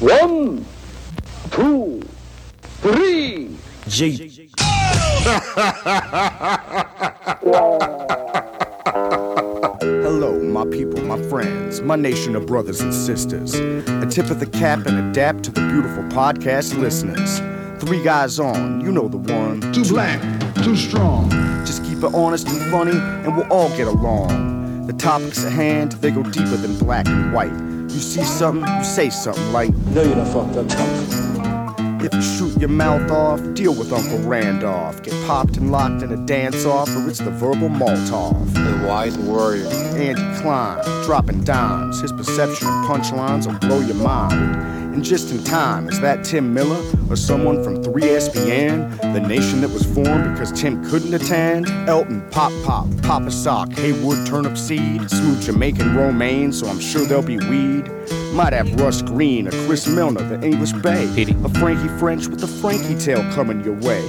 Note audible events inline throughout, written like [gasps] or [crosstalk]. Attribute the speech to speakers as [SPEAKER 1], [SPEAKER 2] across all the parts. [SPEAKER 1] One, two, three.
[SPEAKER 2] G.
[SPEAKER 3] Hello, my people, my friends, my nation of brothers and sisters. A tip of the cap and adapt to the beautiful podcast listeners. Three guys on, you know the one.
[SPEAKER 4] Too black, too strong.
[SPEAKER 3] Just keep it honest and funny, and we'll all get along. The topics at hand, they go deeper than black and white. You see something, you say something like,
[SPEAKER 5] No, you done fucked up, Tom.
[SPEAKER 3] If you shoot your mouth off, deal with Uncle Randolph. Get popped and locked in a dance off, or it's the verbal Molotov.
[SPEAKER 6] The Wise Warrior.
[SPEAKER 3] Andy Klein, dropping dimes. His perception of punchlines will blow your mind. And just in time, is that Tim Miller or someone from 3SBN? The nation that was formed because Tim couldn't attend? Elton, Pop Pop, Papa Sock, Haywood, Turnip Seed, Smooth Jamaican Romaine, so I'm sure there'll be weed. Might have Russ Green or Chris Milner, the English Bay. A Frankie French with the Frankie tail coming your way.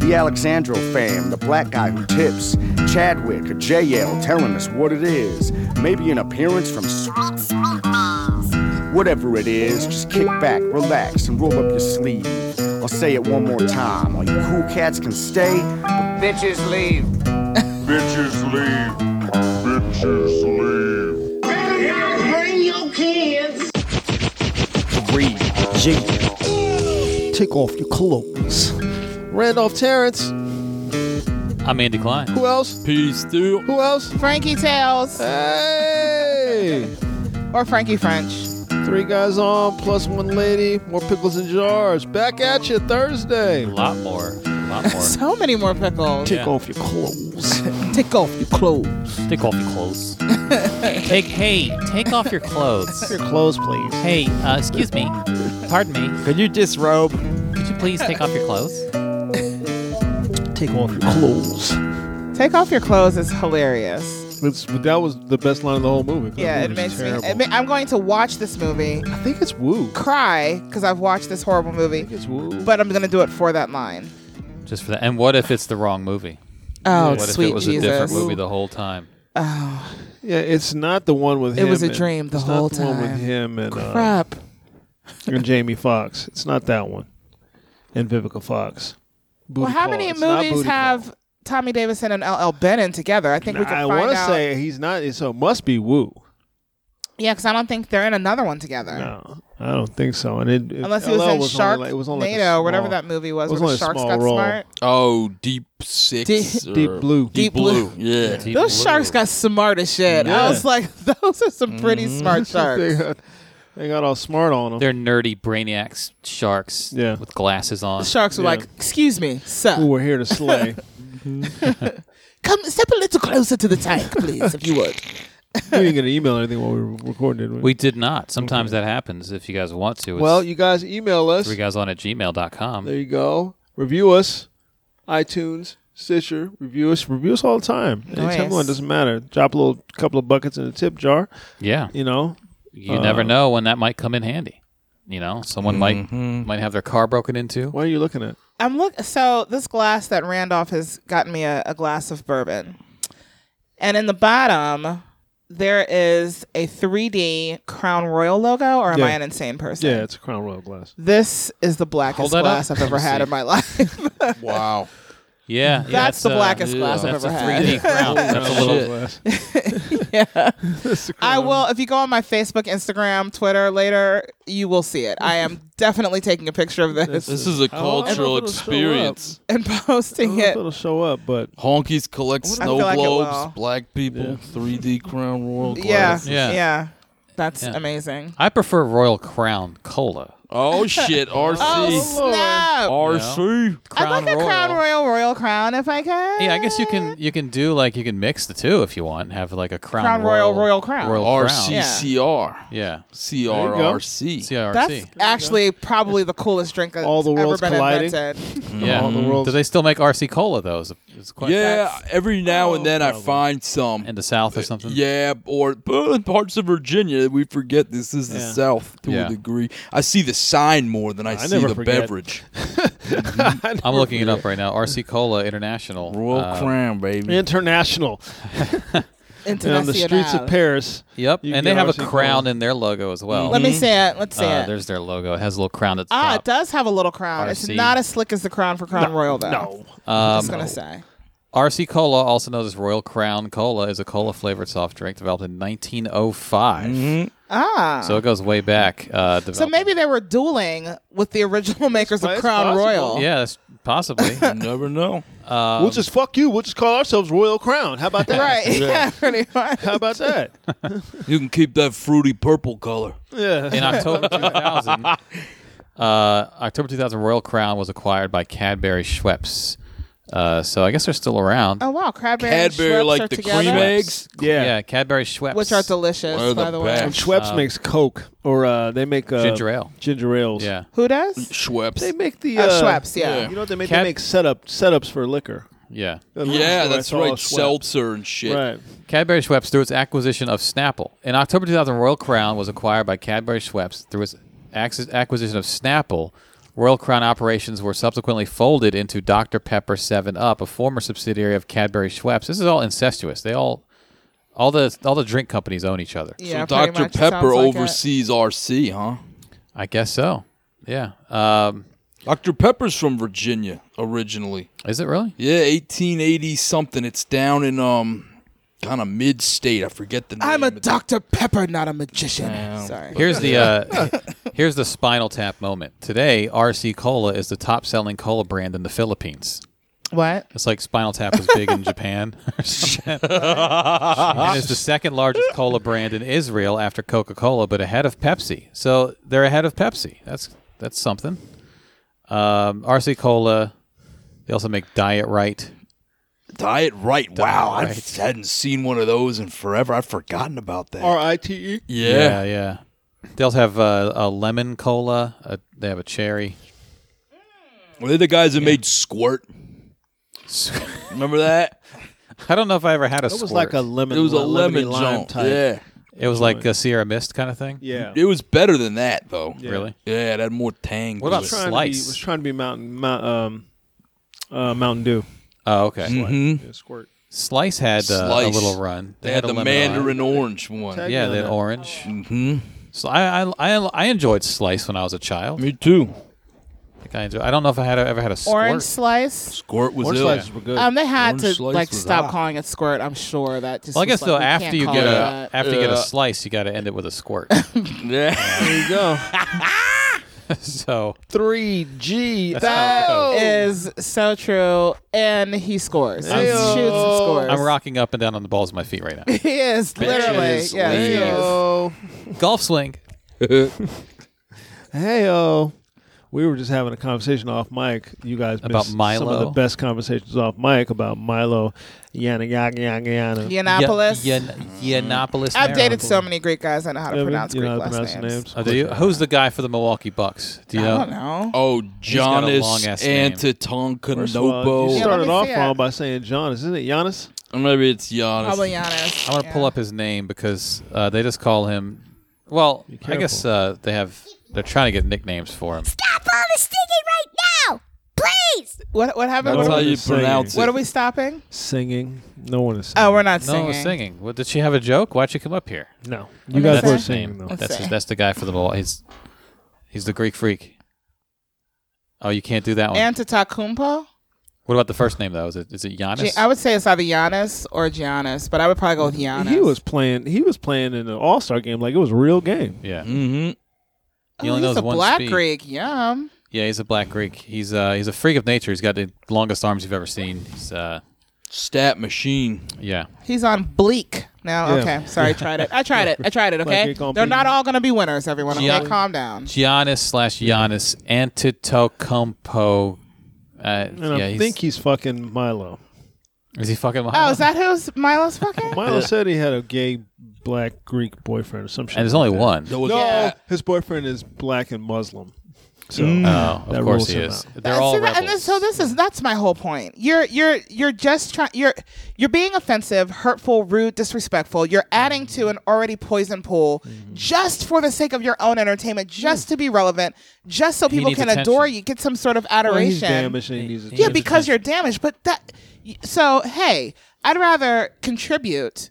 [SPEAKER 3] The Alexandro fam, the black guy who tips, Chadwick or JL telling us what it is. Maybe an appearance from Sweet Sweet Love. Whatever it is, just kick back, relax, and roll up your sleeve. I'll say it one more time. All you cool cats can stay.
[SPEAKER 7] Bitches leave.
[SPEAKER 8] Bitches leave. Bitches leave.
[SPEAKER 3] Read.
[SPEAKER 2] G.
[SPEAKER 9] Take off your clothes. Randolph Terrence.
[SPEAKER 10] I'm Andy Klein.
[SPEAKER 9] Who else?
[SPEAKER 10] Peace, dude.
[SPEAKER 9] Who else?
[SPEAKER 11] Frankie Tales
[SPEAKER 9] Hey!
[SPEAKER 11] or Frankie French.
[SPEAKER 9] Three guys on, plus one lady, more pickles in jars. Back at you Thursday.
[SPEAKER 10] A lot more. A lot [laughs] more.
[SPEAKER 11] So many more pickles.
[SPEAKER 9] Take
[SPEAKER 10] Yeah.
[SPEAKER 9] off your [laughs] clothes.
[SPEAKER 11] Take off your clothes.
[SPEAKER 10] Take off your clothes. [laughs] take, hey, take off your clothes.
[SPEAKER 9] your clothes, please.
[SPEAKER 10] Hey, uh, excuse me. Pardon me.
[SPEAKER 2] Can you disrobe?
[SPEAKER 10] Could you please take off your clothes?
[SPEAKER 9] Take off your clothes.
[SPEAKER 11] Take off your clothes is hilarious.
[SPEAKER 9] It's, that was the best line of the whole movie. That
[SPEAKER 11] Yeah, it
[SPEAKER 9] movie was
[SPEAKER 11] makes me.
[SPEAKER 9] terrible.
[SPEAKER 11] It ma- I'm going to watch this movie,
[SPEAKER 9] I think it's Woo. I
[SPEAKER 11] cry because I've watched this horrible movie,
[SPEAKER 9] think it's Woo.
[SPEAKER 11] but I'm gonna do it for that line.
[SPEAKER 10] Just for that. And what if it's the wrong movie?
[SPEAKER 11] Oh,
[SPEAKER 10] what
[SPEAKER 11] sweet
[SPEAKER 10] if it was
[SPEAKER 11] Jesus!
[SPEAKER 10] a different movie the whole time?
[SPEAKER 11] oh,
[SPEAKER 9] yeah, it's not the one with
[SPEAKER 11] It
[SPEAKER 9] him.
[SPEAKER 11] was a
[SPEAKER 9] and-
[SPEAKER 11] dream the
[SPEAKER 9] it's
[SPEAKER 11] whole
[SPEAKER 9] not the one
[SPEAKER 11] time.
[SPEAKER 9] with him and uh,
[SPEAKER 11] crap.
[SPEAKER 9] and Jamie Foxx. It's not that one. And Vivica Fox.
[SPEAKER 11] Well, how many movies have Tommy Davidson and LL Benin together? I think we can
[SPEAKER 9] I
[SPEAKER 11] find
[SPEAKER 9] want to
[SPEAKER 11] out.
[SPEAKER 9] say he's not, so it must be Woo.
[SPEAKER 11] yeah, because I don't think they're in another one together.
[SPEAKER 9] No, I don't think so. And it, it-
[SPEAKER 11] Unless he was
[SPEAKER 9] LL
[SPEAKER 11] in
[SPEAKER 9] was
[SPEAKER 11] Shark,
[SPEAKER 9] only like, it was only like a
[SPEAKER 11] NATO, whatever
[SPEAKER 9] small-
[SPEAKER 11] that movie was,
[SPEAKER 9] it was
[SPEAKER 11] where
[SPEAKER 9] only
[SPEAKER 11] the
[SPEAKER 9] a
[SPEAKER 11] sharks
[SPEAKER 9] small
[SPEAKER 11] got
[SPEAKER 9] role.
[SPEAKER 11] smart.
[SPEAKER 6] Oh, Deep Six.
[SPEAKER 11] Deep-
[SPEAKER 6] or-
[SPEAKER 9] Deep Blue.
[SPEAKER 6] Deep, Blue. Yeah.
[SPEAKER 10] Deep
[SPEAKER 11] Those
[SPEAKER 10] Blue.
[SPEAKER 11] sharks got smart as shit.
[SPEAKER 9] Yeah.
[SPEAKER 11] I was like, [laughs] those are some pretty
[SPEAKER 10] Mm-hmm.
[SPEAKER 9] [laughs]
[SPEAKER 11] smart
[SPEAKER 9] they,
[SPEAKER 11] sharks.
[SPEAKER 9] got, they got all smart on them.
[SPEAKER 10] They're nerdy brainiacs sharks
[SPEAKER 9] Yeah.
[SPEAKER 10] with glasses on.
[SPEAKER 11] The sharks were
[SPEAKER 9] Yeah.
[SPEAKER 11] like, "Excuse me, sir,
[SPEAKER 9] who were here to
[SPEAKER 10] [laughs]
[SPEAKER 9] slay.
[SPEAKER 11] come step a little closer to the tank, please, if you would."
[SPEAKER 9] we didn't get an email or anything while we were recording, did we?
[SPEAKER 10] We did not. Sometimes that happens if you guys want to. It's
[SPEAKER 9] well, you guys email us.
[SPEAKER 10] three guys on at gmail.com.
[SPEAKER 9] There you go. Review us. iTunes, Stitcher, review us. Review us all the time. Anytime
[SPEAKER 11] Nice.
[SPEAKER 9] one doesn't matter. Drop a little couple of buckets in the tip jar.
[SPEAKER 10] Yeah.
[SPEAKER 9] You know,
[SPEAKER 10] You never know when that might come in handy. You know, someone might might have their car broken into.
[SPEAKER 9] what are you looking at?
[SPEAKER 11] [laughs] I'm look. So this glass that Randolph has gotten me a, a glass of bourbon, and in the bottom there is a 3D Crown Royal logo. Or am
[SPEAKER 9] Yeah.
[SPEAKER 11] I an insane person?
[SPEAKER 9] Yeah, it's a Crown
[SPEAKER 11] [laughs]
[SPEAKER 9] Royal glass.
[SPEAKER 11] This is the blackest
[SPEAKER 10] Hold that up.
[SPEAKER 11] glass I've ever
[SPEAKER 10] Let me
[SPEAKER 11] had
[SPEAKER 10] see.
[SPEAKER 11] in my [laughs] life. [laughs]
[SPEAKER 6] Wow.
[SPEAKER 10] Yeah, yeah,
[SPEAKER 11] That's
[SPEAKER 10] it's,
[SPEAKER 11] the
[SPEAKER 10] uh,
[SPEAKER 11] blackest glass I've
[SPEAKER 10] That's
[SPEAKER 11] ever
[SPEAKER 10] a
[SPEAKER 11] had.
[SPEAKER 10] 3D crown. That's a little.
[SPEAKER 9] glass.
[SPEAKER 11] [laughs]
[SPEAKER 9] [laughs]
[SPEAKER 11] yeah.
[SPEAKER 9] That's the
[SPEAKER 10] Uh-huh.
[SPEAKER 11] I
[SPEAKER 9] Crown
[SPEAKER 11] will. If you go on my Facebook, Instagram, Twitter later, you will see it. I
[SPEAKER 10] [laughs]
[SPEAKER 11] am definitely taking a picture of this
[SPEAKER 6] This is a cultural experience.
[SPEAKER 11] and [laughs]
[SPEAKER 9] I
[SPEAKER 11] posting
[SPEAKER 9] don't know if
[SPEAKER 11] it.
[SPEAKER 9] it'll show up,
[SPEAKER 6] [laughs]
[SPEAKER 9] but [laughs]
[SPEAKER 6] Honkies collect
[SPEAKER 11] I feel
[SPEAKER 6] snow
[SPEAKER 11] like it will.
[SPEAKER 6] globes, black people,
[SPEAKER 9] Yeah.
[SPEAKER 6] 3D crown royal
[SPEAKER 11] Yeah,
[SPEAKER 6] glass.
[SPEAKER 10] Yeah.
[SPEAKER 11] yeah, That's
[SPEAKER 10] Yeah.
[SPEAKER 11] amazing.
[SPEAKER 10] I prefer Royal Crown Cola.
[SPEAKER 11] [laughs]
[SPEAKER 6] Oh shit, RC.
[SPEAKER 11] Oh snap!
[SPEAKER 6] RC.
[SPEAKER 10] Crown
[SPEAKER 11] I'd like a crown royal, royal crown if I can.
[SPEAKER 10] Yeah, I guess you can you can do like you can mix the two if you want. Have like a crown,
[SPEAKER 11] Crown Royal, Royal Crown.
[SPEAKER 10] Royal Crown.
[SPEAKER 11] Yeah.
[SPEAKER 6] RCCR.
[SPEAKER 10] Yeah,
[SPEAKER 6] CRRC.
[SPEAKER 10] CRC.
[SPEAKER 11] That's actually probably the coolest drink that's
[SPEAKER 9] All the
[SPEAKER 11] ever
[SPEAKER 9] worlds
[SPEAKER 11] been
[SPEAKER 9] colliding.
[SPEAKER 11] invented.
[SPEAKER 10] yeah.
[SPEAKER 9] all the world's-
[SPEAKER 10] Do they still make RC Cola though? Is- is quite
[SPEAKER 6] Yeah, every now and then I
[SPEAKER 9] probably.
[SPEAKER 6] find some.
[SPEAKER 10] in the South or something.
[SPEAKER 6] Yeah, or but in parts of Virginia, we forget this is the
[SPEAKER 9] Yeah.
[SPEAKER 6] South to
[SPEAKER 10] Yeah.
[SPEAKER 6] a degree. I see the sign more than I,
[SPEAKER 9] I
[SPEAKER 6] see
[SPEAKER 9] never
[SPEAKER 6] the
[SPEAKER 9] forget.
[SPEAKER 6] beverage.
[SPEAKER 10] I'm looking it up right now. RC Cola International.
[SPEAKER 6] Royal
[SPEAKER 10] Uh,
[SPEAKER 6] Crown, baby.
[SPEAKER 9] international. and on the streets of
[SPEAKER 11] Internacional.
[SPEAKER 9] Paris.
[SPEAKER 10] Yep,
[SPEAKER 9] you
[SPEAKER 10] and
[SPEAKER 9] can
[SPEAKER 10] they have a
[SPEAKER 9] obviously
[SPEAKER 10] crown
[SPEAKER 9] go-
[SPEAKER 10] in their logo as well.
[SPEAKER 11] Let me see it. Let's see
[SPEAKER 10] Uh,
[SPEAKER 11] it.
[SPEAKER 10] there's their logo. It has a little crown at the
[SPEAKER 11] Ah, it
[SPEAKER 10] top.
[SPEAKER 11] does have a little crown. It's
[SPEAKER 10] RC.
[SPEAKER 11] not as slick as the crown for Crown Royal, though.
[SPEAKER 9] No,
[SPEAKER 11] I was gonna say.
[SPEAKER 10] RC Cola, also known as Royal Crown Cola, is a cola flavored soft drink developed in 1905.
[SPEAKER 11] Ah, so,
[SPEAKER 10] So it goes way back. Uh, developed-
[SPEAKER 11] maybe they were dueling with the original makers of
[SPEAKER 9] it's
[SPEAKER 11] Crown
[SPEAKER 9] possible.
[SPEAKER 11] Royal.
[SPEAKER 10] Yeah, that's
[SPEAKER 11] [laughs]
[SPEAKER 10] possibly.
[SPEAKER 6] Never know.
[SPEAKER 9] we'll just
[SPEAKER 6] Um,
[SPEAKER 9] fuck you. We'll just call ourselves Royal Crown. How about that?
[SPEAKER 11] Right. [laughs] Yeah. pretty much.
[SPEAKER 9] [laughs] How about
[SPEAKER 6] [laughs]
[SPEAKER 9] that?
[SPEAKER 6] You can keep that fruity purple color.
[SPEAKER 9] Yeah.
[SPEAKER 10] in October 2000, uh, October 2000, Royal Crown was acquired by Cadbury Schweppes. Uh, so I guess they're still around.
[SPEAKER 11] Oh wow, Cadbury, and
[SPEAKER 6] Cadbury,
[SPEAKER 11] Schweppes
[SPEAKER 6] like
[SPEAKER 11] are
[SPEAKER 6] the
[SPEAKER 11] together,
[SPEAKER 6] cream eggs.
[SPEAKER 10] yeah. Cadbury Schweppes.
[SPEAKER 11] which are delicious,
[SPEAKER 6] Are the
[SPEAKER 11] by the way.
[SPEAKER 9] And Schweppes
[SPEAKER 6] um,
[SPEAKER 9] makes Coke, or uh, they make uh,
[SPEAKER 10] Ginger ale.
[SPEAKER 9] Ginger ales.
[SPEAKER 10] Yeah.
[SPEAKER 11] Who does?
[SPEAKER 6] Schweppes.
[SPEAKER 9] They make the
[SPEAKER 11] Uh,
[SPEAKER 9] uh,
[SPEAKER 11] Schweppes, yeah.
[SPEAKER 9] You know what they make?
[SPEAKER 10] Cat-
[SPEAKER 9] they make setup setups for liquor.
[SPEAKER 10] Yeah.
[SPEAKER 6] yeah,
[SPEAKER 9] So
[SPEAKER 6] that's
[SPEAKER 9] all
[SPEAKER 6] right.
[SPEAKER 9] Schweppes.
[SPEAKER 6] Seltzer and shit.
[SPEAKER 9] Right.
[SPEAKER 10] Cadbury Schweppes through its acquisition of Snapple. In October 2000, Royal Crown was acquired by Cadbury Schweppes through its acquis- acquisition of Snapple. Royal Crown operations were subsequently folded into Dr. Pepper 7 Up, a former subsidiary of Cadbury Schweppes. This is all incestuous. They all, all the all the drink companies own each other.
[SPEAKER 11] Yeah,
[SPEAKER 6] so
[SPEAKER 11] pretty
[SPEAKER 6] Dr.
[SPEAKER 11] much. It sounds
[SPEAKER 6] Pepper
[SPEAKER 11] like it.
[SPEAKER 6] oversees RC, huh?
[SPEAKER 10] I guess so. Yeah. Um,
[SPEAKER 6] Dr. Pepper's from Virginia originally.
[SPEAKER 10] is it really?
[SPEAKER 6] Yeah, 1880 something. It's down in um kind of mid state. I forget the name.
[SPEAKER 11] I'm a
[SPEAKER 6] of it.
[SPEAKER 11] Dr. Pepper, not a magician. Sorry.
[SPEAKER 10] Here's the uh, here's the Spinal Tap moment. Today, RC Cola is the top selling cola brand in the Philippines.
[SPEAKER 11] What?
[SPEAKER 10] It's like Spinal Tap was big in Japan. [laughs] or some shit. and it's the second largest cola brand in Israel after Coca Cola, but ahead of Pepsi. So they're ahead of Pepsi. That's that's something. Um, RC Cola. They also make Diet Right.
[SPEAKER 6] Diet Right. wow, I
[SPEAKER 10] Right.
[SPEAKER 6] hadn't seen one of those in forever. I've forgotten about that.
[SPEAKER 9] R I T E.
[SPEAKER 10] Yeah, yeah. They also have uh, a lemon cola. A, they have a cherry.
[SPEAKER 6] Were they the guys that made Squirt? Remember that?
[SPEAKER 10] I don't know if I ever had a
[SPEAKER 9] It was
[SPEAKER 10] squirt.
[SPEAKER 9] like a lemon.
[SPEAKER 6] It was a
[SPEAKER 9] lemony
[SPEAKER 6] lemon
[SPEAKER 9] lime
[SPEAKER 6] joint.
[SPEAKER 9] type.
[SPEAKER 6] Yeah.
[SPEAKER 10] It was like a Sierra Mist kind of thing.
[SPEAKER 9] Yeah.
[SPEAKER 6] It was better than that though.
[SPEAKER 10] Really?
[SPEAKER 6] Yeah, it had more tang.
[SPEAKER 10] What
[SPEAKER 6] to
[SPEAKER 10] about
[SPEAKER 6] it.
[SPEAKER 9] trying To be,
[SPEAKER 10] Slice.
[SPEAKER 9] was trying to be Mountain Mount, um, uh, Mountain Dew.
[SPEAKER 10] Oh, okay.
[SPEAKER 9] Yeah, squirt.
[SPEAKER 10] Slice had uh, a
[SPEAKER 6] Mm-hmm. Slice.
[SPEAKER 10] little run.
[SPEAKER 6] They had
[SPEAKER 10] a
[SPEAKER 6] the
[SPEAKER 10] lemon lime.
[SPEAKER 6] mandarin orange one.
[SPEAKER 9] Tag-
[SPEAKER 10] Yeah,
[SPEAKER 9] Yeah,
[SPEAKER 10] they had
[SPEAKER 9] no.
[SPEAKER 10] orange. Mm-hmm. So I, I I I enjoyed Slice when I was a child.
[SPEAKER 6] Me too.
[SPEAKER 10] I think I, enjoyed, I don't know if I had a, ever had a squirt.
[SPEAKER 11] Orange slice.
[SPEAKER 6] Squirt was
[SPEAKER 9] Orange
[SPEAKER 6] ill.
[SPEAKER 9] slices were good.
[SPEAKER 11] Um, they had
[SPEAKER 6] Orange
[SPEAKER 11] to
[SPEAKER 6] slice
[SPEAKER 11] like
[SPEAKER 6] was
[SPEAKER 11] stop
[SPEAKER 6] hot.
[SPEAKER 11] calling it squirt. I'm sure that just.
[SPEAKER 10] Well, I
[SPEAKER 11] was
[SPEAKER 10] guess
[SPEAKER 11] like,
[SPEAKER 10] though
[SPEAKER 11] we
[SPEAKER 10] after
[SPEAKER 11] can't
[SPEAKER 10] you
[SPEAKER 11] call
[SPEAKER 10] get
[SPEAKER 11] it
[SPEAKER 10] a
[SPEAKER 11] that.
[SPEAKER 10] after you get a
[SPEAKER 9] Uh,
[SPEAKER 6] Yeah.
[SPEAKER 10] slice, you got to end it with
[SPEAKER 9] [laughs]
[SPEAKER 10] a squirt.
[SPEAKER 6] Yeah.
[SPEAKER 9] There you go.
[SPEAKER 10] so
[SPEAKER 9] Three G.
[SPEAKER 10] Oh.
[SPEAKER 11] That is so true, and he scores. He shoots and scores.
[SPEAKER 10] I'm rocking up and down on the balls of my feet
[SPEAKER 9] [laughs]
[SPEAKER 10] right now.
[SPEAKER 11] [laughs] He is literally.
[SPEAKER 6] Bitches
[SPEAKER 11] Yeah, he is.
[SPEAKER 10] Golf sling.
[SPEAKER 9] Hey oh. We were just having a conversation off mic. You guys
[SPEAKER 10] About
[SPEAKER 9] missed Some of
[SPEAKER 10] Milo?
[SPEAKER 9] the best conversations off mic about Milo. Yana yana yana yana.
[SPEAKER 11] Yiannopoulos.
[SPEAKER 10] Yan- Yiannopoulos.
[SPEAKER 11] I've dated
[SPEAKER 10] Marathon.
[SPEAKER 11] so many Greek guys. I know how to
[SPEAKER 9] Yeah, we-
[SPEAKER 11] pronounce
[SPEAKER 9] you
[SPEAKER 11] Greek
[SPEAKER 9] know how to
[SPEAKER 11] last
[SPEAKER 9] pronounce
[SPEAKER 11] names.
[SPEAKER 9] names.
[SPEAKER 10] Oh, do you? Who's the guy for the Milwaukee Bucks? Do you
[SPEAKER 11] I
[SPEAKER 10] know?
[SPEAKER 11] don't know.
[SPEAKER 6] Oh,
[SPEAKER 10] got a
[SPEAKER 6] Giannis
[SPEAKER 10] long-ass name.
[SPEAKER 9] First of all, you
[SPEAKER 6] Antetokounmpo.
[SPEAKER 11] Yeah, let
[SPEAKER 9] started
[SPEAKER 11] me
[SPEAKER 9] off
[SPEAKER 11] see it.
[SPEAKER 9] wrong by saying Giannis, isn't it? Giannis.
[SPEAKER 6] Or Maybe it's Giannis.
[SPEAKER 11] Probably Giannis.
[SPEAKER 10] I want to pull up his name because uh, they just call him. Well, I
[SPEAKER 9] careful.
[SPEAKER 10] guess uh, they have. They're trying to get nicknames for him.
[SPEAKER 11] What what happened?
[SPEAKER 9] No
[SPEAKER 11] What
[SPEAKER 6] That's
[SPEAKER 11] are,
[SPEAKER 6] how
[SPEAKER 11] we,
[SPEAKER 9] one
[SPEAKER 6] you
[SPEAKER 9] is saying
[SPEAKER 6] pronounce
[SPEAKER 9] it.
[SPEAKER 11] what are
[SPEAKER 6] it.
[SPEAKER 11] we stopping?
[SPEAKER 9] Singing. No one is. Singing.
[SPEAKER 11] Oh, we're not
[SPEAKER 10] No,
[SPEAKER 11] singing.
[SPEAKER 10] singing. singing. Well, did she have a joke? Why'd she come up here?
[SPEAKER 9] no, you guys
[SPEAKER 11] That's
[SPEAKER 9] were
[SPEAKER 11] his
[SPEAKER 9] singing
[SPEAKER 10] Name.
[SPEAKER 9] though.
[SPEAKER 10] That's
[SPEAKER 11] say.
[SPEAKER 10] that's the guy for the ball. He's he's the Greek freak. Oh, you can't do that one.
[SPEAKER 11] Antetokounmpo.
[SPEAKER 10] what about the first name though? Is it is it
[SPEAKER 11] Gi-
[SPEAKER 10] Giannis?
[SPEAKER 11] I would say it's either Giannis or Giannis, but I would probably go with Giannis.
[SPEAKER 9] He was playing. He was playing in the All Star game like it was a real game.
[SPEAKER 10] yeah,
[SPEAKER 6] Mm-hmm.
[SPEAKER 10] he
[SPEAKER 11] oh, he's
[SPEAKER 10] only knows
[SPEAKER 11] a
[SPEAKER 10] one
[SPEAKER 11] black
[SPEAKER 10] speed.
[SPEAKER 11] Greek. Yum.
[SPEAKER 10] yeah, he's a black Greek. He's uh he's a freak of nature. He's got the longest arms you've ever seen. He's uh
[SPEAKER 6] Stat machine.
[SPEAKER 10] yeah.
[SPEAKER 11] He's on bleak. No,
[SPEAKER 9] Yeah.
[SPEAKER 11] okay. Sorry, I tried it. I tried it. I tried [laughs] it, okay?
[SPEAKER 9] it gonna
[SPEAKER 11] They're
[SPEAKER 9] be-
[SPEAKER 11] not all going to be winners, everyone. Okay,
[SPEAKER 10] Gian-
[SPEAKER 11] calm down.
[SPEAKER 10] Giannis slash Giannis Antetokounmpo. Uh,
[SPEAKER 9] And
[SPEAKER 10] yeah,
[SPEAKER 9] I
[SPEAKER 10] he's-
[SPEAKER 9] think he's fucking Milo.
[SPEAKER 10] is he fucking?
[SPEAKER 11] Oh, is that who's Milo's
[SPEAKER 10] [laughs]
[SPEAKER 11] fucking?
[SPEAKER 9] Milo said he had a gay black Greek boyfriend or some shit.
[SPEAKER 10] And there's
[SPEAKER 9] like
[SPEAKER 10] only
[SPEAKER 9] that.
[SPEAKER 10] one.
[SPEAKER 6] There was-
[SPEAKER 9] No,
[SPEAKER 11] Yeah.
[SPEAKER 9] his boyfriend is black and Muslim. So
[SPEAKER 10] Oh,
[SPEAKER 9] That
[SPEAKER 10] of course
[SPEAKER 9] rules
[SPEAKER 10] he
[SPEAKER 9] him
[SPEAKER 10] is.
[SPEAKER 9] out.
[SPEAKER 10] They're all
[SPEAKER 11] See, that-
[SPEAKER 10] rebels.
[SPEAKER 11] and this, so this is that's my whole point. You're you're you're just trying you're you're being offensive, hurtful, rude, disrespectful. You're adding to an already poisoned pool just for the sake of your own entertainment, just to be relevant, just so people
[SPEAKER 10] needs
[SPEAKER 11] can adore
[SPEAKER 10] attention.
[SPEAKER 11] you, get some sort of
[SPEAKER 9] Well, he's
[SPEAKER 11] adoration.
[SPEAKER 9] damaged and he needs
[SPEAKER 11] yeah,
[SPEAKER 9] attention.
[SPEAKER 11] because you're damaged. But that so hey, I'd rather contribute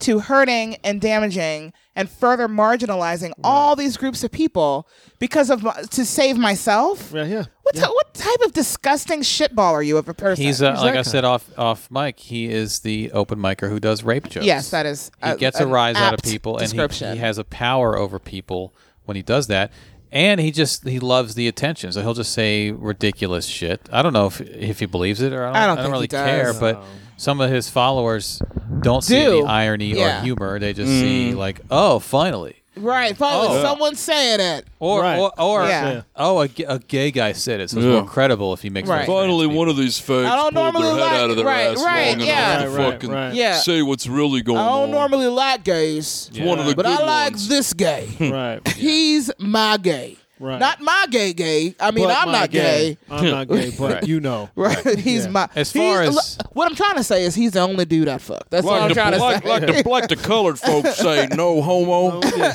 [SPEAKER 11] to hurting and damaging and further marginalizing all these groups of people because of my- to save myself.
[SPEAKER 9] Yeah, yeah,
[SPEAKER 11] What, ti- what type of disgusting shitball are you of a person?
[SPEAKER 10] He's uh, like I said off off mic. He is the open micer who does rape jokes.
[SPEAKER 11] Yes, that is
[SPEAKER 10] He
[SPEAKER 11] a-
[SPEAKER 10] gets a
[SPEAKER 11] an
[SPEAKER 10] rise out of
[SPEAKER 11] apt
[SPEAKER 10] people, and he,
[SPEAKER 11] description.
[SPEAKER 10] he has a power over people when he does that. And he just he loves the attention, so he'll just say ridiculous shit. I don't know if if he believes it or I don't.
[SPEAKER 11] I don't think he
[SPEAKER 10] really
[SPEAKER 11] does.
[SPEAKER 10] care, but some of his followers don't see
[SPEAKER 11] Do.
[SPEAKER 10] the irony
[SPEAKER 11] Yeah.
[SPEAKER 10] or humor. They just
[SPEAKER 9] Mm.
[SPEAKER 10] see like, oh, finally.
[SPEAKER 11] right, finally,
[SPEAKER 10] Oh.
[SPEAKER 11] someone saying it.
[SPEAKER 10] Or,
[SPEAKER 9] Right.
[SPEAKER 10] or, or
[SPEAKER 11] Yeah.
[SPEAKER 10] oh, a, g- a gay guy said it, so it's
[SPEAKER 6] Yeah.
[SPEAKER 10] more credible if he makes
[SPEAKER 11] Right.
[SPEAKER 10] fun of trans
[SPEAKER 6] Finally,
[SPEAKER 10] people.
[SPEAKER 6] one of these fags
[SPEAKER 11] I don't
[SPEAKER 6] pulled their
[SPEAKER 11] normally
[SPEAKER 6] head
[SPEAKER 11] like-
[SPEAKER 6] out of their
[SPEAKER 11] right,
[SPEAKER 6] ass
[SPEAKER 11] right,
[SPEAKER 6] long enough
[SPEAKER 11] yeah.
[SPEAKER 6] to
[SPEAKER 9] Right, right,
[SPEAKER 6] fucking
[SPEAKER 9] right.
[SPEAKER 11] Yeah.
[SPEAKER 6] say what's really going
[SPEAKER 11] I
[SPEAKER 6] on.
[SPEAKER 11] don't normally like gays,
[SPEAKER 6] It's one of the
[SPEAKER 11] but
[SPEAKER 6] good
[SPEAKER 11] I like
[SPEAKER 6] ones.
[SPEAKER 11] this
[SPEAKER 10] [laughs]
[SPEAKER 11] gay.
[SPEAKER 10] Mm.
[SPEAKER 9] right.
[SPEAKER 11] He's my gay.
[SPEAKER 9] Right.
[SPEAKER 11] Not my gay gay. I mean,
[SPEAKER 9] But
[SPEAKER 11] I'm
[SPEAKER 9] my
[SPEAKER 11] not gay. [laughs]
[SPEAKER 9] I'm not gay, but
[SPEAKER 10] Right.
[SPEAKER 9] you know.
[SPEAKER 11] Right. He's my.
[SPEAKER 10] As far
[SPEAKER 11] he's-
[SPEAKER 10] as-
[SPEAKER 11] look, what I'm trying to say is he's the only dude I fuck. That's what
[SPEAKER 6] Like
[SPEAKER 11] I'm
[SPEAKER 6] the,
[SPEAKER 11] trying to
[SPEAKER 6] like,
[SPEAKER 11] say.
[SPEAKER 6] like the, like
[SPEAKER 11] [laughs]
[SPEAKER 6] the colored folks say, no homo.
[SPEAKER 9] Oh,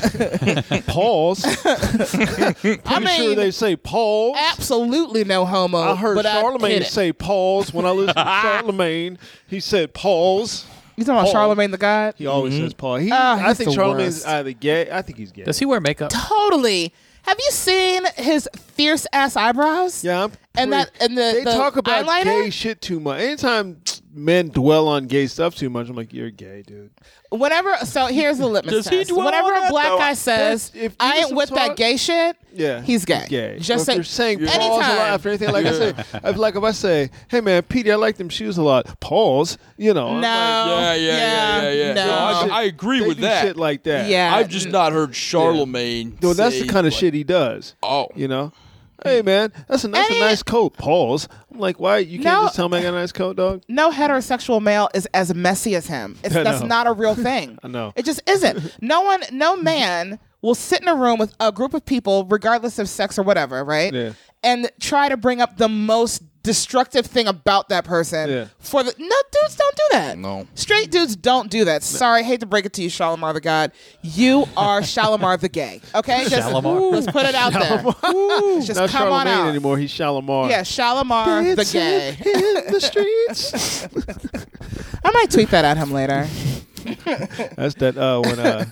[SPEAKER 9] Pause.
[SPEAKER 11] [laughs] I
[SPEAKER 9] I'm sure
[SPEAKER 11] mean,
[SPEAKER 9] they say pause.
[SPEAKER 11] absolutely no homo.
[SPEAKER 9] I heard
[SPEAKER 11] but I get
[SPEAKER 9] Charlemagne
[SPEAKER 11] it.
[SPEAKER 9] say pause when I
[SPEAKER 11] [laughs]
[SPEAKER 9] listened to Charlemagne. He said pause.
[SPEAKER 11] You talking about
[SPEAKER 9] Paul.
[SPEAKER 11] Charlemagne the God?
[SPEAKER 9] He always
[SPEAKER 10] Mm-hmm.
[SPEAKER 9] says pause. He,
[SPEAKER 11] Ah,
[SPEAKER 9] I
[SPEAKER 11] he's
[SPEAKER 9] think
[SPEAKER 11] the
[SPEAKER 9] Charlemagne's
[SPEAKER 11] worst.
[SPEAKER 9] either gay. I think he's gay.
[SPEAKER 10] Does he wear makeup?
[SPEAKER 11] Totally. Have you seen his fierce ass eyebrows?
[SPEAKER 9] yeah, I'm
[SPEAKER 11] And
[SPEAKER 9] pretty-
[SPEAKER 11] that- and the-
[SPEAKER 9] they
[SPEAKER 11] the
[SPEAKER 9] talk about
[SPEAKER 11] eyeliner?
[SPEAKER 9] gay shit too much. Anytime men dwell on gay stuff too much, I'm like, you're gay, dude.
[SPEAKER 11] Whenever. So here's the litmus
[SPEAKER 9] Does he
[SPEAKER 11] test.
[SPEAKER 9] dwell
[SPEAKER 11] Whenever
[SPEAKER 9] on
[SPEAKER 11] a
[SPEAKER 9] that,
[SPEAKER 11] black
[SPEAKER 9] though?
[SPEAKER 11] guy says,
[SPEAKER 9] That's- if you
[SPEAKER 11] "I ain't
[SPEAKER 9] listen
[SPEAKER 11] with
[SPEAKER 9] to
[SPEAKER 11] that
[SPEAKER 9] it-
[SPEAKER 11] gay shit,"
[SPEAKER 9] Yeah,
[SPEAKER 11] He's gay. Just
[SPEAKER 9] Just
[SPEAKER 11] say-
[SPEAKER 9] if you're saying pause
[SPEAKER 11] anytime.
[SPEAKER 9] a lot after anything, like I
[SPEAKER 6] [laughs]
[SPEAKER 9] said, if, like if I say, "Hey man, Petey, I like them shoes a lot," pause. You know, I'm
[SPEAKER 11] no.
[SPEAKER 9] like,
[SPEAKER 6] yeah, yeah, yeah, yeah, yeah.
[SPEAKER 11] No.
[SPEAKER 6] No, I- I agree
[SPEAKER 9] they
[SPEAKER 6] with
[SPEAKER 9] do
[SPEAKER 6] that.
[SPEAKER 9] Shit like that.
[SPEAKER 11] Yeah.
[SPEAKER 6] I've just not heard Charlemagne.
[SPEAKER 9] No, that's the
[SPEAKER 6] say,
[SPEAKER 9] kind of
[SPEAKER 6] like,
[SPEAKER 9] shit he does.
[SPEAKER 6] Oh.
[SPEAKER 9] you know. Hey man, that's a that's
[SPEAKER 11] Any-
[SPEAKER 9] a nice coat. Pause. I'm like, why you can't
[SPEAKER 11] No.
[SPEAKER 9] just tell me I got a nice coat, dog?
[SPEAKER 11] no heterosexual male is as messy as him. It's,
[SPEAKER 9] I
[SPEAKER 11] that's
[SPEAKER 9] know.
[SPEAKER 11] not a
[SPEAKER 9] [laughs]
[SPEAKER 11] real thing.
[SPEAKER 9] I know.
[SPEAKER 11] It just isn't. No one, no man will sit in a room with a group of people, regardless of sex or whatever, right?
[SPEAKER 9] Yeah.
[SPEAKER 11] And try to bring up the most destructive thing about that person
[SPEAKER 9] Yeah.
[SPEAKER 11] for the no dudes don't do that
[SPEAKER 6] No.
[SPEAKER 11] straight dudes don't do that sorry hate to break it to you Shalimar the god you are Shalimar the gay okay just,
[SPEAKER 10] Shalimar.
[SPEAKER 11] let's put it out there just
[SPEAKER 9] Not
[SPEAKER 11] come on
[SPEAKER 9] Charlemagne
[SPEAKER 11] out
[SPEAKER 9] anymore. He's Shalimar.
[SPEAKER 11] yeah Shalimar the
[SPEAKER 9] Dancing
[SPEAKER 11] gay
[SPEAKER 9] in the streets. [laughs]
[SPEAKER 11] I might tweet that at him later
[SPEAKER 9] That's that uh, when uh,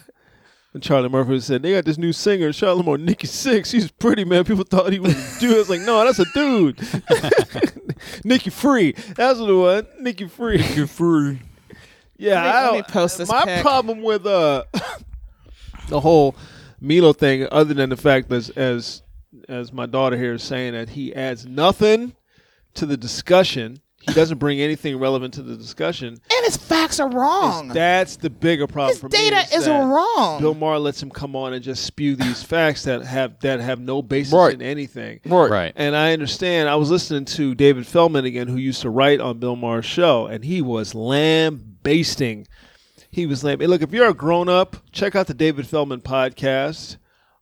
[SPEAKER 9] when Charlie Murphy said they got this new singer, Charlamagne Nikki Six. He's pretty man. People thought he was a dude. I was like, no, that's a dude. [laughs] Nikki Free. That's what it was. Nikki Free.
[SPEAKER 6] You're free.
[SPEAKER 9] Yeah,
[SPEAKER 11] Let me-
[SPEAKER 9] I
[SPEAKER 11] let
[SPEAKER 9] don't,
[SPEAKER 11] me post this
[SPEAKER 9] My
[SPEAKER 11] pic.
[SPEAKER 9] problem with uh [laughs] the whole Milo thing, other than the fact that as as my daughter here is saying that he adds nothing to the discussion. He doesn't bring anything relevant to the discussion.
[SPEAKER 11] and his facts are wrong.
[SPEAKER 9] That's the bigger problem
[SPEAKER 11] His
[SPEAKER 9] for me.
[SPEAKER 11] data
[SPEAKER 9] is
[SPEAKER 11] is
[SPEAKER 9] that
[SPEAKER 11] wrong.
[SPEAKER 9] Bill Maher lets him come on and just spew these facts that have that have no basis
[SPEAKER 6] Right.
[SPEAKER 9] in anything.
[SPEAKER 6] Right.
[SPEAKER 10] Right.
[SPEAKER 9] And I understand. I was listening to David Feldman again, who used to write on Bill Maher's show, and he was lambasting. He was lamb. Hey, look, if you're a grown up, check out the David Feldman podcast.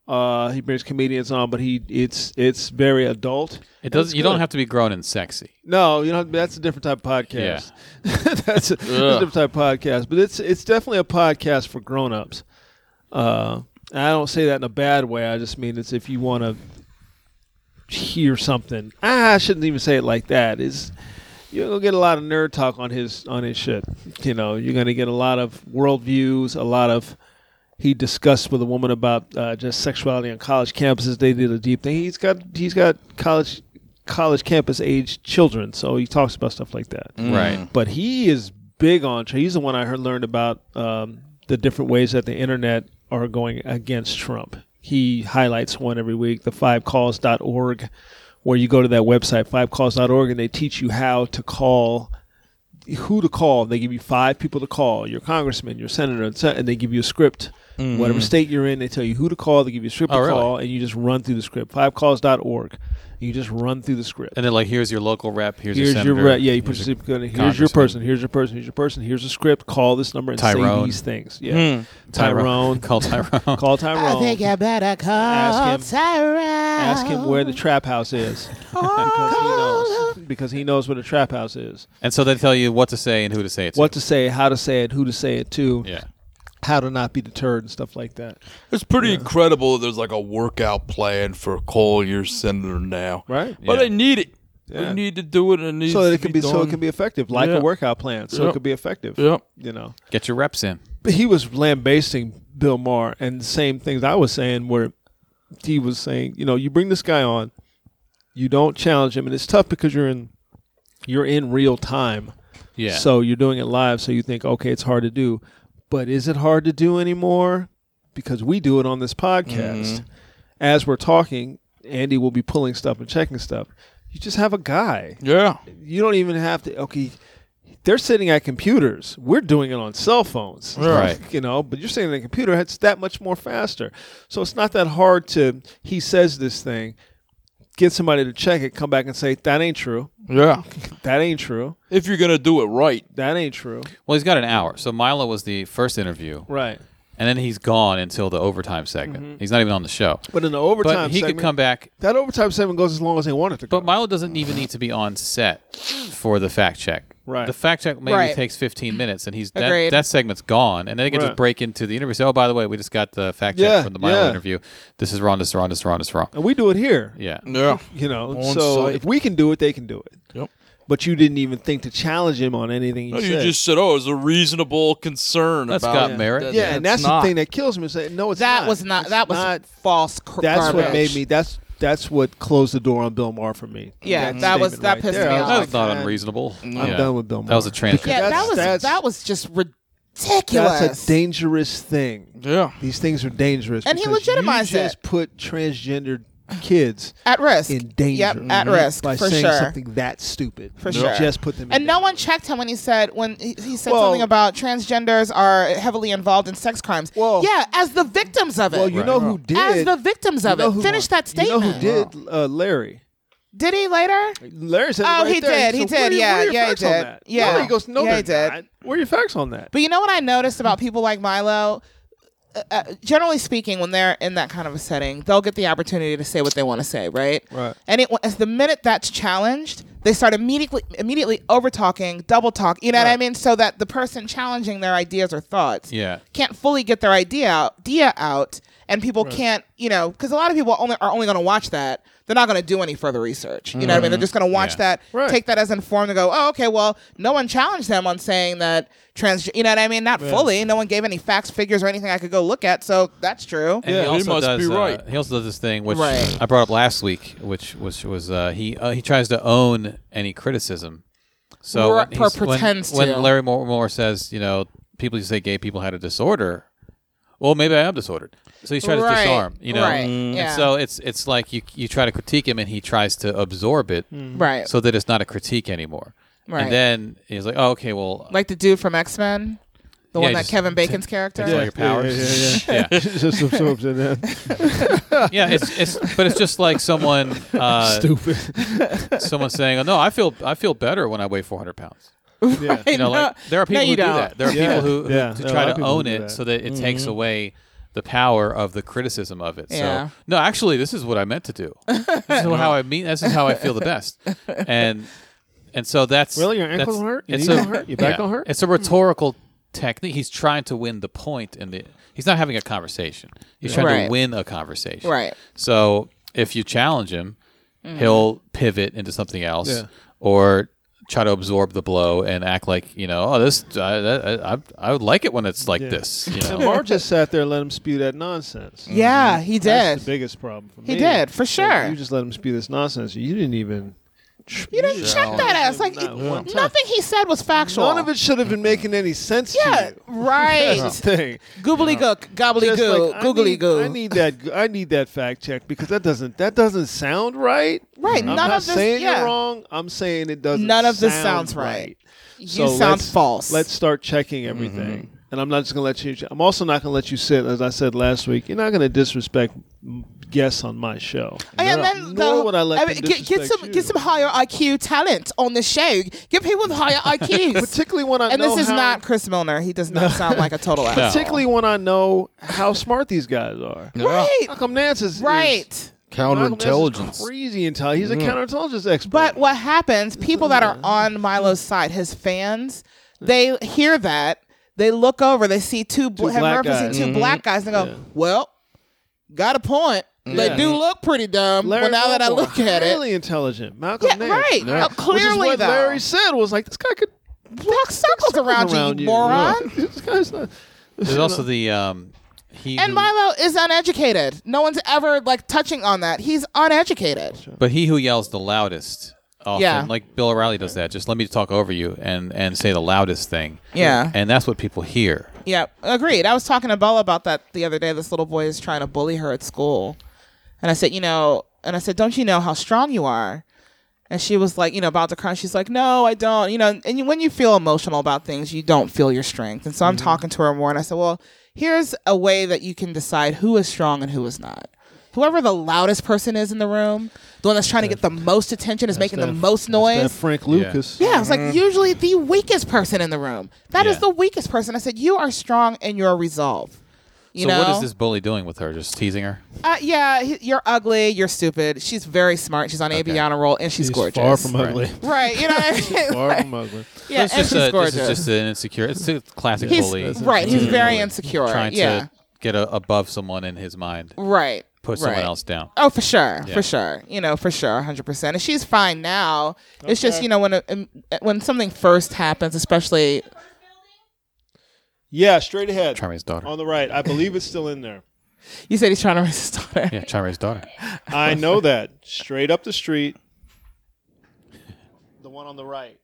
[SPEAKER 9] Uh, he brings comedians on, but he it's it's very adult.
[SPEAKER 10] It
[SPEAKER 9] And it's
[SPEAKER 10] doesn't. You
[SPEAKER 9] good.
[SPEAKER 10] don't have to be grown and sexy.
[SPEAKER 9] No, you know that's a different type of podcast. [laughs] that's, a, that's a different type of podcast, but it's it's definitely a podcast for grown-ups. Uh, and I don't say that in a bad way. I just mean it's if you want to hear something. Ah, I shouldn't even say it like that. Is you're gonna get a lot of nerd talk on his on his shit. You know, you're gonna get a lot of worldviews, a lot of he discussed with a woman about uh, just sexuality on college campuses. They did a deep thing. He's got he's got college college campus age children, so he talks about stuff like that.
[SPEAKER 10] Right.
[SPEAKER 9] But he is big on. He's the one I heard learned about um, the different ways that the internet are going against Trump. He highlights one every week, the fivecalls.org, where you go to that website, fivecalls.org, and they teach you how to call who to call. They give you five people to call: your congressman, your senator, and se- and they give you a script. Whatever state you're in, they tell you who to call. They give you a script
[SPEAKER 10] Mm-hmm. Oh,
[SPEAKER 9] to
[SPEAKER 10] really?
[SPEAKER 9] call, and you just run through the script. Fivecalls.org. You just run through the script.
[SPEAKER 10] And then like, here's your local rep. Here's,
[SPEAKER 9] Here's,
[SPEAKER 10] your
[SPEAKER 9] your
[SPEAKER 10] senator.
[SPEAKER 9] re- yeah. You put your zip code in. Here's your
[SPEAKER 10] congressman.
[SPEAKER 9] person. Here's your person. Here's your person. Here's a script. Call this number and say
[SPEAKER 10] Tyrone. Hmm.
[SPEAKER 9] these things. Yeah,
[SPEAKER 10] Tyrone. [laughs]
[SPEAKER 9] Tyrone.
[SPEAKER 10] Call Tyrone.
[SPEAKER 9] Call
[SPEAKER 11] I think
[SPEAKER 9] Tyrone.
[SPEAKER 11] I better call
[SPEAKER 9] Ask him-
[SPEAKER 11] Tyrone.
[SPEAKER 9] Ask him where the trap house is [laughs] because he knows because he knows where the trap house is.
[SPEAKER 10] and so they tell you what to say and who to say it to.
[SPEAKER 9] What to say, how to say it, who to say it to,
[SPEAKER 10] Yeah.
[SPEAKER 9] how to not be deterred and stuff like that.
[SPEAKER 6] It's pretty incredible. There's like a workout plan for call your senator now.
[SPEAKER 9] Right.
[SPEAKER 6] But they need it.
[SPEAKER 9] Yeah.
[SPEAKER 6] They need to do it. And it needs
[SPEAKER 9] So
[SPEAKER 6] to
[SPEAKER 9] that it can be so
[SPEAKER 6] done.
[SPEAKER 9] it can be effective, like
[SPEAKER 6] Yeah.
[SPEAKER 9] a workout plan. So
[SPEAKER 6] Yep.
[SPEAKER 9] it can be effective.
[SPEAKER 6] Yep.
[SPEAKER 9] You know.
[SPEAKER 10] Get your reps in.
[SPEAKER 9] he was lambasting Bill Maher and the same things I was saying where he was saying, you know, you bring this guy on, you don't challenge him, and it's tough because you're in you're in real time.
[SPEAKER 10] Yeah.
[SPEAKER 9] So you're doing it live, so you think, okay, it's hard to do. But is it hard to do anymore? Because we do it on this podcast.
[SPEAKER 6] Mm-hmm.
[SPEAKER 9] As we're talking, Andy will be pulling stuff and checking stuff. You just have a guy.
[SPEAKER 6] Yeah.
[SPEAKER 9] You don't even have to okay. They're sitting at computers. We're doing it on cell phones.
[SPEAKER 10] Right.
[SPEAKER 9] You know, but you're sitting at a computer, it's that much more faster. So it's not that hard to he says this thing, get somebody to check it, come back and say, That ain't true.
[SPEAKER 6] Yeah.
[SPEAKER 9] That ain't true.
[SPEAKER 6] If you're gonna do it right,
[SPEAKER 9] That ain't true.
[SPEAKER 10] Well, he's got an hour. So Milo was the first interview,
[SPEAKER 9] Right.
[SPEAKER 10] and then he's gone until the overtime segment. He's not even on the show.
[SPEAKER 9] But in the Mm-hmm. overtime
[SPEAKER 10] But he
[SPEAKER 9] segment,
[SPEAKER 10] could come back.
[SPEAKER 9] That overtime segment goes as long as they want it to go.
[SPEAKER 10] But Milo doesn't even need to be on set for the fact check.
[SPEAKER 9] Right.
[SPEAKER 10] The fact check maybe
[SPEAKER 11] Right.
[SPEAKER 10] takes 15 minutes, and he's that,
[SPEAKER 11] Agreed.
[SPEAKER 10] that segment's gone, and then they can
[SPEAKER 9] Right.
[SPEAKER 10] just break into the interview. Say, oh, by the way, we just got the fact
[SPEAKER 9] Yeah,
[SPEAKER 10] check from the Milo
[SPEAKER 9] yeah. Oh.
[SPEAKER 10] interview. This is wrong. This is wrong. This is wrong. This is wrong.
[SPEAKER 9] and we do it here.
[SPEAKER 10] Yeah.
[SPEAKER 6] yeah,
[SPEAKER 9] You know,
[SPEAKER 6] On
[SPEAKER 9] so
[SPEAKER 6] site.
[SPEAKER 9] if we can do it, they can do it.
[SPEAKER 6] Yep.
[SPEAKER 9] But you didn't even think to challenge him on anything you
[SPEAKER 6] No, you
[SPEAKER 9] said.
[SPEAKER 6] just said, "Oh, it's a reasonable concern."
[SPEAKER 10] That's
[SPEAKER 6] about
[SPEAKER 10] got merit.
[SPEAKER 9] yeah, and that's
[SPEAKER 6] not-
[SPEAKER 9] the thing that kills me. Is that, no, it's
[SPEAKER 11] That
[SPEAKER 9] not.
[SPEAKER 11] was not.
[SPEAKER 9] It's
[SPEAKER 11] that was false. Cr-
[SPEAKER 9] That's
[SPEAKER 11] garbage.
[SPEAKER 9] what made me. That's that's what closed the door on Bill Maher for me.
[SPEAKER 11] Yeah, that was- that
[SPEAKER 9] statement
[SPEAKER 11] pissed
[SPEAKER 9] there.
[SPEAKER 11] me
[SPEAKER 9] I was
[SPEAKER 11] off.
[SPEAKER 10] That's not
[SPEAKER 9] man,
[SPEAKER 10] unreasonable.
[SPEAKER 9] I'm
[SPEAKER 10] Yeah.
[SPEAKER 9] done with Bill Maher.
[SPEAKER 10] That was a transcript.
[SPEAKER 11] Yeah,
[SPEAKER 9] That's-
[SPEAKER 11] that was
[SPEAKER 9] that's-
[SPEAKER 11] that was just ridiculous.
[SPEAKER 9] That's a dangerous thing.
[SPEAKER 6] Yeah.
[SPEAKER 9] These things are dangerous.
[SPEAKER 11] And he
[SPEAKER 9] because
[SPEAKER 11] legitimized
[SPEAKER 9] you just
[SPEAKER 11] it.
[SPEAKER 9] put transgendered kids
[SPEAKER 11] at risk.
[SPEAKER 9] in danger. mm-hmm.
[SPEAKER 11] Yep, at risk
[SPEAKER 9] by
[SPEAKER 11] for
[SPEAKER 9] saying
[SPEAKER 11] sure.
[SPEAKER 9] something that stupid.
[SPEAKER 11] For
[SPEAKER 9] You
[SPEAKER 11] sure.
[SPEAKER 9] just put them. In
[SPEAKER 11] And no
[SPEAKER 9] danger.
[SPEAKER 11] one checked him when he said when he, he said
[SPEAKER 9] Well-
[SPEAKER 11] something about transgenders are heavily involved in sex crimes.
[SPEAKER 9] Well-
[SPEAKER 11] yeah, as the victims of it.
[SPEAKER 9] Well, you know who did.
[SPEAKER 11] as the victims
[SPEAKER 9] you
[SPEAKER 11] of
[SPEAKER 9] know
[SPEAKER 11] it.
[SPEAKER 9] who-
[SPEAKER 11] Finish that
[SPEAKER 9] You know
[SPEAKER 11] statement.
[SPEAKER 9] who did? Uh, Larry.
[SPEAKER 11] Did he later?
[SPEAKER 9] Larry said it
[SPEAKER 11] Oh,
[SPEAKER 9] right
[SPEAKER 11] he
[SPEAKER 9] there.
[SPEAKER 11] did. He
[SPEAKER 9] said, "Where
[SPEAKER 11] did.
[SPEAKER 9] are-
[SPEAKER 11] Yeah,
[SPEAKER 9] where are your
[SPEAKER 11] yeah, he
[SPEAKER 9] facts on
[SPEAKER 11] did.
[SPEAKER 9] that?"
[SPEAKER 11] Yeah.
[SPEAKER 9] No, he goes, no,
[SPEAKER 11] Yeah, he
[SPEAKER 9] they're
[SPEAKER 11] did.
[SPEAKER 9] not. Where are your facts on that?
[SPEAKER 11] But you know what I noticed about people like Milo? Uh, uh, generally speaking, when they're in that kind of a setting, they'll get the opportunity to say what they want to say, right?
[SPEAKER 9] Right.
[SPEAKER 11] And it, as the minute that's challenged, they start immediately immediately over talking, double talk. You know what I mean? So that the person challenging their ideas or thoughts
[SPEAKER 10] Yeah.
[SPEAKER 11] can't fully get their idea out, idea out, and people can't, you know, because a lot of people only are only going to watch that. They're not going to do any further research. You know what I mean? They're just going to watch
[SPEAKER 10] Mm-hmm. Yeah.
[SPEAKER 11] that,
[SPEAKER 9] Right.
[SPEAKER 11] take that as informed, and go, "Oh, okay. Well, no one challenged them on saying that trans. You know what I mean? Not fully. No one gave any facts, figures, or anything I could go look at. So that's true.
[SPEAKER 10] And
[SPEAKER 6] Yeah, he must
[SPEAKER 10] does,
[SPEAKER 6] be
[SPEAKER 10] uh,
[SPEAKER 6] right.
[SPEAKER 10] he also does this thing which
[SPEAKER 11] Right.
[SPEAKER 10] I brought up last week, which which was uh, he uh, he tries to own any criticism. So
[SPEAKER 11] Or
[SPEAKER 10] when
[SPEAKER 11] per-
[SPEAKER 10] he's- when-
[SPEAKER 11] pretends
[SPEAKER 10] when,
[SPEAKER 11] to.
[SPEAKER 10] Larry Moore, Moore says, you know, people who say gay people had a disorder. Well, maybe I am disordered. So he's trying to
[SPEAKER 11] Right,
[SPEAKER 10] disarm, you know.
[SPEAKER 11] right,
[SPEAKER 6] Mm.
[SPEAKER 10] And
[SPEAKER 11] yeah.
[SPEAKER 10] so it's it's like you you try to critique him and he tries to absorb it,
[SPEAKER 6] Mm.
[SPEAKER 11] Right.
[SPEAKER 10] so that it's not a critique anymore.
[SPEAKER 11] Right.
[SPEAKER 10] And then he's like, oh, okay, well,
[SPEAKER 11] like the dude from X Men, the
[SPEAKER 10] Yeah,
[SPEAKER 11] one that
[SPEAKER 10] just-
[SPEAKER 11] Kevin Bacon's character. [laughs]
[SPEAKER 10] all your powers. [laughs] yeah.
[SPEAKER 9] just absorbs in [laughs] that.
[SPEAKER 10] yeah, it's it's but it's just like someone uh,
[SPEAKER 9] Stupid.
[SPEAKER 10] someone saying, "Oh no, I feel I feel better when I weigh 400 pounds."
[SPEAKER 9] Yeah.
[SPEAKER 10] You know, like there are
[SPEAKER 11] No,
[SPEAKER 10] people
[SPEAKER 11] you
[SPEAKER 10] who do
[SPEAKER 11] don't. Mm-hmm.
[SPEAKER 10] that. There are
[SPEAKER 9] Yeah.
[SPEAKER 10] people who, who
[SPEAKER 9] Yeah.
[SPEAKER 10] to
[SPEAKER 9] There are a lot
[SPEAKER 10] try
[SPEAKER 9] of
[SPEAKER 10] to
[SPEAKER 9] people who
[SPEAKER 10] own
[SPEAKER 9] do
[SPEAKER 10] it
[SPEAKER 9] that.
[SPEAKER 10] so that it takes away the power of the criticism of it.
[SPEAKER 11] Yeah.
[SPEAKER 10] So no, actually, this is what I meant to do. This is how I mean. This is how I feel the best. And and so that's
[SPEAKER 9] Really? Your
[SPEAKER 10] that's-
[SPEAKER 9] ankles hurt? Your
[SPEAKER 10] it's
[SPEAKER 9] knees
[SPEAKER 10] a-
[SPEAKER 9] don't hurt? Your back
[SPEAKER 10] yeah.
[SPEAKER 9] don't hurt?
[SPEAKER 10] It's a rhetorical technique. He's trying to win the point, and the he's not having a conversation. He's trying
[SPEAKER 11] Right.
[SPEAKER 10] to win a conversation.
[SPEAKER 11] Right.
[SPEAKER 10] So if you challenge him,
[SPEAKER 11] Mm-hmm.
[SPEAKER 10] he'll pivot into something else
[SPEAKER 9] Yeah.
[SPEAKER 10] or try to absorb the blow and act like you know, oh, this I, I, I, I would like it when it's like this. You
[SPEAKER 9] And
[SPEAKER 10] know?
[SPEAKER 9] Maher just sat there and let him spew that nonsense.
[SPEAKER 11] Yeah, he did.
[SPEAKER 9] That's the biggest problem for
[SPEAKER 11] He
[SPEAKER 9] me.
[SPEAKER 11] did, for
[SPEAKER 9] Like,
[SPEAKER 11] sure.
[SPEAKER 9] You just let him spew this nonsense. You didn't even.
[SPEAKER 11] You didn't check that ass. Like
[SPEAKER 9] Not one time.
[SPEAKER 11] nothing he said was factual.
[SPEAKER 9] None of it should have been making any sense
[SPEAKER 11] Yeah,
[SPEAKER 9] to you. [laughs] That's
[SPEAKER 11] right.
[SPEAKER 9] the thing.
[SPEAKER 11] Googly gook, gobbly
[SPEAKER 9] Just
[SPEAKER 11] goo,
[SPEAKER 9] like, I
[SPEAKER 11] googly
[SPEAKER 9] need-
[SPEAKER 11] goo.
[SPEAKER 9] I need that. I need that fact check because that doesn't that doesn't sound right.
[SPEAKER 11] Right,
[SPEAKER 9] I'm
[SPEAKER 11] none
[SPEAKER 9] not
[SPEAKER 11] of this-
[SPEAKER 9] saying
[SPEAKER 11] yeah.
[SPEAKER 9] you're wrong. I'm saying it doesn't.
[SPEAKER 11] None of this
[SPEAKER 9] sound
[SPEAKER 11] sounds right. you
[SPEAKER 9] So
[SPEAKER 11] sound
[SPEAKER 9] let's-
[SPEAKER 11] false.
[SPEAKER 9] Let's start checking everything. And I'm not just gonna let you. I'm also not gonna let you sit, as I said last week. You're not gonna disrespect m- guests on my show.
[SPEAKER 11] and then
[SPEAKER 9] Nor
[SPEAKER 11] the-
[SPEAKER 9] would I let them
[SPEAKER 11] get, get
[SPEAKER 9] disrespect
[SPEAKER 11] some
[SPEAKER 9] you.
[SPEAKER 11] get some higher IQ talent on the show. Get people with higher IQs.
[SPEAKER 9] [laughs] Particularly when I
[SPEAKER 11] and
[SPEAKER 9] know
[SPEAKER 11] this is
[SPEAKER 9] how-
[SPEAKER 11] not Chris Milner. He does
[SPEAKER 9] [laughs]
[SPEAKER 11] not sound like a total ass.
[SPEAKER 9] Particularly when I know how smart these guys are.
[SPEAKER 11] Right,
[SPEAKER 9] Malcolm Nance is
[SPEAKER 11] right.
[SPEAKER 9] Malcolm Nance is
[SPEAKER 6] Counterintelligence.
[SPEAKER 9] crazy intelligent. He's a counterintelligence expert.
[SPEAKER 11] But what happens, people that are on Milo's side, his fans, they hear that, they look over, they see two, bl- have
[SPEAKER 9] black
[SPEAKER 11] Murphy see
[SPEAKER 9] guys.
[SPEAKER 11] two black guys, and they go, well, got a point. They
[SPEAKER 9] Yeah.
[SPEAKER 11] do look pretty dumb.
[SPEAKER 9] Larry
[SPEAKER 11] well, now that I
[SPEAKER 9] Wilmore,
[SPEAKER 11] look at it,
[SPEAKER 9] really intelligent. Malcolm
[SPEAKER 11] yeah,
[SPEAKER 9] Nance.
[SPEAKER 11] right. Uh,
[SPEAKER 9] Which is
[SPEAKER 11] clearly,
[SPEAKER 9] what
[SPEAKER 11] though,
[SPEAKER 9] Larry said was like this guy could
[SPEAKER 11] walk circles
[SPEAKER 9] circle
[SPEAKER 11] around, you, moron.
[SPEAKER 9] Yeah. this guy's not.
[SPEAKER 10] There's also the um, he
[SPEAKER 11] And
[SPEAKER 10] who-
[SPEAKER 11] Milo is uneducated. No one's ever like touching on that. He's uneducated.
[SPEAKER 10] But he who yells the loudest, often,
[SPEAKER 11] Yeah.
[SPEAKER 10] like Bill O'Reilly does that. Just let me talk over you and and say the loudest thing.
[SPEAKER 11] Yeah.
[SPEAKER 10] and that's what people hear.
[SPEAKER 11] Yeah, agreed. I was talking to Bella about that the other day. This little boy is trying to bully her at school. And I said, you know, and I said, don't you know how strong you are? And she was like, you know, about to cry. She's like, no, I don't. You know, and you, when you feel emotional about things, you don't feel your strength. And so I'm talking to her more. And I said, well, here's a way that you can decide who is strong and who is not. Whoever the loudest person is in the room, the one that's trying to get the most attention, is making the
[SPEAKER 9] that-
[SPEAKER 11] most
[SPEAKER 9] That
[SPEAKER 11] noise.
[SPEAKER 9] Frank Lucas.
[SPEAKER 11] Yeah, it's like usually the weakest person in the room. That is
[SPEAKER 10] Mm-hmm. Yeah.
[SPEAKER 11] the weakest person. I said, you are strong in your resolve. You
[SPEAKER 10] so
[SPEAKER 11] know?
[SPEAKER 10] what is this bully doing with her? Just teasing her.
[SPEAKER 11] Uh, yeah, he- you're ugly. You're stupid. She's very smart. She's on a Aviana roll, and she's,
[SPEAKER 9] He's
[SPEAKER 11] gorgeous.
[SPEAKER 9] far from ugly.
[SPEAKER 11] right. You know.
[SPEAKER 10] [laughs]
[SPEAKER 11] What I mean?
[SPEAKER 9] [laughs] Far from ugly.
[SPEAKER 11] yeah,
[SPEAKER 10] It's
[SPEAKER 11] and
[SPEAKER 10] just
[SPEAKER 11] she's
[SPEAKER 10] a-
[SPEAKER 11] gorgeous.
[SPEAKER 10] This is just an insecure. It's a classic
[SPEAKER 11] he's
[SPEAKER 10] bully.
[SPEAKER 11] right. He's
[SPEAKER 10] Insecure
[SPEAKER 11] very
[SPEAKER 10] bully.
[SPEAKER 11] insecure.
[SPEAKER 10] Trying
[SPEAKER 11] yeah.
[SPEAKER 10] to get a, above someone in his mind,
[SPEAKER 11] right.
[SPEAKER 10] put
[SPEAKER 11] right.
[SPEAKER 10] someone else down.
[SPEAKER 11] Oh, for sure,
[SPEAKER 10] Yeah.
[SPEAKER 11] for sure. You know, for sure, hundred percent. And she's fine now. It's just you know when a, um, when something first happens, especially
[SPEAKER 9] Yeah, straight ahead.
[SPEAKER 10] Charmaine's daughter.
[SPEAKER 9] On the right. I believe it's still in there.
[SPEAKER 11] you said he's trying to raise his daughter.
[SPEAKER 10] Yeah, Charmaine's daughter.
[SPEAKER 9] I know that. Straight up the street. The one on the right.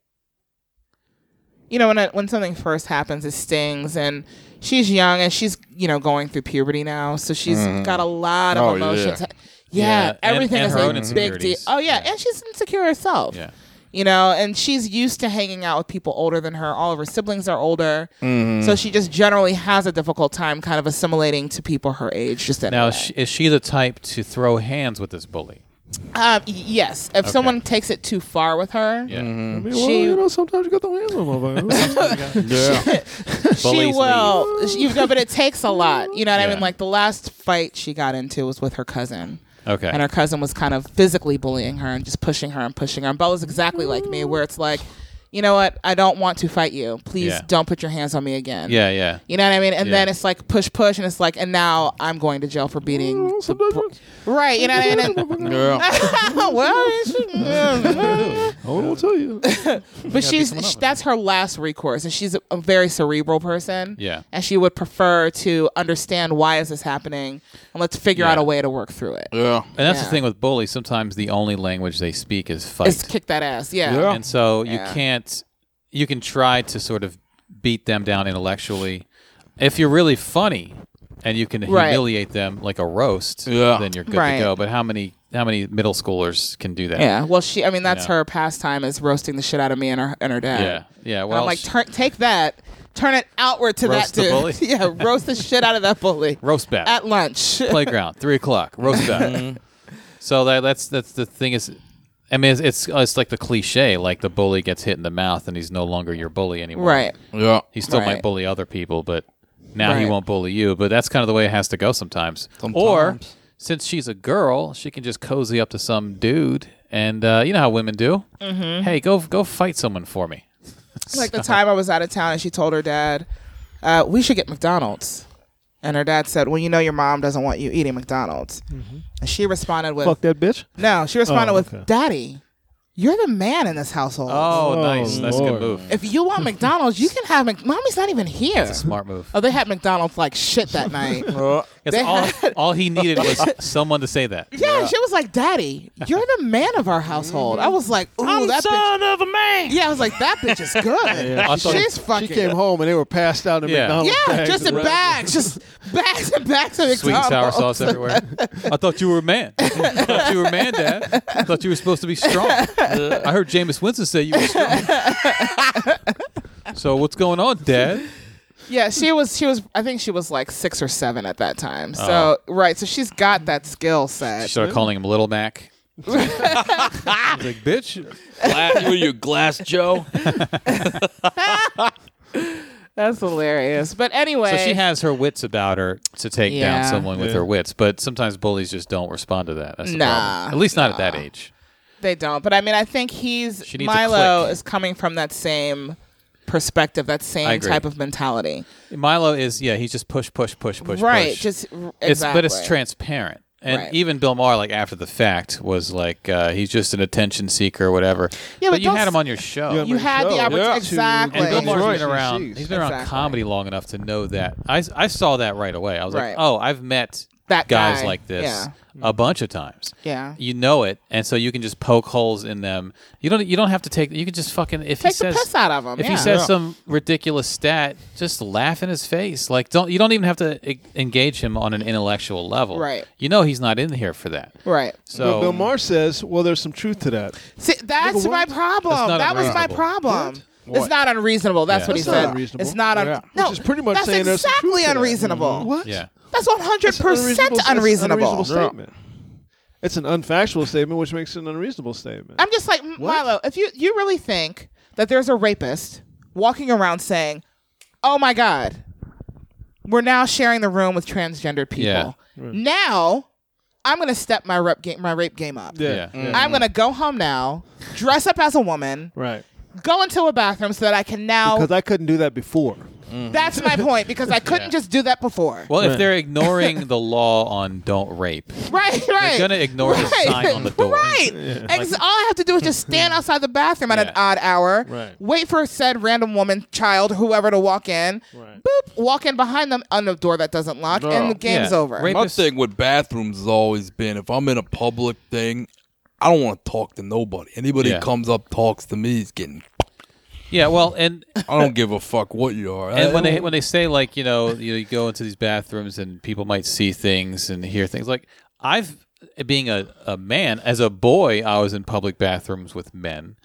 [SPEAKER 11] you know, when it, when something first happens, it stings, and she's young and she's you know going through puberty now, so she's got a lot of
[SPEAKER 8] Oh,
[SPEAKER 11] emotions.
[SPEAKER 8] yeah.
[SPEAKER 11] Yeah,
[SPEAKER 10] Yeah, and-
[SPEAKER 11] everything
[SPEAKER 10] and her own
[SPEAKER 11] is a big deal.
[SPEAKER 10] insecurities.
[SPEAKER 11] Oh yeah, and she's insecure herself.
[SPEAKER 10] Yeah.
[SPEAKER 11] You know, and she's used to hanging out with people older than her. All of her siblings are older, so she just generally has a difficult time kind of assimilating to people her age. Just in a
[SPEAKER 10] Now,
[SPEAKER 11] way.
[SPEAKER 10] is she, is she the type to throw hands with this bully?
[SPEAKER 11] um, y- yes, if someone takes it too far with her,
[SPEAKER 9] I
[SPEAKER 10] Yeah.
[SPEAKER 9] mean,
[SPEAKER 11] She-
[SPEAKER 9] well, you know, sometimes you got the hands on
[SPEAKER 11] [laughs]
[SPEAKER 9] motherfucker.
[SPEAKER 11] she
[SPEAKER 10] Bullies
[SPEAKER 11] will. she- You know, but it takes a lot. You know what I
[SPEAKER 10] Yeah.
[SPEAKER 11] mean? Like the last fight she got into was with her cousin.
[SPEAKER 10] Okay.
[SPEAKER 11] And her cousin was kind of physically bullying her and just pushing her and pushing her. And Bella's exactly like me, where it's like, you know what? I don't want to fight you. Please
[SPEAKER 10] Yeah.
[SPEAKER 11] don't put your hands on me again.
[SPEAKER 10] Yeah, yeah.
[SPEAKER 11] You know what I mean? And
[SPEAKER 10] Yeah.
[SPEAKER 11] then it's like push, push, and it's like, and now I'm going to jail for beating. the bro- right. You know what I mean? [laughs] And-
[SPEAKER 6] [laughs]
[SPEAKER 11] well, it's-
[SPEAKER 9] Oh, I'll tell you.
[SPEAKER 11] but she's sh- that's her last recourse and she's a, a very cerebral person
[SPEAKER 10] Yeah.
[SPEAKER 11] and she would prefer to understand why is this happening and let's figure out
[SPEAKER 10] Yeah.
[SPEAKER 11] a way to work through it
[SPEAKER 8] Yeah.
[SPEAKER 10] And that's
[SPEAKER 11] Yeah.
[SPEAKER 10] the thing with bullies. Sometimes the only language they speak is fight.
[SPEAKER 11] Let's kick that ass yeah,
[SPEAKER 8] Yeah.
[SPEAKER 10] and so
[SPEAKER 11] Yeah.
[SPEAKER 10] you can't you can try to sort of beat them down intellectually if you're really funny and you can
[SPEAKER 11] Right.
[SPEAKER 10] humiliate them like a roast
[SPEAKER 8] Yeah.
[SPEAKER 10] then you're good
[SPEAKER 11] Right.
[SPEAKER 10] to go but how many how many middle schoolers can do that
[SPEAKER 11] Yeah. well she i mean that's
[SPEAKER 10] Yeah.
[SPEAKER 11] her pastime is roasting the shit out of me and her and her dad
[SPEAKER 10] yeah yeah
[SPEAKER 11] And
[SPEAKER 10] well
[SPEAKER 11] i'm like
[SPEAKER 10] sh-
[SPEAKER 11] Tur take that turn it outward to
[SPEAKER 10] Roast the
[SPEAKER 11] that dude
[SPEAKER 10] bully?
[SPEAKER 11] [laughs] yeah roast the shit out of that bully
[SPEAKER 10] roast back
[SPEAKER 11] at [laughs] lunch
[SPEAKER 10] playground three o'clock roast
[SPEAKER 8] Mm-hmm.
[SPEAKER 10] back so that that's that's the thing is I mean, it's, it's it's like the cliche, like the bully gets hit in the mouth and he's no longer your bully anymore.
[SPEAKER 11] right
[SPEAKER 8] Yeah.
[SPEAKER 10] He still
[SPEAKER 11] Right.
[SPEAKER 10] might bully other people, but now he
[SPEAKER 11] Right.
[SPEAKER 10] won't bully you. But that's kind of the way it has to go sometimes. Or since she's a girl, she can just cozy up to some dude, and uh, you know how women do. Mm-hmm. Hey, go go fight someone for me.
[SPEAKER 11] like
[SPEAKER 9] [laughs]
[SPEAKER 11] the time I was out of town and she told her dad, uh, "We should get McDonald's," and her dad said, "Well, you know your mom doesn't want you eating McDonald's," and she responded with,
[SPEAKER 9] Mm-hmm. Fuck that bitch.
[SPEAKER 11] "No," she responded
[SPEAKER 9] Oh,
[SPEAKER 11] with,
[SPEAKER 9] okay.
[SPEAKER 11] "Daddy, you're the man in this household.
[SPEAKER 10] Oh, nice,
[SPEAKER 9] Oh,
[SPEAKER 10] that's a
[SPEAKER 9] Lord.
[SPEAKER 10] good move.
[SPEAKER 11] If you
[SPEAKER 9] [laughs]
[SPEAKER 11] want McDonald's, you can have. Mc- Mommy's not even here."
[SPEAKER 10] Smart move.
[SPEAKER 11] Oh, they had McDonald's like shit
[SPEAKER 9] [laughs]
[SPEAKER 11] that night.
[SPEAKER 9] Oh,
[SPEAKER 11] yeah,
[SPEAKER 10] Because
[SPEAKER 11] they
[SPEAKER 10] all,
[SPEAKER 11] had-
[SPEAKER 10] all he needed was someone to say that.
[SPEAKER 11] she was like, "Daddy, you're the man of our household." I was like, "Ooh, that son of a man." Yeah, I was like, "That bitch
[SPEAKER 9] [laughs]
[SPEAKER 11] is good.
[SPEAKER 9] I
[SPEAKER 10] thought-
[SPEAKER 11] She's fucking."
[SPEAKER 9] She came home and they were passed out in
[SPEAKER 10] Yeah.
[SPEAKER 9] McDonald's.
[SPEAKER 11] Yeah,
[SPEAKER 9] bags
[SPEAKER 11] just in
[SPEAKER 9] around.
[SPEAKER 11] bags,
[SPEAKER 10] [laughs]
[SPEAKER 11] just bags and bags of
[SPEAKER 10] Sweet and
[SPEAKER 11] McDonald's.
[SPEAKER 10] sour sauce everywhere. I thought you were a man. I thought you were a man, Dad. I thought you were supposed to be strong. I heard Jameis Winston say you were strong. so what's going on, Dad?
[SPEAKER 11] Yeah, she was. She was. I think she was like six or seven at that time. So
[SPEAKER 10] Oh.
[SPEAKER 11] right, so she's got that skill set.
[SPEAKER 10] Started calling him Little Mac. I was like, bitch.
[SPEAKER 6] Glass, you were your glass,
[SPEAKER 10] [laughs]
[SPEAKER 6] Joe.
[SPEAKER 11] That's hilarious. But anyway,
[SPEAKER 10] So she has her wits about her to take
[SPEAKER 11] Yeah.
[SPEAKER 10] down someone with her wits, but sometimes bullies just don't respond to that. That's the
[SPEAKER 11] Nah,
[SPEAKER 10] problem. At least not at that age.
[SPEAKER 11] they don't. But I mean, I think he's
[SPEAKER 10] She needs a
[SPEAKER 11] Milo
[SPEAKER 10] click.
[SPEAKER 11] is coming from that same perspective, that
[SPEAKER 10] I
[SPEAKER 11] same
[SPEAKER 10] agree.
[SPEAKER 11] type of mentality.
[SPEAKER 10] Milo is yeah, he's just push, push, push, push,
[SPEAKER 11] right.
[SPEAKER 10] push.
[SPEAKER 11] Just r- exactly.
[SPEAKER 10] it's but it's transparent. And
[SPEAKER 11] Right.
[SPEAKER 10] even Bill Maher, like after the fact, was like uh, he's just an attention seeker or whatever.
[SPEAKER 11] Yeah, but
[SPEAKER 10] you had
[SPEAKER 11] don't
[SPEAKER 10] him on your
[SPEAKER 11] s-
[SPEAKER 10] show.
[SPEAKER 9] Yeah,
[SPEAKER 11] You
[SPEAKER 9] Right.
[SPEAKER 11] had the
[SPEAKER 9] Yeah.
[SPEAKER 11] opportunity.
[SPEAKER 9] Yeah.
[SPEAKER 11] Exactly.
[SPEAKER 10] And Bill
[SPEAKER 9] Maher- Detroit,
[SPEAKER 10] Maher's been around.
[SPEAKER 9] she's-
[SPEAKER 10] He's been around
[SPEAKER 11] Exactly.
[SPEAKER 10] comedy long enough to know that. I I saw that right away. I was
[SPEAKER 11] Right.
[SPEAKER 10] like, oh, I've met
[SPEAKER 11] That
[SPEAKER 10] guys
[SPEAKER 11] guy.
[SPEAKER 10] like this
[SPEAKER 11] Yeah.
[SPEAKER 10] a bunch of times.
[SPEAKER 11] Yeah.
[SPEAKER 10] you know it, and so you can just poke holes in them. You don't you don't have to take. You can just fucking if he
[SPEAKER 11] Take the
[SPEAKER 10] says
[SPEAKER 11] piss out of 'em,
[SPEAKER 10] If
[SPEAKER 11] yeah.
[SPEAKER 10] he says
[SPEAKER 11] Yeah.
[SPEAKER 10] some ridiculous stat, just laugh in his face. Like don't you don't even have to e- engage him on an intellectual level.
[SPEAKER 11] Right.
[SPEAKER 10] You know he's not in here for that.
[SPEAKER 11] Right.
[SPEAKER 10] So
[SPEAKER 9] But Bill Maher says, well, there's some truth to that.
[SPEAKER 11] See, that's
[SPEAKER 9] what-
[SPEAKER 11] my
[SPEAKER 10] That's
[SPEAKER 11] problem.
[SPEAKER 10] not
[SPEAKER 11] That was my
[SPEAKER 10] unreasonable.
[SPEAKER 11] problem. It's
[SPEAKER 9] What?
[SPEAKER 11] not unreasonable. That's
[SPEAKER 10] Yeah.
[SPEAKER 11] what he
[SPEAKER 10] That's
[SPEAKER 9] not
[SPEAKER 11] said.
[SPEAKER 9] unreasonable.
[SPEAKER 11] It's not un-
[SPEAKER 9] Yeah.
[SPEAKER 11] no.
[SPEAKER 9] Which is pretty much
[SPEAKER 11] that's
[SPEAKER 9] saying there's some
[SPEAKER 11] exactly
[SPEAKER 9] truth to that. Mm-hmm.
[SPEAKER 11] unreasonable.
[SPEAKER 9] What?
[SPEAKER 10] yeah.
[SPEAKER 11] That's one hundred
[SPEAKER 9] It's an
[SPEAKER 11] percent
[SPEAKER 9] that's an
[SPEAKER 11] unreasonable.
[SPEAKER 9] unreasonable statement. It's an unfactual statement, which makes it an unreasonable statement.
[SPEAKER 11] I'm just like M- Milo. If you you really think that there's a rapist walking around saying, "Oh my God, we're now sharing the room with transgendered people,"
[SPEAKER 10] Yeah.
[SPEAKER 11] now I'm gonna step my rep game my rape game up.
[SPEAKER 10] Yeah. Yeah.
[SPEAKER 11] I'm gonna go home now, dress up as a woman,
[SPEAKER 9] Right.
[SPEAKER 11] go into a bathroom so that I can now.
[SPEAKER 9] Because I couldn't do that before.
[SPEAKER 11] that's
[SPEAKER 10] [laughs]
[SPEAKER 11] my point because I couldn't
[SPEAKER 10] Yeah.
[SPEAKER 11] just do that before.
[SPEAKER 10] Well,
[SPEAKER 9] [laughs]
[SPEAKER 10] if they're ignoring the law on don't rape,
[SPEAKER 11] Right, [laughs] right.
[SPEAKER 10] gonna ignore the sign on the door.
[SPEAKER 11] Right. Ex- all I have to do is just
[SPEAKER 10] [laughs]
[SPEAKER 11] stand outside the bathroom at an
[SPEAKER 10] Yeah.
[SPEAKER 11] odd hour,
[SPEAKER 9] Right.
[SPEAKER 11] wait for said random woman, child, whoever to walk in,
[SPEAKER 9] Right.
[SPEAKER 11] boop, walk in behind them on the door that doesn't lock, and the game's
[SPEAKER 10] Yeah.
[SPEAKER 11] over.
[SPEAKER 10] Rape-
[SPEAKER 6] My
[SPEAKER 10] Just-
[SPEAKER 6] thing with bathrooms has always been if I'm in a public thing, I don't want to talk to nobody. Anybody
[SPEAKER 10] Yeah.
[SPEAKER 6] comes up talks to me is getting.
[SPEAKER 10] yeah. Well, and
[SPEAKER 6] I don't give a fuck what you are. I
[SPEAKER 10] and when they
[SPEAKER 6] don't-
[SPEAKER 10] when they say like you know you, you go into these bathrooms and people might see things and hear things like I've being a, a man as a boy I was in public bathrooms with men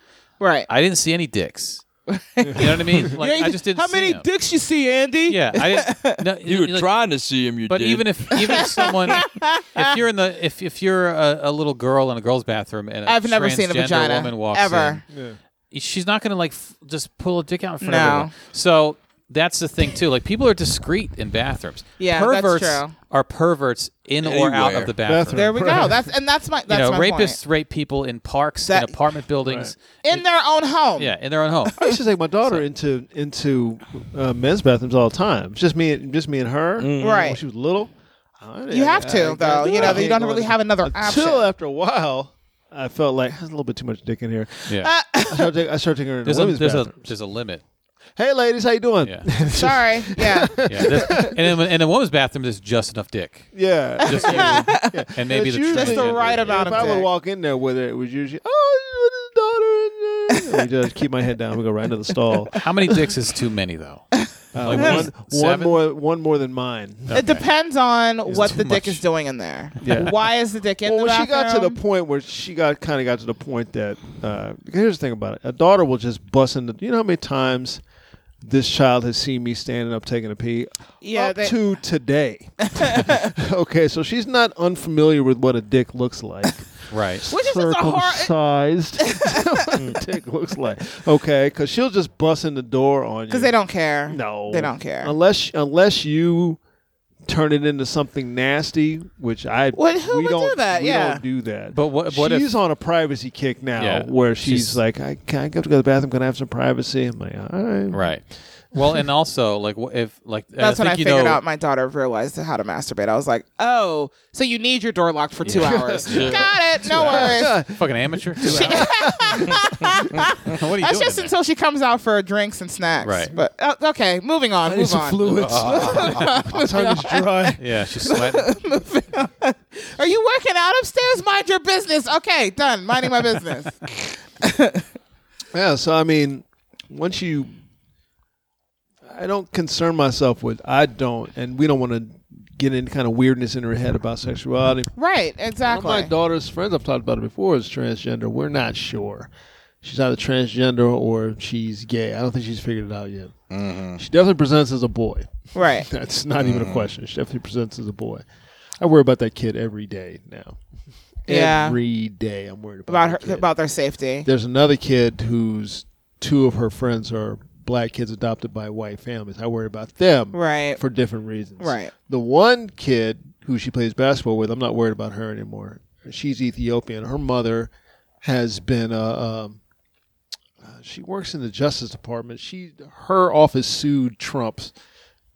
[SPEAKER 11] Right.
[SPEAKER 10] I didn't see any dicks you know what I
[SPEAKER 11] [laughs]
[SPEAKER 10] mean like I just didn't
[SPEAKER 11] How
[SPEAKER 10] see
[SPEAKER 11] many
[SPEAKER 10] them.
[SPEAKER 11] dicks you see, Andy?
[SPEAKER 10] yeah I didn't no,
[SPEAKER 6] [laughs] you were
[SPEAKER 10] like-
[SPEAKER 6] trying to see him, you
[SPEAKER 10] but
[SPEAKER 6] did.
[SPEAKER 10] even if even
[SPEAKER 11] [laughs]
[SPEAKER 10] if someone if you're in the if if you're a, a little girl in a girl's bathroom and a
[SPEAKER 11] I've never seen a
[SPEAKER 10] transgender
[SPEAKER 11] vagina,
[SPEAKER 10] woman walks
[SPEAKER 11] ever.
[SPEAKER 10] in, she's not gonna like f- just pull a dick out in front
[SPEAKER 11] No.
[SPEAKER 10] of everyone. So that's the thing too. Like people are discreet in bathrooms.
[SPEAKER 11] Yeah, that's
[SPEAKER 10] perverts
[SPEAKER 11] true.
[SPEAKER 10] are perverts in or out
[SPEAKER 6] Anywhere.
[SPEAKER 10] of the bathroom.
[SPEAKER 9] Bathroom.
[SPEAKER 11] There we go. That's and that's my
[SPEAKER 10] You
[SPEAKER 11] that's
[SPEAKER 10] know,
[SPEAKER 11] my
[SPEAKER 10] rapists
[SPEAKER 11] point.
[SPEAKER 10] rape people in parks,
[SPEAKER 11] That-
[SPEAKER 10] in apartment buildings.
[SPEAKER 11] In their own home.
[SPEAKER 10] Yeah, in their
[SPEAKER 11] [laughs]
[SPEAKER 10] own home.
[SPEAKER 9] [laughs] I used to take my daughter into into uh, men's bathrooms all the time. It's Just me, and- just me and her.
[SPEAKER 11] Mm. Right.
[SPEAKER 9] When she was little. I
[SPEAKER 11] You have to, though. You know, you don't really have another
[SPEAKER 9] Until
[SPEAKER 11] option.
[SPEAKER 9] after a while, I felt like there's a little bit too much dick in here.
[SPEAKER 11] Uh,
[SPEAKER 10] Yeah.
[SPEAKER 9] I started, take- I started taking her into
[SPEAKER 10] there's a
[SPEAKER 9] women's
[SPEAKER 10] there's a
[SPEAKER 9] bathroom.
[SPEAKER 10] there's a limit.
[SPEAKER 9] hey, ladies, how you doing? [laughs]
[SPEAKER 10] Yeah.
[SPEAKER 11] Sorry.
[SPEAKER 10] [laughs]
[SPEAKER 11] Yeah.
[SPEAKER 10] Yeah.
[SPEAKER 11] [laughs]
[SPEAKER 10] there's- and in, in a woman's bathroom, there's just enough dick.
[SPEAKER 11] [laughs]
[SPEAKER 9] yeah.
[SPEAKER 10] Just you, and maybe
[SPEAKER 9] That's
[SPEAKER 10] the
[SPEAKER 9] usually-
[SPEAKER 11] Just the
[SPEAKER 10] transgender.
[SPEAKER 11] right amount
[SPEAKER 9] if
[SPEAKER 11] of
[SPEAKER 9] I would
[SPEAKER 11] dick.
[SPEAKER 9] walk in there with it, it was usually, oh, his daughter. And, uh," we just keep my head down. We go right into the stall.
[SPEAKER 10] How many dicks is too many though?
[SPEAKER 11] [laughs]
[SPEAKER 9] Uh, [laughs]
[SPEAKER 10] was
[SPEAKER 9] one,
[SPEAKER 10] it
[SPEAKER 9] one
[SPEAKER 10] seven?
[SPEAKER 9] more, one more than mine.
[SPEAKER 11] It depends on what
[SPEAKER 10] too
[SPEAKER 11] the dick
[SPEAKER 10] much.
[SPEAKER 11] is doing in
[SPEAKER 10] [laughs]
[SPEAKER 11] there.
[SPEAKER 9] Yeah.
[SPEAKER 11] Why is the dick in the
[SPEAKER 9] well, when she
[SPEAKER 11] bathroom?
[SPEAKER 9] got to the point where she got kind of got to the point that uh, here's the thing about it: a daughter will just bust into. You know how many times this child has seen me standing up taking a pee?
[SPEAKER 11] Yeah,
[SPEAKER 9] up
[SPEAKER 11] they-
[SPEAKER 9] to
[SPEAKER 11] [laughs]
[SPEAKER 9] today. [laughs] okay, so she's not unfamiliar with what a dick looks like.
[SPEAKER 11] [laughs]
[SPEAKER 10] Right.
[SPEAKER 11] Which is just a hard. [laughs]
[SPEAKER 9] [laughs] Circumcised dick looks like okay, because she'll just bust in the door on you
[SPEAKER 11] Because they don't care.
[SPEAKER 9] No,
[SPEAKER 11] They don't care.
[SPEAKER 9] unless unless you turn it into something nasty, which I
[SPEAKER 11] Well, who
[SPEAKER 9] we
[SPEAKER 11] would
[SPEAKER 9] don't
[SPEAKER 11] do that?
[SPEAKER 9] We
[SPEAKER 11] Yeah.
[SPEAKER 9] don't do that.
[SPEAKER 10] But what- what if-
[SPEAKER 9] she's on a privacy kick now,
[SPEAKER 10] Yeah.
[SPEAKER 9] where she's,
[SPEAKER 10] She's-
[SPEAKER 9] like, I can I go to the bathroom? Can I have some privacy? I'm like, all right.
[SPEAKER 10] Right. Well, and also like wh- if like and
[SPEAKER 11] That's
[SPEAKER 10] I
[SPEAKER 11] when I
[SPEAKER 10] think you
[SPEAKER 11] figured
[SPEAKER 10] know,
[SPEAKER 11] out my daughter realized how to masturbate. I was like, oh, so you need your door locked for two
[SPEAKER 10] [laughs]
[SPEAKER 11] hours. Got it. No worries.
[SPEAKER 10] fucking [laughs] amateur. what are you
[SPEAKER 11] That's
[SPEAKER 10] doing?
[SPEAKER 11] just until she comes out for drinks and snacks.
[SPEAKER 10] Right.
[SPEAKER 11] But uh, okay, moving on. move on.
[SPEAKER 10] [laughs]
[SPEAKER 9] [laughs] My tongue is dry.
[SPEAKER 10] yeah, she's sweating.
[SPEAKER 11] Are you working out upstairs? Mind your business. Okay, done. Minding my
[SPEAKER 10] [laughs]
[SPEAKER 11] business.
[SPEAKER 9] Yeah, so I mean, once you, I don't concern myself with. I don't, and we don't want to get any kind of weirdness in her head about sexuality.
[SPEAKER 11] right.
[SPEAKER 9] One of my
[SPEAKER 11] Exactly.
[SPEAKER 9] daughter's friends, I've talked about it before, is transgender. We're not sure. She's either transgender or she's gay. I don't think she's figured it out yet. She definitely presents as a boy. [laughs]
[SPEAKER 11] Right.
[SPEAKER 9] That's not even a question. She definitely presents as a boy. I worry about that kid every day now.
[SPEAKER 11] Yeah.
[SPEAKER 9] Every day I'm worried about,
[SPEAKER 11] About
[SPEAKER 9] that
[SPEAKER 11] her.
[SPEAKER 9] kid.
[SPEAKER 11] About their safety.
[SPEAKER 9] There's another kid whose two of her friends are black kids adopted by white families. I worry about them
[SPEAKER 11] Right.
[SPEAKER 9] for different reasons.
[SPEAKER 11] Right.
[SPEAKER 9] The one kid who she plays basketball with, I'm not worried about her anymore. She's Ethiopian. Her mother has been uh, um, uh, she works in the Justice Department. She her office sued Trump's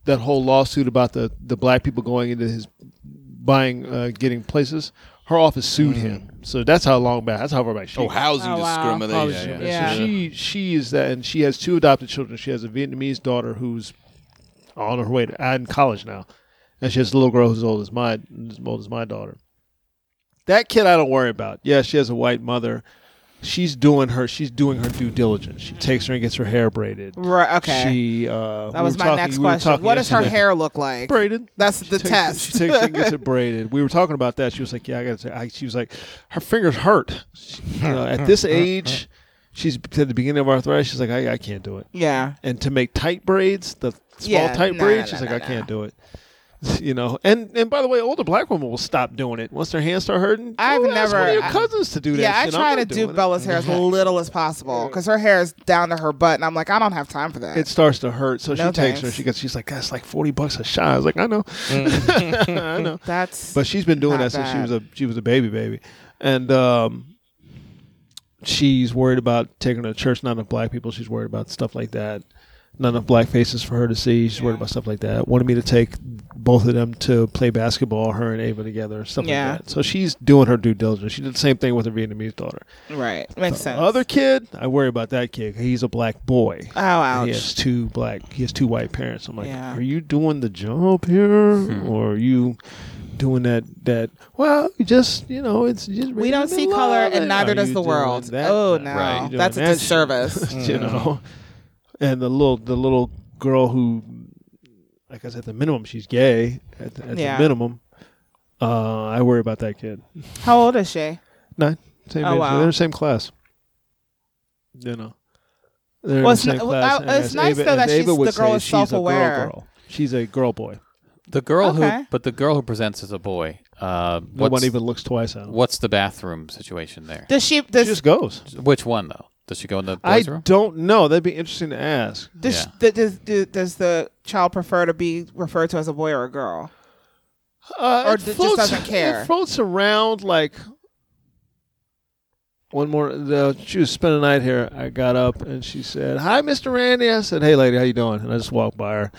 [SPEAKER 9] that whole lawsuit about the the black people going into his buying, uh, getting places. Her office sued him, so that's how long back. That's how far back she.
[SPEAKER 6] Oh,
[SPEAKER 9] goes.
[SPEAKER 6] housing
[SPEAKER 11] Mm. Oh, wow.
[SPEAKER 6] discrimination.
[SPEAKER 9] So
[SPEAKER 11] Yeah.
[SPEAKER 9] she she is that, and she has two adopted children. She has a Vietnamese daughter who's on her way to uh, in college now, and she has a little girl who's old as my as old as my daughter. That kid, I don't worry about. Yeah, she has a white mother. She's doing her. She's doing her due diligence. She takes her and gets her hair braided.
[SPEAKER 11] Right, okay.
[SPEAKER 9] She. Uh,
[SPEAKER 11] That was my next question. What does her hair look like?
[SPEAKER 9] braided?
[SPEAKER 11] That's the
[SPEAKER 9] takes
[SPEAKER 11] test.
[SPEAKER 9] It, she takes it and gets it braided. We were talking about that. She was like, "Yeah, I got to." I, she was like, "Her fingers hurt." She- you know, at this age, she's at the beginning of arthritis. She's like, "I, I can't do it."
[SPEAKER 11] [laughs] Yeah.
[SPEAKER 9] And to make tight braids, the small
[SPEAKER 11] Yeah,
[SPEAKER 9] tight
[SPEAKER 11] no,
[SPEAKER 9] braids,
[SPEAKER 11] no,
[SPEAKER 9] she's
[SPEAKER 11] no,
[SPEAKER 9] like,
[SPEAKER 11] no,
[SPEAKER 9] "I
[SPEAKER 11] no.
[SPEAKER 9] can't do it." [laughs] You know, and and by the way, older black women will stop doing it once their hands start hurting.
[SPEAKER 11] I've
[SPEAKER 9] Go ask one
[SPEAKER 11] never-
[SPEAKER 9] of your
[SPEAKER 11] I-
[SPEAKER 9] cousins to do that.
[SPEAKER 11] Yeah, I
[SPEAKER 9] shit. I'm
[SPEAKER 11] try to
[SPEAKER 9] not
[SPEAKER 11] do
[SPEAKER 9] doing it. Mm-hmm.
[SPEAKER 11] Bella's hair as little as possible because her hair is down to her butt, and I'm like, I don't have time for that.
[SPEAKER 9] It starts to hurt, so she
[SPEAKER 11] No
[SPEAKER 9] takes her.
[SPEAKER 11] thanks.
[SPEAKER 9] She gets, she's like, "That's like forty bucks a shot." I was like, "I know."
[SPEAKER 11] That's
[SPEAKER 9] But she's been doing
[SPEAKER 11] Not
[SPEAKER 9] that since she
[SPEAKER 11] bad.
[SPEAKER 9] was a she was a baby baby, and um, she's worried about taking her to church. Not enough black people. She's worried about stuff like that. Not enough black faces for her to see. She's worried about stuff like that. Wanted me to take both of them to play basketball, her and Ava together, stuff
[SPEAKER 11] Yeah.
[SPEAKER 9] like that. So she's doing her due diligence. She did the same thing with her Vietnamese daughter.
[SPEAKER 11] right. Makes sense.
[SPEAKER 9] Other kid, I worry about that kid. He's a black boy.
[SPEAKER 11] oh, ouch.
[SPEAKER 9] He has two black. He has two white parents. I'm like,
[SPEAKER 11] Yeah. Hmm.
[SPEAKER 9] are you doing the job here, or are you doing that? That well, you just you know, it's just
[SPEAKER 11] We don't see color, and neither does the world. Oh no,
[SPEAKER 10] Right. You're
[SPEAKER 11] that's a disservice.
[SPEAKER 9] [laughs] you know. And the little the little girl who, like I said, at the minimum she's gay. At the, at
[SPEAKER 11] Yeah.
[SPEAKER 9] the minimum, uh, I worry about that kid.
[SPEAKER 11] How old is she?
[SPEAKER 9] Nine, same
[SPEAKER 11] Oh,
[SPEAKER 9] age.
[SPEAKER 11] wow.
[SPEAKER 9] They're in the same class. You know,
[SPEAKER 11] Well,
[SPEAKER 9] they're in the
[SPEAKER 11] it's
[SPEAKER 9] same
[SPEAKER 11] n- well,
[SPEAKER 9] class.
[SPEAKER 11] I-
[SPEAKER 9] and
[SPEAKER 11] it's
[SPEAKER 9] as
[SPEAKER 11] nice,
[SPEAKER 9] Ava,
[SPEAKER 11] though,
[SPEAKER 9] as
[SPEAKER 11] that she's-
[SPEAKER 9] Ava would
[SPEAKER 11] the girl
[SPEAKER 9] say,
[SPEAKER 11] is
[SPEAKER 9] she's a girl
[SPEAKER 11] self-aware.
[SPEAKER 9] girl. She's a girl boy.
[SPEAKER 10] The girl
[SPEAKER 11] Okay.
[SPEAKER 10] who, but the girl who presents as a boy. Uh,
[SPEAKER 9] No one
[SPEAKER 10] what's-
[SPEAKER 9] even looks twice at him.
[SPEAKER 10] What's the bathroom situation there?
[SPEAKER 11] Does she?
[SPEAKER 9] She
[SPEAKER 11] Does,
[SPEAKER 9] just goes.
[SPEAKER 10] Which one though? Does she go in the
[SPEAKER 9] I
[SPEAKER 10] boys' room?
[SPEAKER 9] don't know. That'd be interesting to ask.
[SPEAKER 11] does,
[SPEAKER 10] yeah.
[SPEAKER 11] th- does, do- does the child prefer to be referred to as a boy or a girl?
[SPEAKER 9] Uh,
[SPEAKER 11] Or
[SPEAKER 9] it
[SPEAKER 11] d- just
[SPEAKER 9] floats-
[SPEAKER 11] doesn't care.
[SPEAKER 9] It floats around like one more. The, she was spending the night here. I got up and she said, "Hi, Mr. Randy." I said, "Hey, lady, how you doing?" And I just walked by
[SPEAKER 10] [laughs]
[SPEAKER 9] her.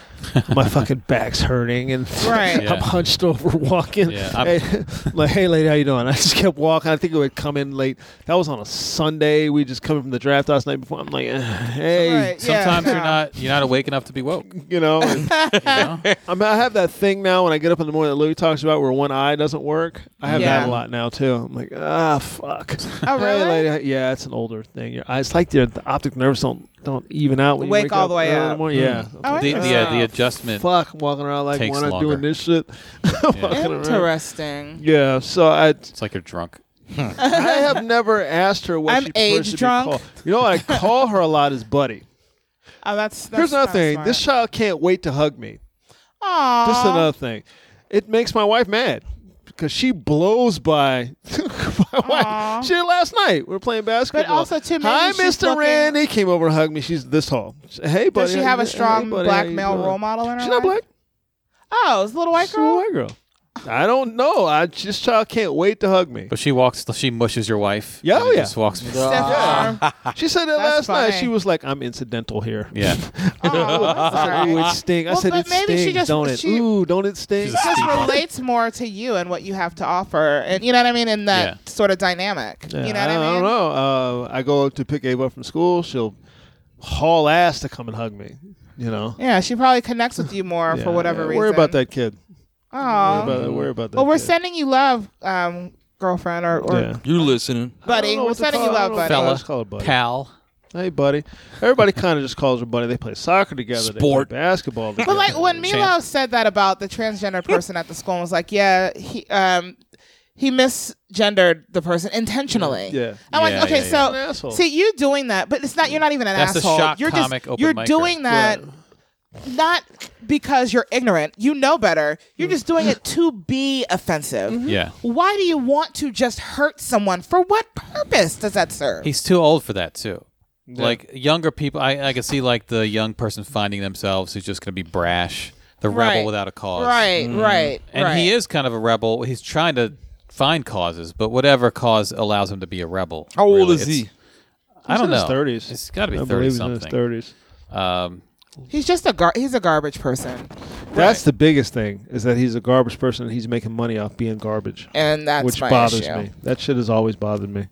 [SPEAKER 9] My fucking back's hurting and
[SPEAKER 11] Right.
[SPEAKER 10] Yeah.
[SPEAKER 9] I'm hunched over [laughs] walking.
[SPEAKER 10] Yeah, I'm-
[SPEAKER 9] hey, [laughs] like, hey, lady, how you doing? I just kept walking. I think it would come in late. That was on a Sunday. We just coming from the draft last night before. I'm like, eh, hey,
[SPEAKER 11] Right, yeah.
[SPEAKER 10] Sometimes you're not you're not awake enough to be woke.
[SPEAKER 9] [laughs] you know. and-
[SPEAKER 11] [laughs]
[SPEAKER 9] I mean, I have that thing now when I get up in the morning that Louis talks about where one eye doesn't work. I have
[SPEAKER 11] Yeah.
[SPEAKER 9] that a lot now too. I'm like, ah, fuck.
[SPEAKER 11] [laughs] Oh,
[SPEAKER 9] Hey,
[SPEAKER 11] really?
[SPEAKER 9] lady, yeah, it's an older thing. Your eyes, like your the optic nerves don't don't even out when you
[SPEAKER 11] Wake all the way
[SPEAKER 9] early in
[SPEAKER 11] up.
[SPEAKER 9] morning. Yeah.
[SPEAKER 11] Oh,
[SPEAKER 10] The the, uh, the
[SPEAKER 11] interesting.
[SPEAKER 10] adjustment.
[SPEAKER 9] Fuck, I'm walking around like
[SPEAKER 10] Takes
[SPEAKER 9] when I'm
[SPEAKER 10] longer.
[SPEAKER 9] doing this shit. [laughs] Walking around.
[SPEAKER 11] Interesting.
[SPEAKER 9] Yeah, so I
[SPEAKER 10] It's like you're drunk.
[SPEAKER 11] [laughs]
[SPEAKER 9] I have never asked her what
[SPEAKER 11] I'm
[SPEAKER 9] she prefers
[SPEAKER 11] age
[SPEAKER 9] to be
[SPEAKER 11] drunk.
[SPEAKER 9] called. You know what I call her a lot is buddy.
[SPEAKER 11] Oh, [laughs] that's, that's
[SPEAKER 9] Here's another
[SPEAKER 11] kinda
[SPEAKER 9] thing.
[SPEAKER 11] smart.
[SPEAKER 9] This child can't wait to hug me.
[SPEAKER 11] Aw.
[SPEAKER 9] This is another thing. It makes my wife mad because she blows by [laughs] my wife. She did last night. We were playing basketball.
[SPEAKER 11] also, too, maybe
[SPEAKER 9] Hi,
[SPEAKER 11] she's
[SPEAKER 9] Mr.
[SPEAKER 11] looking-
[SPEAKER 9] Randy came over and hugged me. She's this tall. She- Hey, buddy.
[SPEAKER 11] Does she
[SPEAKER 9] how
[SPEAKER 11] have
[SPEAKER 9] you
[SPEAKER 11] a
[SPEAKER 9] doing?
[SPEAKER 11] strong
[SPEAKER 9] Hey, buddy,
[SPEAKER 11] black
[SPEAKER 9] how you
[SPEAKER 11] male
[SPEAKER 9] doing?
[SPEAKER 11] role model in her
[SPEAKER 9] She's
[SPEAKER 11] life?
[SPEAKER 9] not black.
[SPEAKER 11] Oh, it's a little white
[SPEAKER 9] She's a
[SPEAKER 11] girl.
[SPEAKER 9] white girl. I don't know. I this child can't wait to hug me.
[SPEAKER 10] But she walks. She mushes your wife.
[SPEAKER 9] Yeah,
[SPEAKER 10] and
[SPEAKER 9] oh,
[SPEAKER 10] it
[SPEAKER 9] yeah.
[SPEAKER 10] Just walks.
[SPEAKER 11] Step
[SPEAKER 9] [laughs]
[SPEAKER 11] arm.
[SPEAKER 9] She said that last
[SPEAKER 11] That's
[SPEAKER 9] night.
[SPEAKER 11] funny.
[SPEAKER 9] She was like, "I'm incidental here."
[SPEAKER 10] Yeah.
[SPEAKER 9] [laughs]
[SPEAKER 11] Aw, Oh, that's all
[SPEAKER 9] Ooh,
[SPEAKER 11] right.
[SPEAKER 9] it stings. I
[SPEAKER 11] Well,
[SPEAKER 9] said
[SPEAKER 11] but
[SPEAKER 9] it
[SPEAKER 11] maybe she
[SPEAKER 9] stings,
[SPEAKER 11] just-
[SPEAKER 9] don't it?
[SPEAKER 11] she-
[SPEAKER 9] Ooh, don't it sting?
[SPEAKER 11] just relates more to you and what you have to offer, and you know what I mean in that
[SPEAKER 10] Yeah.
[SPEAKER 11] sort of dynamic. You know
[SPEAKER 9] I,
[SPEAKER 11] what I mean?
[SPEAKER 9] don't know. Uh, I go to pick Ava up from school. She'll haul ass to come and hug me. You know,
[SPEAKER 11] Yeah, she probably connects with you more
[SPEAKER 9] Yeah,
[SPEAKER 11] for whatever
[SPEAKER 9] yeah.
[SPEAKER 11] reason.
[SPEAKER 9] Worry about that kid. Worry
[SPEAKER 11] Oh,
[SPEAKER 9] about, that- worry about that.
[SPEAKER 11] well, we're
[SPEAKER 9] kid.
[SPEAKER 11] sending you love, um, girlfriend or, or
[SPEAKER 9] Yeah.
[SPEAKER 6] You're listening.
[SPEAKER 9] I
[SPEAKER 11] buddy.
[SPEAKER 9] don't know
[SPEAKER 11] We're
[SPEAKER 9] what to
[SPEAKER 11] sending you
[SPEAKER 9] call- I
[SPEAKER 11] love,
[SPEAKER 9] don't
[SPEAKER 11] buddy.
[SPEAKER 9] know what
[SPEAKER 10] buddy.
[SPEAKER 9] to call it buddy.
[SPEAKER 10] Pal.
[SPEAKER 9] Hey, buddy. Everybody kind of just calls her buddy. They play soccer together.
[SPEAKER 6] Sport.
[SPEAKER 9] They play basketball. Together.
[SPEAKER 11] But like when
[SPEAKER 10] Champ.
[SPEAKER 11] Milo said that about the transgender person at the school, and was like, yeah, he um he misgendered the person intentionally.
[SPEAKER 9] Yeah.
[SPEAKER 11] I'm
[SPEAKER 10] Yeah,
[SPEAKER 11] like, okay,
[SPEAKER 10] yeah, yeah.
[SPEAKER 9] An
[SPEAKER 11] so
[SPEAKER 9] asshole.
[SPEAKER 11] see, you doing that, but it's not. You're not even an
[SPEAKER 10] That's a
[SPEAKER 11] asshole.
[SPEAKER 10] shock
[SPEAKER 11] you're
[SPEAKER 10] comic
[SPEAKER 11] just
[SPEAKER 10] open
[SPEAKER 11] you're
[SPEAKER 10] micer.
[SPEAKER 11] doing that. Not because you're ignorant. You know better. You're just doing
[SPEAKER 10] [laughs]
[SPEAKER 11] it to be offensive.
[SPEAKER 10] Mm.
[SPEAKER 9] Mm-hmm.
[SPEAKER 10] Yeah.
[SPEAKER 11] Why do you want to just hurt someone? For what purpose does that serve?
[SPEAKER 10] He's too old for that too. Like younger people, I I can see like the young person finding themselves who's just going to be brash, the
[SPEAKER 11] Right.
[SPEAKER 10] rebel without a cause.
[SPEAKER 11] right, right,
[SPEAKER 10] Mm. And
[SPEAKER 11] right.
[SPEAKER 10] he is kind of a rebel. He's trying to find causes, but whatever cause allows him to be a rebel.
[SPEAKER 6] How old
[SPEAKER 10] really.
[SPEAKER 6] is
[SPEAKER 10] It's-
[SPEAKER 6] he?
[SPEAKER 10] I don't
[SPEAKER 9] in
[SPEAKER 10] know.
[SPEAKER 9] His thirties.
[SPEAKER 10] It's got to be
[SPEAKER 9] I
[SPEAKER 10] thirty
[SPEAKER 9] believe he's in his
[SPEAKER 10] something.
[SPEAKER 9] thirties.
[SPEAKER 10] Um,
[SPEAKER 11] He's just a gar- he's a garbage person,
[SPEAKER 9] That's the biggest thing is that he's a garbage person and he's making money off being garbage,
[SPEAKER 11] and that's
[SPEAKER 9] which
[SPEAKER 11] my
[SPEAKER 9] bothers
[SPEAKER 11] issue.
[SPEAKER 9] me. That shit has always bothered me.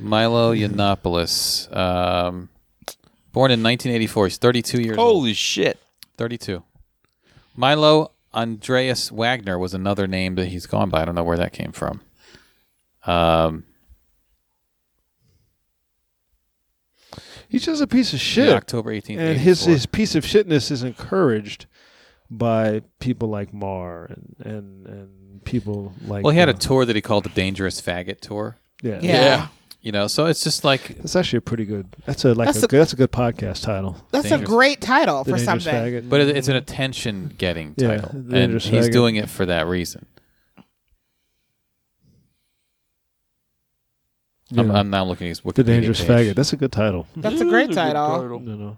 [SPEAKER 10] Milo Yiannopoulos, um, born in 1984. He's 32 years old.
[SPEAKER 6] Holy shit.
[SPEAKER 10] 32. Milo Andreas Wagner was another name that he's gone by. I don't know where that came from. Um,
[SPEAKER 9] He's just a piece of shit.
[SPEAKER 10] yeah, October 18th.
[SPEAKER 9] and his
[SPEAKER 10] 84.
[SPEAKER 9] his piece of shitness is encouraged by people like Marr and and and people like.
[SPEAKER 10] well, he had a
[SPEAKER 9] uh,
[SPEAKER 10] tour that he called the Dangerous Faggot Tour.
[SPEAKER 9] yeah.
[SPEAKER 11] Yeah.
[SPEAKER 10] You know, so it's just like
[SPEAKER 9] That's actually a pretty good. That's a like
[SPEAKER 11] That's
[SPEAKER 9] a,
[SPEAKER 11] a-
[SPEAKER 9] good that's a good podcast title.
[SPEAKER 11] That's a
[SPEAKER 10] Dangerous-
[SPEAKER 11] great title
[SPEAKER 9] The
[SPEAKER 11] for
[SPEAKER 9] Dangerous
[SPEAKER 11] something.
[SPEAKER 9] Faggot.
[SPEAKER 10] But it, it's an attention getting
[SPEAKER 9] Yeah,
[SPEAKER 10] title.
[SPEAKER 9] the
[SPEAKER 10] and
[SPEAKER 9] Dangerous
[SPEAKER 10] he's
[SPEAKER 9] Faggot.
[SPEAKER 10] doing it for that reason. I'm,
[SPEAKER 9] Yeah.
[SPEAKER 10] I'm now looking at his Wikipedia
[SPEAKER 9] the dangerous
[SPEAKER 10] page.
[SPEAKER 9] faggot. That's a good title.
[SPEAKER 11] That's a
[SPEAKER 10] Mm.
[SPEAKER 11] great title.
[SPEAKER 6] Hmm.
[SPEAKER 9] No, no.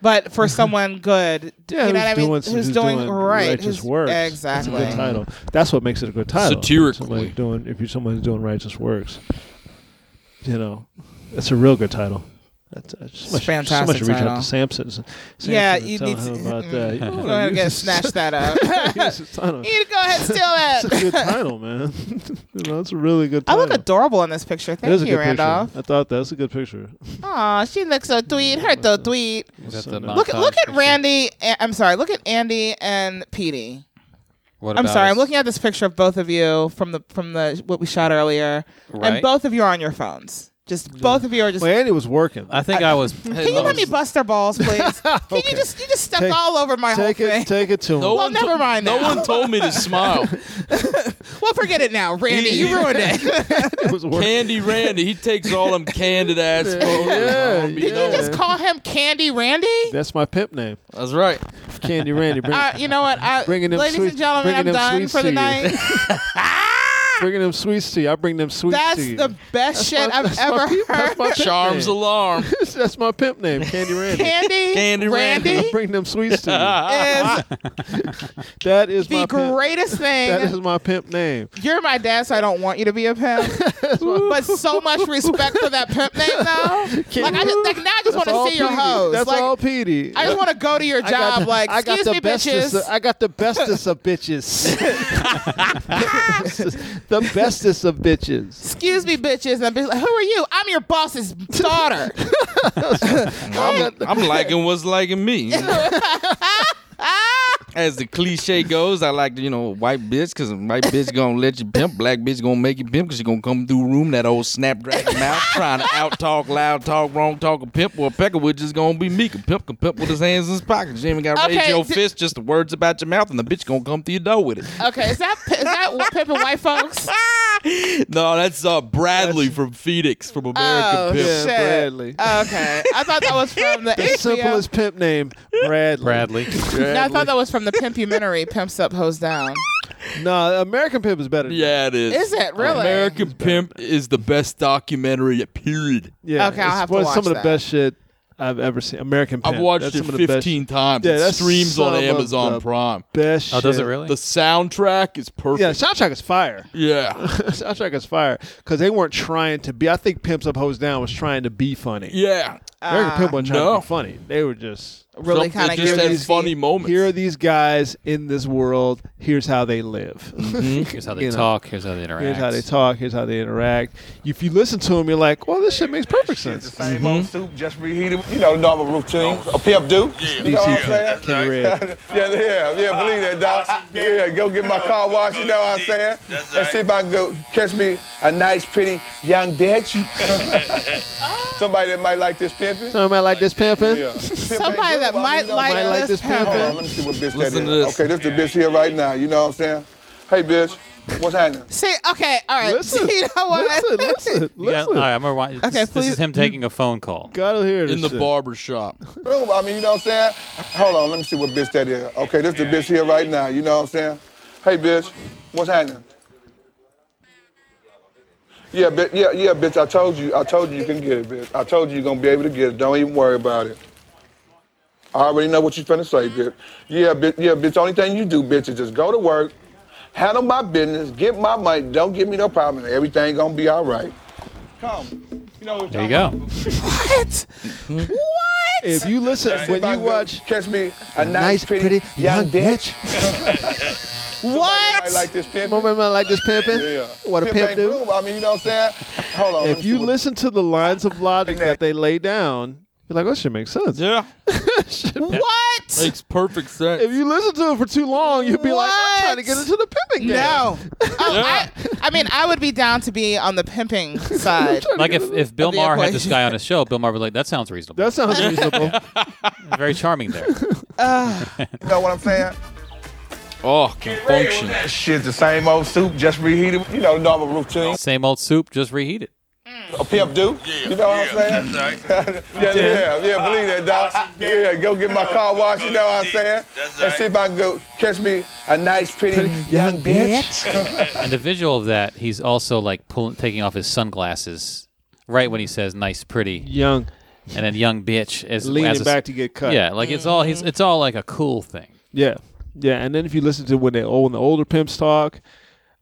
[SPEAKER 11] But for someone good,
[SPEAKER 9] [laughs] Yeah,
[SPEAKER 11] you know
[SPEAKER 9] who's
[SPEAKER 11] what I mean?
[SPEAKER 9] doing-
[SPEAKER 11] who's,
[SPEAKER 9] who's
[SPEAKER 11] doing,
[SPEAKER 9] doing
[SPEAKER 11] right?
[SPEAKER 9] righteous
[SPEAKER 11] Who's
[SPEAKER 9] works. That's a
[SPEAKER 11] Exactly.
[SPEAKER 9] good title. That's what makes it a good title.
[SPEAKER 6] Satirically.
[SPEAKER 9] Somebody doing if you someone's doing righteous works. You know, that's a real good title. That's, that's so much,
[SPEAKER 11] Fantastic
[SPEAKER 9] So much reach out
[SPEAKER 11] title.
[SPEAKER 9] to Samson. Samson
[SPEAKER 11] Yeah,
[SPEAKER 9] and
[SPEAKER 11] you
[SPEAKER 9] tell
[SPEAKER 11] need
[SPEAKER 9] him
[SPEAKER 11] to- mm,
[SPEAKER 9] about that.
[SPEAKER 11] Go ahead
[SPEAKER 9] [laughs]
[SPEAKER 11] and get snatch that up.
[SPEAKER 9] That's a
[SPEAKER 11] [laughs]
[SPEAKER 9] title.
[SPEAKER 11] you need to go ahead and steal that.
[SPEAKER 9] [laughs] That's a
[SPEAKER 11] [laughs]
[SPEAKER 9] good title, man. [laughs] you know, that's a really good
[SPEAKER 11] I
[SPEAKER 9] title.
[SPEAKER 11] look adorable in this picture.
[SPEAKER 9] That is
[SPEAKER 11] Thank
[SPEAKER 9] a
[SPEAKER 11] you,
[SPEAKER 9] good picture.
[SPEAKER 11] Randolph.
[SPEAKER 9] I thought that's a good picture.
[SPEAKER 11] Aw, she looks so tweet. Her so tweet.
[SPEAKER 10] Is that
[SPEAKER 9] So
[SPEAKER 10] the
[SPEAKER 9] nice.
[SPEAKER 10] montage
[SPEAKER 11] Look, look at
[SPEAKER 10] picture?
[SPEAKER 11] Randy. a- I'm sorry. Look at Andy and Petey.
[SPEAKER 10] What
[SPEAKER 11] I'm
[SPEAKER 10] about
[SPEAKER 11] sorry.
[SPEAKER 10] us?
[SPEAKER 11] I'm looking at this picture of both of you from the from the what we shot earlier,
[SPEAKER 10] Right.
[SPEAKER 11] and both of you are on your phones. Just both of you are just.
[SPEAKER 9] Well, Andy was working.
[SPEAKER 10] I think
[SPEAKER 11] [laughs]
[SPEAKER 10] I, was.
[SPEAKER 11] Can you let me bust their
[SPEAKER 9] [laughs]
[SPEAKER 11] balls, please? Can
[SPEAKER 9] Okay.
[SPEAKER 11] you just you just stepped
[SPEAKER 9] Take-
[SPEAKER 11] all over my whole
[SPEAKER 9] take
[SPEAKER 11] thing?
[SPEAKER 9] it, take it
[SPEAKER 11] [laughs]
[SPEAKER 9] to him.
[SPEAKER 6] No
[SPEAKER 11] well,
[SPEAKER 6] one
[SPEAKER 11] never
[SPEAKER 6] told-
[SPEAKER 11] mind.
[SPEAKER 6] No
[SPEAKER 11] now.
[SPEAKER 6] one told me to
[SPEAKER 10] [laughs]
[SPEAKER 6] smile.
[SPEAKER 11] Well, forget it now, Randy.
[SPEAKER 6] He-
[SPEAKER 11] you ruined
[SPEAKER 9] [laughs]
[SPEAKER 11] it.
[SPEAKER 9] It was working.
[SPEAKER 6] Candy Randy, he takes all them candid ass photos.
[SPEAKER 9] Yeah,
[SPEAKER 6] homie.
[SPEAKER 9] yeah.
[SPEAKER 11] Did you just call him Candy Randy?
[SPEAKER 9] That's my pimp name,
[SPEAKER 6] That's right.
[SPEAKER 9] Candy Randy. Bring,
[SPEAKER 11] Uh, you know what? [laughs] I,
[SPEAKER 9] Bringing them
[SPEAKER 11] ladies
[SPEAKER 9] sweets-
[SPEAKER 11] and gentlemen,
[SPEAKER 9] bringing
[SPEAKER 11] I'm
[SPEAKER 9] them
[SPEAKER 11] done
[SPEAKER 9] sweets
[SPEAKER 11] for
[SPEAKER 9] to
[SPEAKER 11] the
[SPEAKER 9] you. [laughs]
[SPEAKER 11] night.
[SPEAKER 9] bringing them sweets to you. I bring them sweets
[SPEAKER 11] That's
[SPEAKER 9] to you.
[SPEAKER 11] the best shit
[SPEAKER 9] my-
[SPEAKER 11] I've
[SPEAKER 9] that's my
[SPEAKER 11] ever
[SPEAKER 9] peop-
[SPEAKER 11] heard.
[SPEAKER 9] That's my pimp
[SPEAKER 6] Charms
[SPEAKER 9] name.
[SPEAKER 6] alarm.
[SPEAKER 9] [laughs] that's my pimp name, Candy Randy.
[SPEAKER 11] Candy,
[SPEAKER 6] Candy Randy.
[SPEAKER 11] Randy
[SPEAKER 9] I [laughs] bring them sweets to you.
[SPEAKER 11] is
[SPEAKER 9] That is my
[SPEAKER 11] the
[SPEAKER 9] pimp.
[SPEAKER 11] greatest
[SPEAKER 9] That is
[SPEAKER 11] thing.
[SPEAKER 9] my pimp name.
[SPEAKER 11] You're my dad, so I don't want you to be a
[SPEAKER 9] [laughs]
[SPEAKER 11] pimp. but so much respect for that pimp name, though. Like I just like now, I just want
[SPEAKER 9] That's all
[SPEAKER 11] to see your
[SPEAKER 9] Petey.
[SPEAKER 11] hoes.
[SPEAKER 9] That's
[SPEAKER 11] like
[SPEAKER 9] all Petey.
[SPEAKER 11] I just want to go to your
[SPEAKER 9] I got
[SPEAKER 11] job.
[SPEAKER 9] the-
[SPEAKER 11] like,
[SPEAKER 9] I got
[SPEAKER 11] excuse
[SPEAKER 9] the
[SPEAKER 11] me,
[SPEAKER 9] bestest
[SPEAKER 11] bitches.
[SPEAKER 9] Of, I got the bestest
[SPEAKER 11] [laughs]
[SPEAKER 9] of bitches. [laughs] the bestest of bitches.
[SPEAKER 11] excuse me, bitches. And I'm be like, who are you? I'm your boss's daughter.
[SPEAKER 9] [laughs]
[SPEAKER 6] I'm, I'm liking what's liking me. As the cliche goes, I like you know white bitch because white bitch gonna let you pimp, black bitch gonna make you pimp because she gonna come through room that old
[SPEAKER 9] [laughs]
[SPEAKER 6] snapdragon mouth trying to out talk, loud talk, wrong talk a pimp or a peckerwood just gonna be meek. A pimp can pimp with his hands in his pockets. You ain't even gotta raise
[SPEAKER 11] Okay,
[SPEAKER 6] your
[SPEAKER 11] d-
[SPEAKER 6] fist, just the words about your mouth, and the bitch gonna come through your door with it.
[SPEAKER 11] okay, is that is that pimping white folks?
[SPEAKER 6] [laughs] No, that's uh, Bradley from Phoenix from American
[SPEAKER 11] Oh,
[SPEAKER 6] Pimp.
[SPEAKER 9] Yeah,
[SPEAKER 11] shit.
[SPEAKER 9] Bradley.
[SPEAKER 11] Okay, I thought that was from the,
[SPEAKER 9] The
[SPEAKER 11] HBO.
[SPEAKER 9] simplest pimp name, Bradley.
[SPEAKER 10] Bradley.
[SPEAKER 11] No, I thought that was from the pimpumentary, pimps up, hoes down.
[SPEAKER 9] No, American Pimp is better. than
[SPEAKER 6] Yeah, it is.
[SPEAKER 11] Is it really?
[SPEAKER 6] American Pimp is the best documentary. Period.
[SPEAKER 9] Yeah,
[SPEAKER 11] Okay, I'll
[SPEAKER 9] it's
[SPEAKER 11] have to
[SPEAKER 9] one-
[SPEAKER 11] watch
[SPEAKER 9] some of the
[SPEAKER 11] that.
[SPEAKER 9] best shit I've ever seen. American Pimp.
[SPEAKER 6] I've watched
[SPEAKER 9] That's
[SPEAKER 6] it
[SPEAKER 9] some of the best
[SPEAKER 6] 15 times.
[SPEAKER 9] Yeah,
[SPEAKER 6] it
[SPEAKER 9] that's
[SPEAKER 6] streams on
[SPEAKER 9] some of
[SPEAKER 6] Amazon
[SPEAKER 9] the
[SPEAKER 6] Prime.
[SPEAKER 9] Best.
[SPEAKER 10] Oh, does it
[SPEAKER 9] shit.
[SPEAKER 10] really?
[SPEAKER 6] The soundtrack is
[SPEAKER 9] Yeah,
[SPEAKER 6] perfect.
[SPEAKER 9] soundtrack is fire.
[SPEAKER 6] Yeah.
[SPEAKER 9] [laughs] soundtrack is fire because they weren't trying to be. I think Pimps Up Hoes Down was trying to be funny.
[SPEAKER 6] Yeah.
[SPEAKER 9] American Pimp wasn't trying
[SPEAKER 6] no. Oh,
[SPEAKER 9] to be funny. They were just
[SPEAKER 11] Really
[SPEAKER 6] Some- it
[SPEAKER 11] kind of
[SPEAKER 6] just has
[SPEAKER 11] gives you
[SPEAKER 6] funny moments.
[SPEAKER 9] here are these guys in this world. Here's how they live.
[SPEAKER 6] Mm-hmm.
[SPEAKER 10] Here's how they
[SPEAKER 9] You know.
[SPEAKER 10] talk. Here's how they
[SPEAKER 9] [laughs]
[SPEAKER 10] interact.
[SPEAKER 9] Here's how they talk. Here's how they interact. If you listen to them, you're like, well, this shit makes perfect sense.
[SPEAKER 5] Same
[SPEAKER 6] Hmm?
[SPEAKER 5] old soup, just reheated. You know the normal routine. A pimp do.
[SPEAKER 9] Mm,
[SPEAKER 5] You know what I'm saying?
[SPEAKER 9] Kenny Red.
[SPEAKER 5] [laughs] Yeah, yeah, yeah, believe that, dog. Yeah, go get my car washed, you know what I'm saying? And see if I can go catch me a nice, pretty young
[SPEAKER 6] [laughs]
[SPEAKER 5] bitch. [laughs] Somebody that might like this pimping.
[SPEAKER 9] Something I like this pimping.
[SPEAKER 5] Yeah.
[SPEAKER 11] Somebody that might like,
[SPEAKER 9] might like
[SPEAKER 11] this
[SPEAKER 9] this pimp.
[SPEAKER 5] Hold
[SPEAKER 11] pimp.
[SPEAKER 5] on, let me see what bitch
[SPEAKER 6] Listen
[SPEAKER 5] that
[SPEAKER 6] to
[SPEAKER 5] is.
[SPEAKER 6] this.
[SPEAKER 5] Okay, this the bitch here right now, you know what I'm saying? Hey, bitch, what's happening?
[SPEAKER 11] See, okay, all right. [laughs]
[SPEAKER 9] Listen,
[SPEAKER 11] you know what?
[SPEAKER 9] listen, listen,
[SPEAKER 10] You got-
[SPEAKER 9] listen.
[SPEAKER 10] all right, I'm gonna watch. This,
[SPEAKER 11] Okay,
[SPEAKER 10] this
[SPEAKER 11] please-
[SPEAKER 10] is him taking a phone call.
[SPEAKER 9] Gotta hear this
[SPEAKER 6] In the
[SPEAKER 9] shit.
[SPEAKER 6] barber
[SPEAKER 9] [laughs]
[SPEAKER 6] shop.
[SPEAKER 5] Boom, I mean, you know what I'm saying? Hold on, let me see what bitch that is. Okay, this the bitch here right now, you know what I'm saying? Hey, bitch, what's happening? Yeah, bitch, yeah, yeah, bitch, I told you, I told you you can get it, bitch. I told you you're gonna be able to get it. Don't even worry about it. I already know what you finna say, bitch. Yeah, bitch, yeah, bitch, only thing you do, bitch, is just go to work, handle my business, get my money, don't give me no problem, and everything gonna be all right. Come. You know what
[SPEAKER 10] There you go.
[SPEAKER 11] What? What?
[SPEAKER 9] if you listen, when you watch,
[SPEAKER 5] catch me a nice, pretty, young bitch.
[SPEAKER 11] What?
[SPEAKER 5] I like this pimping.
[SPEAKER 9] Moment, I like this pimping.
[SPEAKER 5] Yeah.
[SPEAKER 9] What a pimp
[SPEAKER 5] ain't
[SPEAKER 9] do.
[SPEAKER 5] cool. I mean, you know what I'm saying? Hold on. let me
[SPEAKER 9] If
[SPEAKER 5] see
[SPEAKER 9] you
[SPEAKER 5] what-
[SPEAKER 9] listen to the lines of logic that they lay down, you're like, oh, shit makes sense.
[SPEAKER 6] Yeah,
[SPEAKER 11] [laughs] What?
[SPEAKER 6] makes
[SPEAKER 9] [laughs]
[SPEAKER 6] perfect sense.
[SPEAKER 9] If you listen to it for too long, you'd be like, I'm trying to
[SPEAKER 11] What?
[SPEAKER 9] get into the pimping
[SPEAKER 6] [laughs]
[SPEAKER 9] game.
[SPEAKER 11] No. Oh, I, I mean, I would be down to be on the pimping
[SPEAKER 9] [laughs]
[SPEAKER 11] side.
[SPEAKER 10] Like if, if Bill
[SPEAKER 11] the
[SPEAKER 10] Maher had this
[SPEAKER 11] equation.
[SPEAKER 10] guy on his show, Bill Maher would be like, that sounds reasonable.
[SPEAKER 9] That sounds reasonable.
[SPEAKER 10] Very
[SPEAKER 9] [laughs]
[SPEAKER 10] charming there.
[SPEAKER 5] You know what I'm saying?
[SPEAKER 6] Oh, can function.
[SPEAKER 5] That shit's the same old soup, just reheated. You know, normal routine.
[SPEAKER 10] Same old soup, just reheat it.
[SPEAKER 5] A pimp do. you know what I'm saying? [laughs] yeah, yeah, yeah, believe that, dog. Yeah, go get my car washed, you know what I'm saying?
[SPEAKER 8] That's
[SPEAKER 5] And see if I can go catch me a nice, pretty young bitch.
[SPEAKER 10] And the visual of that, he's also like pulling, taking off his sunglasses right when he says "nice, pretty,"
[SPEAKER 9] Young,
[SPEAKER 10] and then "young bitch" as as
[SPEAKER 9] leaning
[SPEAKER 10] a-
[SPEAKER 9] back to get cut.
[SPEAKER 10] Yeah, like it's all he's, it's all like a cool thing.
[SPEAKER 9] Yeah, yeah. And then if you listen to when they old when the older pimps talk,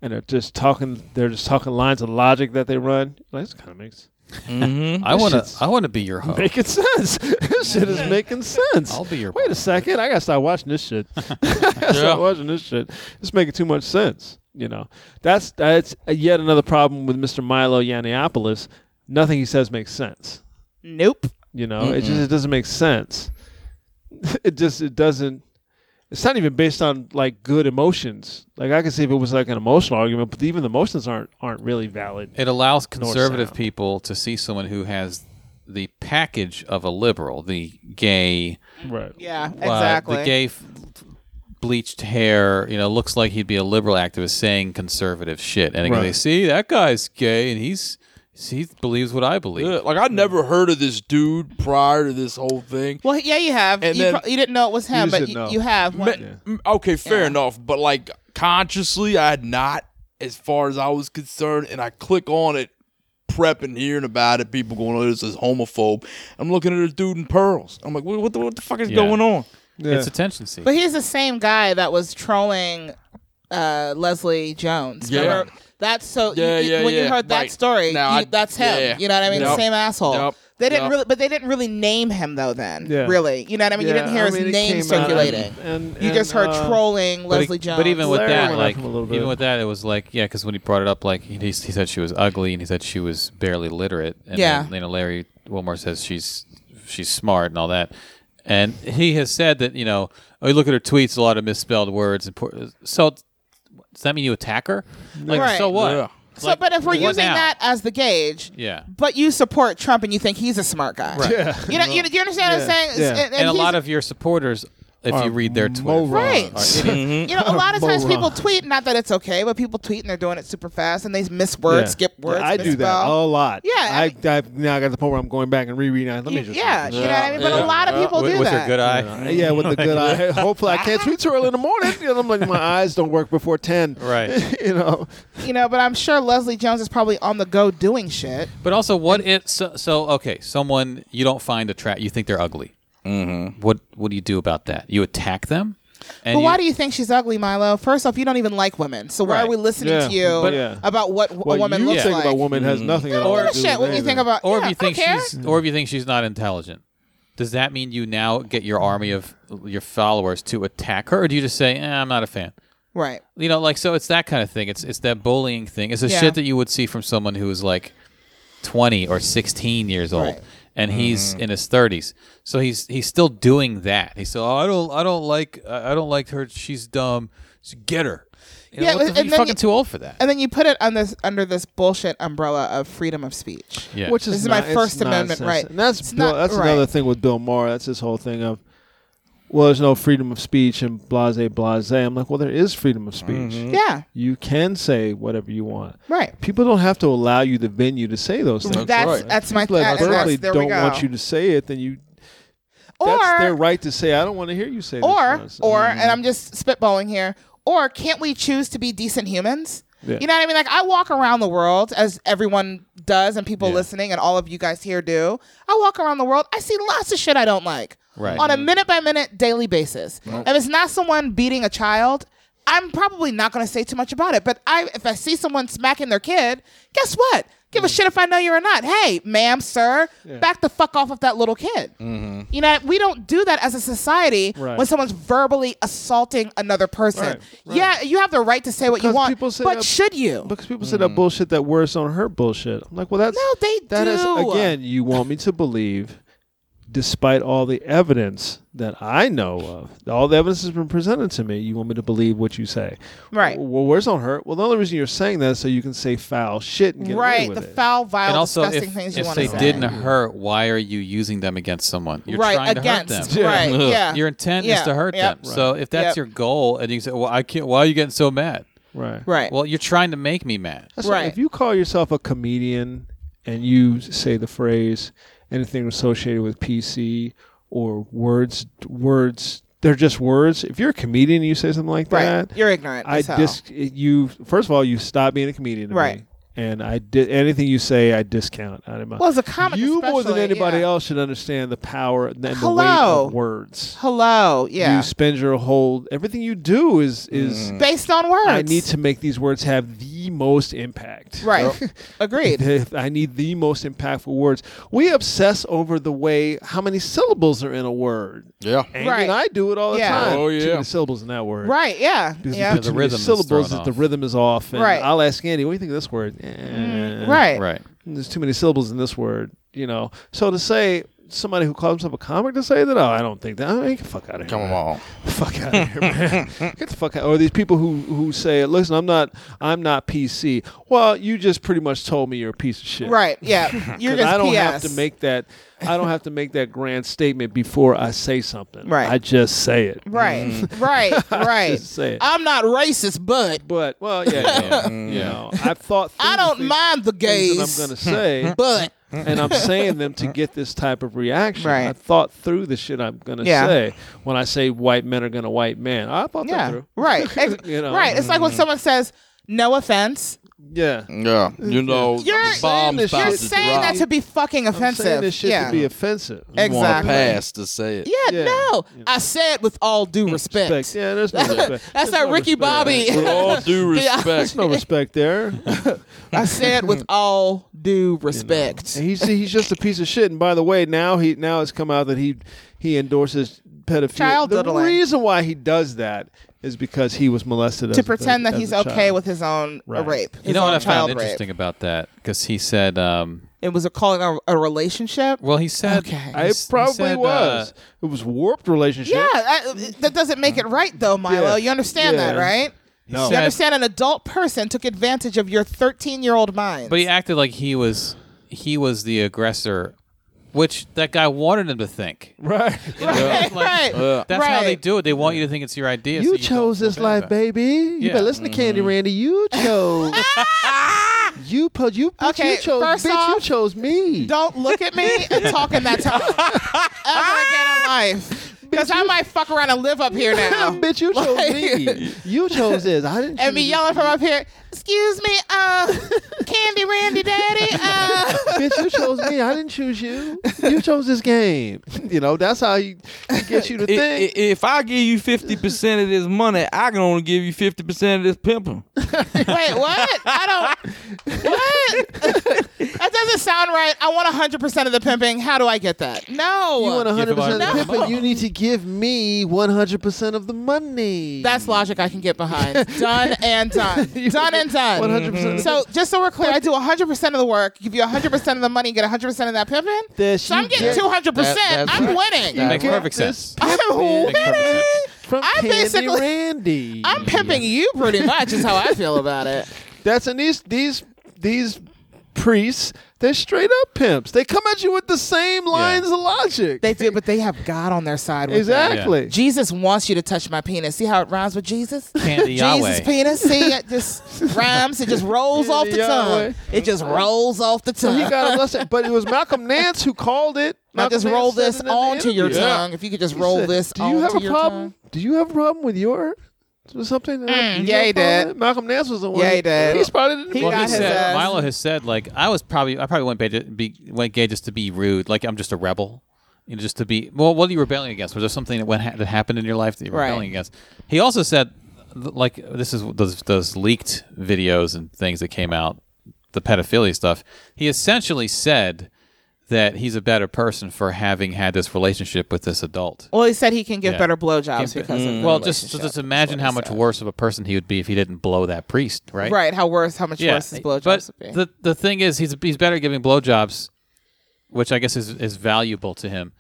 [SPEAKER 9] and they're just talking, they're just talking lines of logic that they run. Like, this kind of makes
[SPEAKER 10] I want
[SPEAKER 9] shit's-
[SPEAKER 10] to I want to be your hoe.
[SPEAKER 9] making sense. [laughs] this shit is making sense.
[SPEAKER 10] I'll be your
[SPEAKER 9] Wait a
[SPEAKER 10] boss.
[SPEAKER 9] second, I gotta start watching this shit. [laughs] I gotta start watching this shit. It's making too much sense. You know, that's that's yet another problem with Mr. Milo Yiannopoulos. Nothing he says makes sense.
[SPEAKER 11] Nope.
[SPEAKER 9] You know, it just it doesn't make sense. [laughs] It just it doesn't. It's not even based on like good emotions. Like I could see if it was like an emotional argument, but even the emotions aren't aren't really valid.
[SPEAKER 10] It allows conservative
[SPEAKER 9] south.
[SPEAKER 10] people to see someone who has the package of a liberal, the gay,
[SPEAKER 9] Right.
[SPEAKER 11] Yeah,
[SPEAKER 10] uh,
[SPEAKER 11] exactly.
[SPEAKER 10] the gay f- bleached hair, you know, looks like he'd be a liberal activist saying conservative shit. And again, they
[SPEAKER 9] Right.
[SPEAKER 10] see that guy's gay and he's he believes what I believe.
[SPEAKER 6] Yeah, like I never heard of this dude prior to this whole thing.
[SPEAKER 11] well, yeah, you have.
[SPEAKER 6] And
[SPEAKER 11] you,
[SPEAKER 6] then-
[SPEAKER 11] pro- you didn't know it was him,
[SPEAKER 9] just
[SPEAKER 11] but
[SPEAKER 9] didn't
[SPEAKER 11] you,
[SPEAKER 9] know.
[SPEAKER 11] you have.
[SPEAKER 6] Ma-
[SPEAKER 11] One.
[SPEAKER 6] m- okay, fair enough. But like consciously, I had not, as far as I was concerned, and I click on it, prepping, hearing about it, people going, "Oh, this is homophobe." I'm looking at this dude in pearls. I'm like, "What, what, the, what the fuck is
[SPEAKER 10] Yeah.
[SPEAKER 6] going on?"
[SPEAKER 10] It's attention seeking.
[SPEAKER 11] But he's the same guy that was trolling uh, Leslie Jones.
[SPEAKER 6] Yeah.
[SPEAKER 11] Remember? That's so.
[SPEAKER 6] Yeah,
[SPEAKER 11] you, you-
[SPEAKER 6] yeah,
[SPEAKER 11] when you
[SPEAKER 6] yeah.
[SPEAKER 11] heard that
[SPEAKER 6] Right.
[SPEAKER 11] story,
[SPEAKER 6] Now
[SPEAKER 11] you-
[SPEAKER 6] I-
[SPEAKER 11] that's him.
[SPEAKER 6] yeah.
[SPEAKER 11] You know what I mean? The
[SPEAKER 6] Yep.
[SPEAKER 11] same asshole.
[SPEAKER 6] Yep.
[SPEAKER 11] They didn't
[SPEAKER 6] Yep.
[SPEAKER 11] really, but they didn't really name him though. Then,
[SPEAKER 9] Yeah.
[SPEAKER 11] really, you know what I mean? you didn't hear
[SPEAKER 9] I
[SPEAKER 11] his
[SPEAKER 9] mean, it
[SPEAKER 11] name
[SPEAKER 9] came out
[SPEAKER 11] circulating.
[SPEAKER 9] And, and,
[SPEAKER 11] you just heard
[SPEAKER 9] uh,
[SPEAKER 11] trolling
[SPEAKER 10] But- e-
[SPEAKER 11] Leslie Jones.
[SPEAKER 10] But even with
[SPEAKER 9] Larry
[SPEAKER 10] that,
[SPEAKER 9] went
[SPEAKER 10] like
[SPEAKER 9] off him a little
[SPEAKER 10] even
[SPEAKER 9] bit.
[SPEAKER 10] with that, it was like yeah, because when he brought it up, like he, he said she was ugly and he said she was barely literate. And
[SPEAKER 11] Yeah.
[SPEAKER 10] then, you know, Larry Wilmore says she's she's smart and all that. And he has said that you know, oh, you look at her tweets, a lot of misspelled words. And poor, so does that mean you attack her? Like
[SPEAKER 11] Right.
[SPEAKER 10] so what?
[SPEAKER 6] Yeah.
[SPEAKER 11] so,
[SPEAKER 10] Like,
[SPEAKER 11] but if we're
[SPEAKER 10] what
[SPEAKER 11] using
[SPEAKER 10] now?
[SPEAKER 11] that as the gauge,
[SPEAKER 10] yeah.
[SPEAKER 11] but you support Trump and you think he's a smart guy, right? You know, you, do you understand what I'm saying?
[SPEAKER 9] Yeah.
[SPEAKER 11] And, and
[SPEAKER 10] And a
[SPEAKER 11] he's-
[SPEAKER 10] lot of your supporters, if you read their Twitter,
[SPEAKER 11] Right.
[SPEAKER 10] are
[SPEAKER 9] [laughs]
[SPEAKER 10] idiots.
[SPEAKER 11] You know, a lot of times
[SPEAKER 9] Moron.
[SPEAKER 11] people tweet, not that it's okay, but people tweet and they're doing it super fast and they miss words, skip words.
[SPEAKER 9] I do that Oh, a
[SPEAKER 11] misspell.
[SPEAKER 9] lot.
[SPEAKER 11] Yeah, I
[SPEAKER 9] I,
[SPEAKER 11] mean-
[SPEAKER 9] I, have now I got the point where I'm going back and rereading. it. Let me just
[SPEAKER 11] yeah, [laughs] you know what I mean? But a lot of people
[SPEAKER 10] with,
[SPEAKER 11] do
[SPEAKER 10] with
[SPEAKER 11] that.
[SPEAKER 10] their good eye.
[SPEAKER 9] yeah, with the
[SPEAKER 11] [laughs]
[SPEAKER 9] good eye. Hopefully, I can't tweet too early in the morning. You know, I'm like my eyes don't work before ten.
[SPEAKER 10] Right.
[SPEAKER 9] [laughs] you know,
[SPEAKER 11] You know, but I'm sure Leslie Jones is probably on the go doing shit.
[SPEAKER 10] But also, what if so? so okay, someone you don't find attract, you think they're ugly. Mm-hmm. What What do you do about that? You attack them. And
[SPEAKER 11] But why do you think she's ugly, Milo? First off, you don't even like women, so why
[SPEAKER 10] Right.
[SPEAKER 11] are we listening
[SPEAKER 9] Yeah,
[SPEAKER 11] to you
[SPEAKER 9] but- Yeah.
[SPEAKER 11] about what w-
[SPEAKER 9] what
[SPEAKER 11] a woman
[SPEAKER 9] you
[SPEAKER 11] looks
[SPEAKER 9] think
[SPEAKER 11] like?
[SPEAKER 9] about women has nothing at all.
[SPEAKER 11] What
[SPEAKER 9] to
[SPEAKER 11] Mm-hmm. a
[SPEAKER 9] do
[SPEAKER 11] shit
[SPEAKER 9] with
[SPEAKER 11] when you think
[SPEAKER 9] anything.
[SPEAKER 11] about
[SPEAKER 10] Or
[SPEAKER 11] yeah,
[SPEAKER 10] if you
[SPEAKER 11] I don't
[SPEAKER 10] think
[SPEAKER 11] care.
[SPEAKER 10] she's, or if you think she's not intelligent, does that mean you now get your army of your followers to attack her, or do you just say, eh, "I'm not a fan"?
[SPEAKER 11] right?
[SPEAKER 10] You know, like so, it's that kind of thing. It's it's that bullying thing. It's the
[SPEAKER 11] Yeah.
[SPEAKER 10] shit that you would see from someone who is like twenty or sixteen years old,
[SPEAKER 11] Right.
[SPEAKER 10] and he's in his thirties. So he's he's still doing that. He's still, oh, I don't I don't like I I don't like her. She's dumb. So get her. You know,
[SPEAKER 11] Yeah,
[SPEAKER 10] what the-
[SPEAKER 11] and
[SPEAKER 10] you're
[SPEAKER 11] then
[SPEAKER 10] fucking
[SPEAKER 11] you-
[SPEAKER 10] too old for that.
[SPEAKER 11] And then you put it on this under this bullshit umbrella of freedom of speech.
[SPEAKER 10] yeah.
[SPEAKER 9] Which is
[SPEAKER 11] This is
[SPEAKER 9] not-
[SPEAKER 11] my
[SPEAKER 9] it's
[SPEAKER 11] First Amendment
[SPEAKER 9] nonsense.
[SPEAKER 11] right.
[SPEAKER 9] And that's
[SPEAKER 11] It's
[SPEAKER 9] Bill,
[SPEAKER 11] not
[SPEAKER 9] that's
[SPEAKER 11] right.
[SPEAKER 9] another thing with Bill Maher. That's his whole thing of, well, there's no freedom of speech and blase blase. I'm like, well, there is freedom of
[SPEAKER 11] Mm-hmm.
[SPEAKER 9] speech.
[SPEAKER 11] Yeah,
[SPEAKER 9] You can say whatever you want.
[SPEAKER 11] right.
[SPEAKER 9] People don't have to allow you the venue to say those things.
[SPEAKER 11] That's that's, my
[SPEAKER 9] People that
[SPEAKER 11] that-
[SPEAKER 9] verbally
[SPEAKER 11] that's, there
[SPEAKER 9] don't
[SPEAKER 11] we go.
[SPEAKER 9] want you to say it, then you
[SPEAKER 11] or
[SPEAKER 9] that's their right to say I don't want to Mm-hmm. hear you say this
[SPEAKER 11] or
[SPEAKER 9] nonsense."
[SPEAKER 11] or and I'm just spitballing here. Or can't we choose to be decent humans?
[SPEAKER 9] Yeah.
[SPEAKER 11] You know what I mean? Like I walk around the world as everyone does and people
[SPEAKER 10] Yeah.
[SPEAKER 11] listening and all of you guys here do. I walk around the world, I see lots of shit I don't like.
[SPEAKER 10] Right.
[SPEAKER 11] On a
[SPEAKER 9] Mm-hmm.
[SPEAKER 11] minute by minute daily basis. If it's not someone beating a child, I'm probably not going to say too much about it. But I if I see someone smacking their kid, guess what? Give a shit if I know you or not. Hey, ma'am, sir,
[SPEAKER 9] Mm. Yeah.
[SPEAKER 11] back the fuck off of that little kid.
[SPEAKER 6] Mm-hmm.
[SPEAKER 11] You know, we don't do that as a society
[SPEAKER 9] Right.
[SPEAKER 11] when someone's verbally assaulting another person.
[SPEAKER 9] Right, right.
[SPEAKER 11] Yeah, you have the right to say what you
[SPEAKER 9] Because
[SPEAKER 11] want,
[SPEAKER 9] people say
[SPEAKER 11] but
[SPEAKER 9] that-
[SPEAKER 11] should you?
[SPEAKER 9] Because people say that bullshit that words don't hurt bullshit. I'm like, well, that's
[SPEAKER 11] No, they
[SPEAKER 9] that is-
[SPEAKER 11] do.
[SPEAKER 9] again. You want me to believe, despite all the evidence that I know of, all the evidence has been presented to me. You want me to believe what you say,
[SPEAKER 11] Right.
[SPEAKER 9] Well, words don't hurt. Well, the only reason you're saying that is so you can say foul shit and get away
[SPEAKER 11] Right,
[SPEAKER 9] with
[SPEAKER 11] the
[SPEAKER 9] it.
[SPEAKER 11] foul, vile,
[SPEAKER 10] and also,
[SPEAKER 11] disgusting
[SPEAKER 10] if,
[SPEAKER 11] things you
[SPEAKER 10] if
[SPEAKER 11] want
[SPEAKER 10] they
[SPEAKER 11] to say.
[SPEAKER 10] didn't hurt, why are you using them against someone? You're
[SPEAKER 11] Right,
[SPEAKER 10] trying to hurt
[SPEAKER 11] against.
[SPEAKER 10] them.
[SPEAKER 11] Yeah. Right,
[SPEAKER 10] [laughs] Ugh.
[SPEAKER 11] yeah.
[SPEAKER 10] Your intent
[SPEAKER 11] Yeah,
[SPEAKER 10] is to hurt
[SPEAKER 11] yep.
[SPEAKER 10] them. So
[SPEAKER 11] Right.
[SPEAKER 10] if that's
[SPEAKER 11] Yep.
[SPEAKER 10] your goal, and you say, "Well, I can't," why are you getting so mad?
[SPEAKER 9] Right.
[SPEAKER 11] Right.
[SPEAKER 10] Well, you're trying to make me mad.
[SPEAKER 9] That's right.
[SPEAKER 11] Right.
[SPEAKER 9] If you call yourself a comedian and you say the phrase anything associated with PC or words, words, they're just words. If you're a comedian and you say something like
[SPEAKER 11] Right.
[SPEAKER 9] that,
[SPEAKER 11] You're ignorant.
[SPEAKER 9] I
[SPEAKER 11] as hell.
[SPEAKER 9] dis you. First of all, you stop being a comedian, to
[SPEAKER 11] Right.
[SPEAKER 9] Me, and I did anything you say, I discount out of my.
[SPEAKER 11] Well, as a comic,
[SPEAKER 9] you more than
[SPEAKER 11] especially,
[SPEAKER 9] anybody
[SPEAKER 11] yeah.
[SPEAKER 9] else should understand the power and the weight
[SPEAKER 11] Hello.
[SPEAKER 9] of words.
[SPEAKER 11] Hello. Yeah.
[SPEAKER 9] You spend your whole everything you do is is.
[SPEAKER 11] Based on words.
[SPEAKER 9] I need to make these words have the most impact.
[SPEAKER 11] [laughs] Right. Agreed.
[SPEAKER 9] If [laughs] I need the most impactful words. We obsess over the way how many syllables are in a word.
[SPEAKER 6] Yeah.
[SPEAKER 9] And
[SPEAKER 11] Right.
[SPEAKER 9] I do it all the
[SPEAKER 11] Yeah.
[SPEAKER 9] time.
[SPEAKER 6] Oh,
[SPEAKER 9] Too
[SPEAKER 6] yeah.
[SPEAKER 9] many syllables in that word.
[SPEAKER 11] Right. Yeah.
[SPEAKER 9] Because
[SPEAKER 11] Yeah.
[SPEAKER 9] you put
[SPEAKER 10] [laughs] The
[SPEAKER 9] too many
[SPEAKER 10] rhythm is
[SPEAKER 9] syllables,
[SPEAKER 10] thrown
[SPEAKER 9] the
[SPEAKER 10] off.
[SPEAKER 9] rhythm is off. And
[SPEAKER 11] Right. Mm-hmm.
[SPEAKER 9] I'll ask Andy, what do you think of this word? Eh,
[SPEAKER 11] Right.
[SPEAKER 10] Right.
[SPEAKER 9] There's too many syllables in this word. You know. So to say somebody who calls himself a comic to say that, oh, I don't think that. I mean, get the fuck out of here.
[SPEAKER 6] Come
[SPEAKER 9] man
[SPEAKER 6] on.
[SPEAKER 9] fuck out of here, [laughs] man. Get the fuck out. Or these people who who say, "Listen, I'm not, I'm not PC." Well, you just pretty much told me you're a piece of shit.
[SPEAKER 11] Right. Yeah.
[SPEAKER 9] [laughs] 'Cause
[SPEAKER 11] You're just
[SPEAKER 9] I don't
[SPEAKER 11] PS.
[SPEAKER 9] have to make that. I don't have to make that grand statement before I say something.
[SPEAKER 11] Right.
[SPEAKER 9] I just say it.
[SPEAKER 11] Right.
[SPEAKER 9] [laughs]
[SPEAKER 11] Right. Right.
[SPEAKER 9] Just say it.
[SPEAKER 11] I'm not racist, but
[SPEAKER 9] But well, yeah, yeah, you know, I've thought.
[SPEAKER 11] I
[SPEAKER 9] through the
[SPEAKER 11] don't
[SPEAKER 9] things-
[SPEAKER 11] mind the
[SPEAKER 9] things
[SPEAKER 11] gays.
[SPEAKER 9] that I'm
[SPEAKER 11] [laughs]
[SPEAKER 9] gonna say, [laughs]
[SPEAKER 11] but
[SPEAKER 9] and I'm saying them to get this type of reaction.
[SPEAKER 11] Right.
[SPEAKER 9] I thought through the shit I'm gonna
[SPEAKER 11] Yeah.
[SPEAKER 9] say when I say white men are gonna white man. I thought that
[SPEAKER 11] yeah.
[SPEAKER 9] through. [laughs]
[SPEAKER 11] Right. Ex-
[SPEAKER 9] You know.
[SPEAKER 11] Right. It's like when someone says, "No offense."
[SPEAKER 9] Yeah.
[SPEAKER 6] Yeah. You know,
[SPEAKER 11] You're
[SPEAKER 6] the bomb's
[SPEAKER 9] this
[SPEAKER 6] about
[SPEAKER 11] You're
[SPEAKER 9] shit-
[SPEAKER 6] to
[SPEAKER 11] saying
[SPEAKER 6] drop.
[SPEAKER 11] that to be fucking offensive.
[SPEAKER 9] I'm saying this shit
[SPEAKER 11] yeah.
[SPEAKER 9] to be offensive.
[SPEAKER 11] Ex-
[SPEAKER 6] You want to
[SPEAKER 11] Exactly.
[SPEAKER 6] pass to say it.
[SPEAKER 11] yeah,
[SPEAKER 9] Yeah.
[SPEAKER 11] No. I said with all due respect.
[SPEAKER 9] Respect.
[SPEAKER 11] [laughs]
[SPEAKER 9] Yeah, there's no respect.
[SPEAKER 11] That's
[SPEAKER 9] There's
[SPEAKER 11] that
[SPEAKER 9] no
[SPEAKER 11] Ricky
[SPEAKER 9] respect.
[SPEAKER 11] Bobby.
[SPEAKER 6] With all due
[SPEAKER 11] Yeah.
[SPEAKER 6] respect.
[SPEAKER 9] There's no
[SPEAKER 11] [laughs]
[SPEAKER 9] respect there.
[SPEAKER 11] I said with all due respect.
[SPEAKER 9] he's he's just a piece of shit. And by the way, now he now it's come out that he he endorses pedophilia.
[SPEAKER 11] Child
[SPEAKER 9] the
[SPEAKER 11] diddling.
[SPEAKER 9] reason why he does that is because he was molested as
[SPEAKER 11] to
[SPEAKER 9] a-
[SPEAKER 11] pretend that
[SPEAKER 9] as
[SPEAKER 11] he's
[SPEAKER 9] a
[SPEAKER 11] okay
[SPEAKER 9] child.
[SPEAKER 11] with his own uh,
[SPEAKER 9] Right.
[SPEAKER 11] rape.
[SPEAKER 10] You
[SPEAKER 11] his
[SPEAKER 10] know what
[SPEAKER 11] own
[SPEAKER 10] I found
[SPEAKER 11] child rape.
[SPEAKER 10] interesting about that? Because he said, um,
[SPEAKER 11] It was a calling a, a relationship.
[SPEAKER 10] well, he said,
[SPEAKER 11] Okay.
[SPEAKER 10] he
[SPEAKER 9] It
[SPEAKER 10] s- he
[SPEAKER 9] probably
[SPEAKER 10] said, uh,
[SPEAKER 9] was. it was warped relationship.
[SPEAKER 11] Yeah, that, that doesn't make it right though, Milo.
[SPEAKER 9] Yeah.
[SPEAKER 11] You understand that,
[SPEAKER 9] Yeah.
[SPEAKER 11] right?
[SPEAKER 9] No.
[SPEAKER 11] You
[SPEAKER 10] said-
[SPEAKER 11] understand an adult person took advantage of your 13 year old mind.
[SPEAKER 10] But he acted like he was he was the aggressor, which that guy wanted him to think.
[SPEAKER 9] Right.
[SPEAKER 10] You know?
[SPEAKER 11] [laughs] Right,
[SPEAKER 10] Like, uh,
[SPEAKER 11] right,
[SPEAKER 10] That's how they
[SPEAKER 11] right.
[SPEAKER 10] do it. They want you to think it's your idea. so
[SPEAKER 9] You
[SPEAKER 10] don't
[SPEAKER 9] chose
[SPEAKER 10] feel
[SPEAKER 9] this
[SPEAKER 10] bad
[SPEAKER 9] life,
[SPEAKER 10] about it.
[SPEAKER 9] baby. You
[SPEAKER 10] Yeah.
[SPEAKER 9] better listen to Candy Randy. You chose.
[SPEAKER 11] [laughs]
[SPEAKER 9] you put you bitch,
[SPEAKER 11] Okay,
[SPEAKER 9] you chose
[SPEAKER 11] first
[SPEAKER 9] bitch, you
[SPEAKER 11] off,
[SPEAKER 9] chose me.
[SPEAKER 11] Don't look at me and talk in that
[SPEAKER 10] [laughs]
[SPEAKER 11] tone ever again in life. Because I might fuck around and live up here now.
[SPEAKER 9] bitch, you chose
[SPEAKER 11] Um, Like- [laughs]
[SPEAKER 9] me. You chose this. I didn't.
[SPEAKER 11] And be
[SPEAKER 9] choose
[SPEAKER 11] yelling from up here, excuse me, uh, Candy Randy Daddy, uh. [laughs]
[SPEAKER 9] this. Bitch, you chose me. I didn't choose you. You chose this game. You know that's how you he
[SPEAKER 11] [laughs]
[SPEAKER 9] gets you to
[SPEAKER 6] I-
[SPEAKER 9] [laughs] think.
[SPEAKER 6] i- If I give you 50% of this money, I can only give you 50% of this pimping.
[SPEAKER 11] Wait, what? I don't. What? [laughs] that doesn't sound right. I want 100% of the pimping. How do I get that? No.
[SPEAKER 9] you want 100 percent of
[SPEAKER 10] give
[SPEAKER 9] the
[SPEAKER 10] him
[SPEAKER 9] pip, but you need to give me 100 percent of the money.
[SPEAKER 11] That's logic I can get [laughs] behind. done and [laughs] done. Done and done.
[SPEAKER 9] 100%.
[SPEAKER 11] So, just so we're clear, I do 100% of the work, give you 100% of the money, get 100% of that pimping.
[SPEAKER 9] This
[SPEAKER 11] So, I'm
[SPEAKER 9] you
[SPEAKER 11] getting
[SPEAKER 9] get-
[SPEAKER 11] 200%.
[SPEAKER 6] That- that's
[SPEAKER 11] I'm
[SPEAKER 6] right.
[SPEAKER 11] winning.
[SPEAKER 10] That makes
[SPEAKER 9] get
[SPEAKER 10] perfect
[SPEAKER 9] this
[SPEAKER 10] sense.
[SPEAKER 11] I'm
[SPEAKER 10] Makes
[SPEAKER 11] winning.
[SPEAKER 10] perfect sense.
[SPEAKER 9] from
[SPEAKER 11] I
[SPEAKER 9] Candy
[SPEAKER 11] basically-
[SPEAKER 9] Randy.
[SPEAKER 11] I'm pimping you pretty much, is how I feel about it.
[SPEAKER 9] That's and these these these priests, they're straight up pimps. They come at you with the same lines of logic.
[SPEAKER 11] They do, but they have God on their side with that.
[SPEAKER 9] exactly.
[SPEAKER 11] Jesus wants you to touch my penis. See how it rhymes with Jesus?
[SPEAKER 10] Candy
[SPEAKER 11] Jesus
[SPEAKER 10] Yahweh.
[SPEAKER 11] penis. See, it [laughs] just rhymes. It just rolls off the
[SPEAKER 9] Yahweh.
[SPEAKER 11] tongue. It just rolls off the
[SPEAKER 9] So
[SPEAKER 11] tongue.
[SPEAKER 9] he got a lesson, but it was Malcolm Nance who called it.
[SPEAKER 11] now
[SPEAKER 9] Malcolm
[SPEAKER 11] just roll
[SPEAKER 9] Nance said
[SPEAKER 11] this
[SPEAKER 9] it in an
[SPEAKER 11] onto your
[SPEAKER 9] interview.
[SPEAKER 11] tongue. If you could just
[SPEAKER 9] He
[SPEAKER 11] roll
[SPEAKER 9] said,
[SPEAKER 11] this
[SPEAKER 9] Do you have
[SPEAKER 11] onto
[SPEAKER 9] a
[SPEAKER 11] your
[SPEAKER 9] problem?
[SPEAKER 11] tongue.
[SPEAKER 9] Do you have a problem with your something? Do you have
[SPEAKER 11] Mm, yeah,
[SPEAKER 9] a
[SPEAKER 11] he
[SPEAKER 9] problem
[SPEAKER 11] did.
[SPEAKER 9] with it? Malcolm Nance was the one.
[SPEAKER 11] Yeah, he did.
[SPEAKER 9] He spotted it.
[SPEAKER 11] He
[SPEAKER 9] in
[SPEAKER 11] got
[SPEAKER 9] the
[SPEAKER 10] Well, he
[SPEAKER 11] his
[SPEAKER 10] said
[SPEAKER 11] ass.
[SPEAKER 10] Milo has said like I was probably I probably went gay, just, be, went gay just to be rude, like I'm just a rebel, you know, just to be. Well, what are you rebelling against? Was there something that went ha- that happened in your life that you're
[SPEAKER 11] Right.
[SPEAKER 10] rebelling against? He also said th- like this is those those leaked videos and things that came out the pedophilia stuff, he essentially said that he's a better person for having had this relationship with this adult.
[SPEAKER 11] Well, he said he can give
[SPEAKER 10] Yeah.
[SPEAKER 11] better blowjobs
[SPEAKER 10] Can't be- mm,
[SPEAKER 11] because of the
[SPEAKER 10] well, just so
[SPEAKER 11] relationship.
[SPEAKER 10] just imagine how much worse of a person he would be if he didn't blow that priest, right?
[SPEAKER 11] Right, how worse, how much worse his blowjobs
[SPEAKER 10] but
[SPEAKER 11] would be.
[SPEAKER 10] The the thing is, he's he's better at giving blowjobs, which I guess is is valuable to him.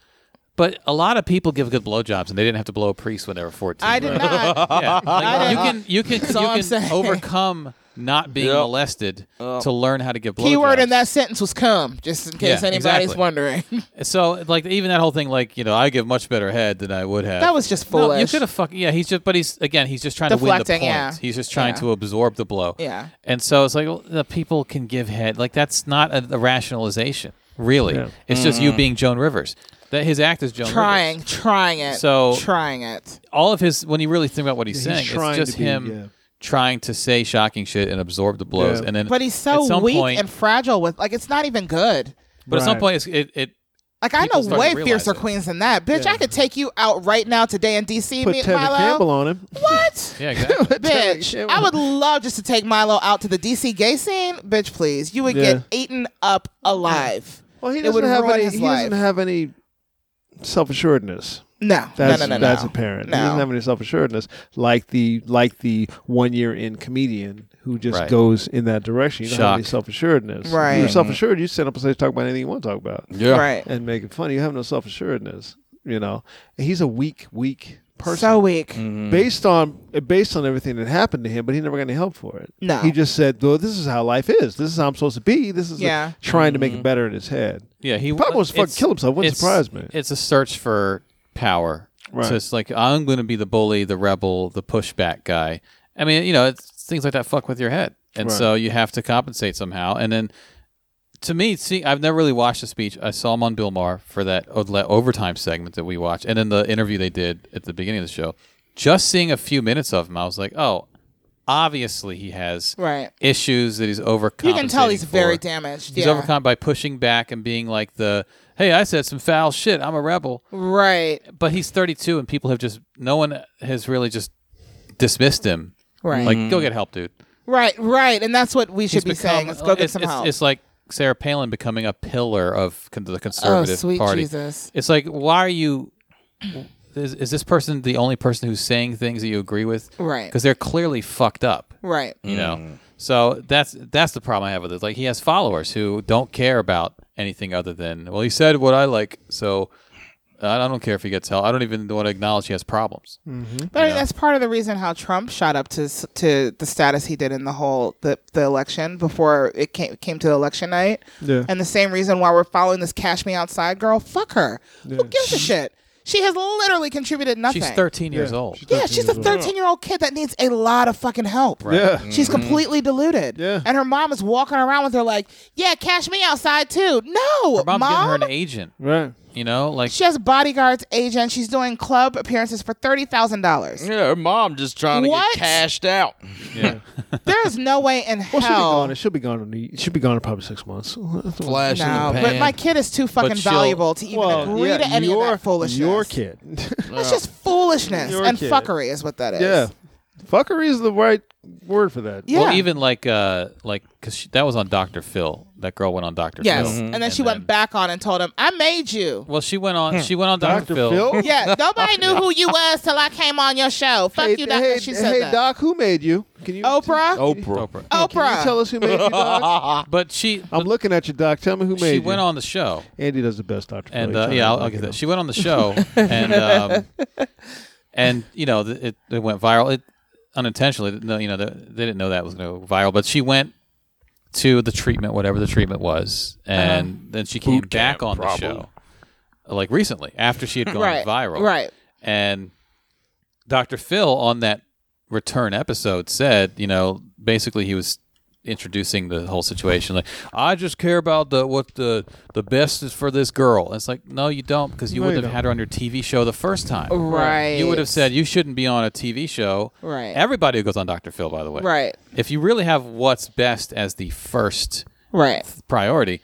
[SPEAKER 10] But a lot of people give good blowjobs, and they didn't have to blow a priest when they were fourteen.
[SPEAKER 11] I did not.
[SPEAKER 10] [laughs] Yeah, like,
[SPEAKER 11] I
[SPEAKER 10] you
[SPEAKER 11] didn't.
[SPEAKER 10] can you can
[SPEAKER 11] That's all I'm
[SPEAKER 10] you
[SPEAKER 11] saying.
[SPEAKER 10] can overcome not being molested to learn how to give blowjobs.
[SPEAKER 11] Keyword in that sentence was "come," just in case
[SPEAKER 10] Yeah,
[SPEAKER 11] anybody's
[SPEAKER 10] exactly.
[SPEAKER 11] wondering. [laughs]
[SPEAKER 10] So like even that whole thing, like you know, I give much better head than I would have.
[SPEAKER 11] That was just
[SPEAKER 10] No, you
[SPEAKER 11] foolish.
[SPEAKER 10] could have fucking yeah. He's just but he's again he's just trying to win
[SPEAKER 11] Deflecting,
[SPEAKER 10] the point.
[SPEAKER 11] yeah.
[SPEAKER 10] He's just trying
[SPEAKER 11] Yeah.
[SPEAKER 10] to absorb the blow.
[SPEAKER 11] Yeah.
[SPEAKER 10] And so it's like well, the people can give head. Like that's not a, a rationalization, really. It's just you being Joan Rivers. That his act is Joan Rivers.
[SPEAKER 11] Mm. trying, trying it,
[SPEAKER 10] So-
[SPEAKER 11] trying it.
[SPEAKER 10] All of his when you really think about what he's
[SPEAKER 9] he's
[SPEAKER 10] saying,
[SPEAKER 9] trying
[SPEAKER 10] it's just
[SPEAKER 9] to be,
[SPEAKER 10] him
[SPEAKER 9] yeah.
[SPEAKER 10] trying to say shocking shit and absorb the blows.
[SPEAKER 9] Yeah.
[SPEAKER 10] And then
[SPEAKER 11] But he's
[SPEAKER 10] at
[SPEAKER 11] so
[SPEAKER 10] some
[SPEAKER 11] weak
[SPEAKER 10] point-
[SPEAKER 11] and fragile with like it's not even good.
[SPEAKER 10] but at some
[SPEAKER 9] Right.
[SPEAKER 10] point it's, it it
[SPEAKER 11] Like I know
[SPEAKER 10] People start to
[SPEAKER 11] way
[SPEAKER 10] realize
[SPEAKER 11] fiercer
[SPEAKER 10] it.
[SPEAKER 11] queens than that, bitch. I could take you out right now today in DC.
[SPEAKER 9] Put
[SPEAKER 11] me and
[SPEAKER 9] Tevin
[SPEAKER 11] Milo.
[SPEAKER 9] Campbell on him. [laughs]
[SPEAKER 11] What?
[SPEAKER 10] yeah exactly.
[SPEAKER 11] Bitch, I would love just to take Milo out to the DC gay scene. Bitch, please. You would
[SPEAKER 9] Yeah.
[SPEAKER 11] get eaten up alive.
[SPEAKER 9] Well, he
[SPEAKER 11] It
[SPEAKER 9] doesn't
[SPEAKER 11] would
[SPEAKER 9] have
[SPEAKER 11] ruin
[SPEAKER 9] any.
[SPEAKER 11] his
[SPEAKER 9] He
[SPEAKER 11] life.
[SPEAKER 9] doesn't have any self assuredness.
[SPEAKER 11] No,
[SPEAKER 9] That's
[SPEAKER 11] no, no, no,
[SPEAKER 9] that's
[SPEAKER 11] no.
[SPEAKER 9] apparent.
[SPEAKER 11] No.
[SPEAKER 9] He doesn't have any self assuredness, like the like the one year in comedian who just
[SPEAKER 10] Right.
[SPEAKER 9] goes in that direction. You don't have any
[SPEAKER 10] Shock.
[SPEAKER 9] self assuredness.
[SPEAKER 11] Right. Mm-hmm.
[SPEAKER 9] If you're self assured. You stand up on stage, talk about anything you want to talk about,
[SPEAKER 11] [laughs]
[SPEAKER 6] Yeah.
[SPEAKER 11] Right.
[SPEAKER 9] and make it funny. You have no self assuredness. You know, And he's a weak, weak person.
[SPEAKER 11] So weak.
[SPEAKER 10] Mm.
[SPEAKER 9] based on based on everything that happened to him, but he never got any help for it.
[SPEAKER 11] No.
[SPEAKER 9] he just said, "Though this is how life is. This is how I'm supposed to be. This is
[SPEAKER 11] Yeah.
[SPEAKER 9] trying to make it better in his head."
[SPEAKER 10] Yeah, he
[SPEAKER 9] probably was fucking
[SPEAKER 10] it's-
[SPEAKER 9] kill himself. Wouldn't
[SPEAKER 10] it's-
[SPEAKER 9] surprise me.
[SPEAKER 10] It's a search for power.
[SPEAKER 9] Right.
[SPEAKER 10] So it's like I'm going to be the bully, the rebel, the pushback guy. I mean, you know, it's things like that fuck with your head, and
[SPEAKER 9] Right.
[SPEAKER 10] so you have to compensate somehow. And then, to me, see, I've never really watched the speech. I saw him on Bill Maher for that o- le- overtime segment that we watched, and then the interview they did at the beginning of the show. Just seeing a few minutes of him, I was like, oh, obviously he has
[SPEAKER 11] Right.
[SPEAKER 10] issues that he's overcome.
[SPEAKER 11] You can tell he's very damaged.
[SPEAKER 10] He's
[SPEAKER 11] yeah.
[SPEAKER 10] overcome by pushing back and being like the, "Hey, I said some foul shit. I'm a rebel."
[SPEAKER 11] Right.
[SPEAKER 10] But he's 32, and people have just no one has really just dismissed him.
[SPEAKER 11] Right.
[SPEAKER 10] Like, go get help, dude.
[SPEAKER 11] Right. Right. And that's what we should
[SPEAKER 10] He's
[SPEAKER 11] be
[SPEAKER 10] become-
[SPEAKER 11] saying. Let's go get
[SPEAKER 10] it's-
[SPEAKER 11] some
[SPEAKER 10] it's-
[SPEAKER 11] help.
[SPEAKER 10] It's like Sarah Palin becoming a pillar of con- the
[SPEAKER 11] oh,
[SPEAKER 10] conservative
[SPEAKER 11] sweet
[SPEAKER 10] party.
[SPEAKER 11] Jesus.
[SPEAKER 10] It's like, why are you? Is, is this person the only person who's saying things that you agree with?
[SPEAKER 11] Right.
[SPEAKER 10] Because they're clearly fucked up
[SPEAKER 11] Right.
[SPEAKER 10] you
[SPEAKER 9] Mm.
[SPEAKER 10] know. So that's that's the problem I have with it. Like he has followers who don't care about anything other than well, he said what I like, so I I don't care if he gets help. I don't even want to acknowledge he has problems.
[SPEAKER 11] But I mean, that's part of the reason how Trump shot up to s- to the status he did in the whole the, the election before it came came to election night.
[SPEAKER 9] Yeah.
[SPEAKER 11] And the same reason why we're following this "Cash Me Outside" girl. Fuck her. Who gives a shit? She has literally contributed nothing.
[SPEAKER 10] She's 13 years old.
[SPEAKER 11] Yeah, she's a 13 year old kid that needs a lot of fucking help.
[SPEAKER 9] Yeah.
[SPEAKER 11] She's completely deluded.
[SPEAKER 9] Yeah.
[SPEAKER 11] And her mom is walking around with her like, yeah, cash me outside too. No,
[SPEAKER 10] Her mom's getting her
[SPEAKER 11] mom.
[SPEAKER 10] an agent.
[SPEAKER 9] Right.
[SPEAKER 10] You know, like
[SPEAKER 11] She has bodyguards, agent. She's doing club appearances for $30,000.
[SPEAKER 6] Yeah, her mom just trying to
[SPEAKER 11] What?
[SPEAKER 6] get cashed out.
[SPEAKER 11] there is no way in
[SPEAKER 9] Well, she'll be
[SPEAKER 11] hell.
[SPEAKER 9] gone. She'll be gone. In, she'll be gone in probably six months. [laughs]
[SPEAKER 6] Flash in
[SPEAKER 11] no,
[SPEAKER 6] the pan.
[SPEAKER 11] but my kid is too fucking
[SPEAKER 10] But she'll-
[SPEAKER 11] valuable to even agree to any of that foolishness. [laughs]
[SPEAKER 9] Your [laughs] kid.
[SPEAKER 11] That's just foolishness
[SPEAKER 9] Your
[SPEAKER 11] and
[SPEAKER 9] kid.
[SPEAKER 11] fuckery is what that is.
[SPEAKER 9] yeah. Fuckery is the right word for that.
[SPEAKER 11] Yeah.
[SPEAKER 10] well, even like uh like because that was on Dr. Phil. That girl went on Dr.
[SPEAKER 11] Yes.
[SPEAKER 9] Mm-hmm.
[SPEAKER 10] Phil.
[SPEAKER 11] And then she went back on and told him, I made you.
[SPEAKER 10] Well, she went on. She went on Dr.
[SPEAKER 9] Doctor Phil. [laughs]
[SPEAKER 11] Yeah, nobody knew who you was till I came on your show. Fuck
[SPEAKER 9] Hey,
[SPEAKER 11] you, Doctor.
[SPEAKER 9] hey,
[SPEAKER 11] she said
[SPEAKER 9] hey
[SPEAKER 11] that.
[SPEAKER 9] Doc, who made you? Can you
[SPEAKER 11] Oprah.
[SPEAKER 6] Oprah.
[SPEAKER 10] Oprah.
[SPEAKER 11] Oprah.
[SPEAKER 9] Can you tell us who made you,
[SPEAKER 10] [laughs]
[SPEAKER 9] Doc?
[SPEAKER 10] But she
[SPEAKER 9] I'm looking at you, Doc. Tell me who made
[SPEAKER 10] she
[SPEAKER 9] you.
[SPEAKER 10] went on the show.
[SPEAKER 9] Andy does the best, Doctor.
[SPEAKER 10] and uh, yeah, I'll, I'll get that. She went on the show, and um, and you know, th- it, it went viral. It unintentionally, no, you know, they, they didn't know that was going to go viral. But she went to the treatment, whatever the treatment was, and then she came
[SPEAKER 6] Boot
[SPEAKER 10] back
[SPEAKER 6] camp,
[SPEAKER 10] on
[SPEAKER 6] probably.
[SPEAKER 10] the show, like recently after she had gone
[SPEAKER 11] Right,
[SPEAKER 10] viral,
[SPEAKER 11] right.
[SPEAKER 10] And Dr. Phil on that return episode said, you know, basically he was introducing the whole situation like I just care about the what the the best is for this girl. And it's like no you don't because you
[SPEAKER 9] No,
[SPEAKER 10] wouldn't
[SPEAKER 9] you
[SPEAKER 10] have
[SPEAKER 9] don't.
[SPEAKER 10] had her on your TV show the first time.
[SPEAKER 11] Right.
[SPEAKER 10] You would have said you shouldn't be on a TV show.
[SPEAKER 11] Right.
[SPEAKER 10] Everybody who goes on Dr. Phil by the way.
[SPEAKER 11] Right.
[SPEAKER 10] If you really have what's best as the first
[SPEAKER 11] Right.
[SPEAKER 10] priority,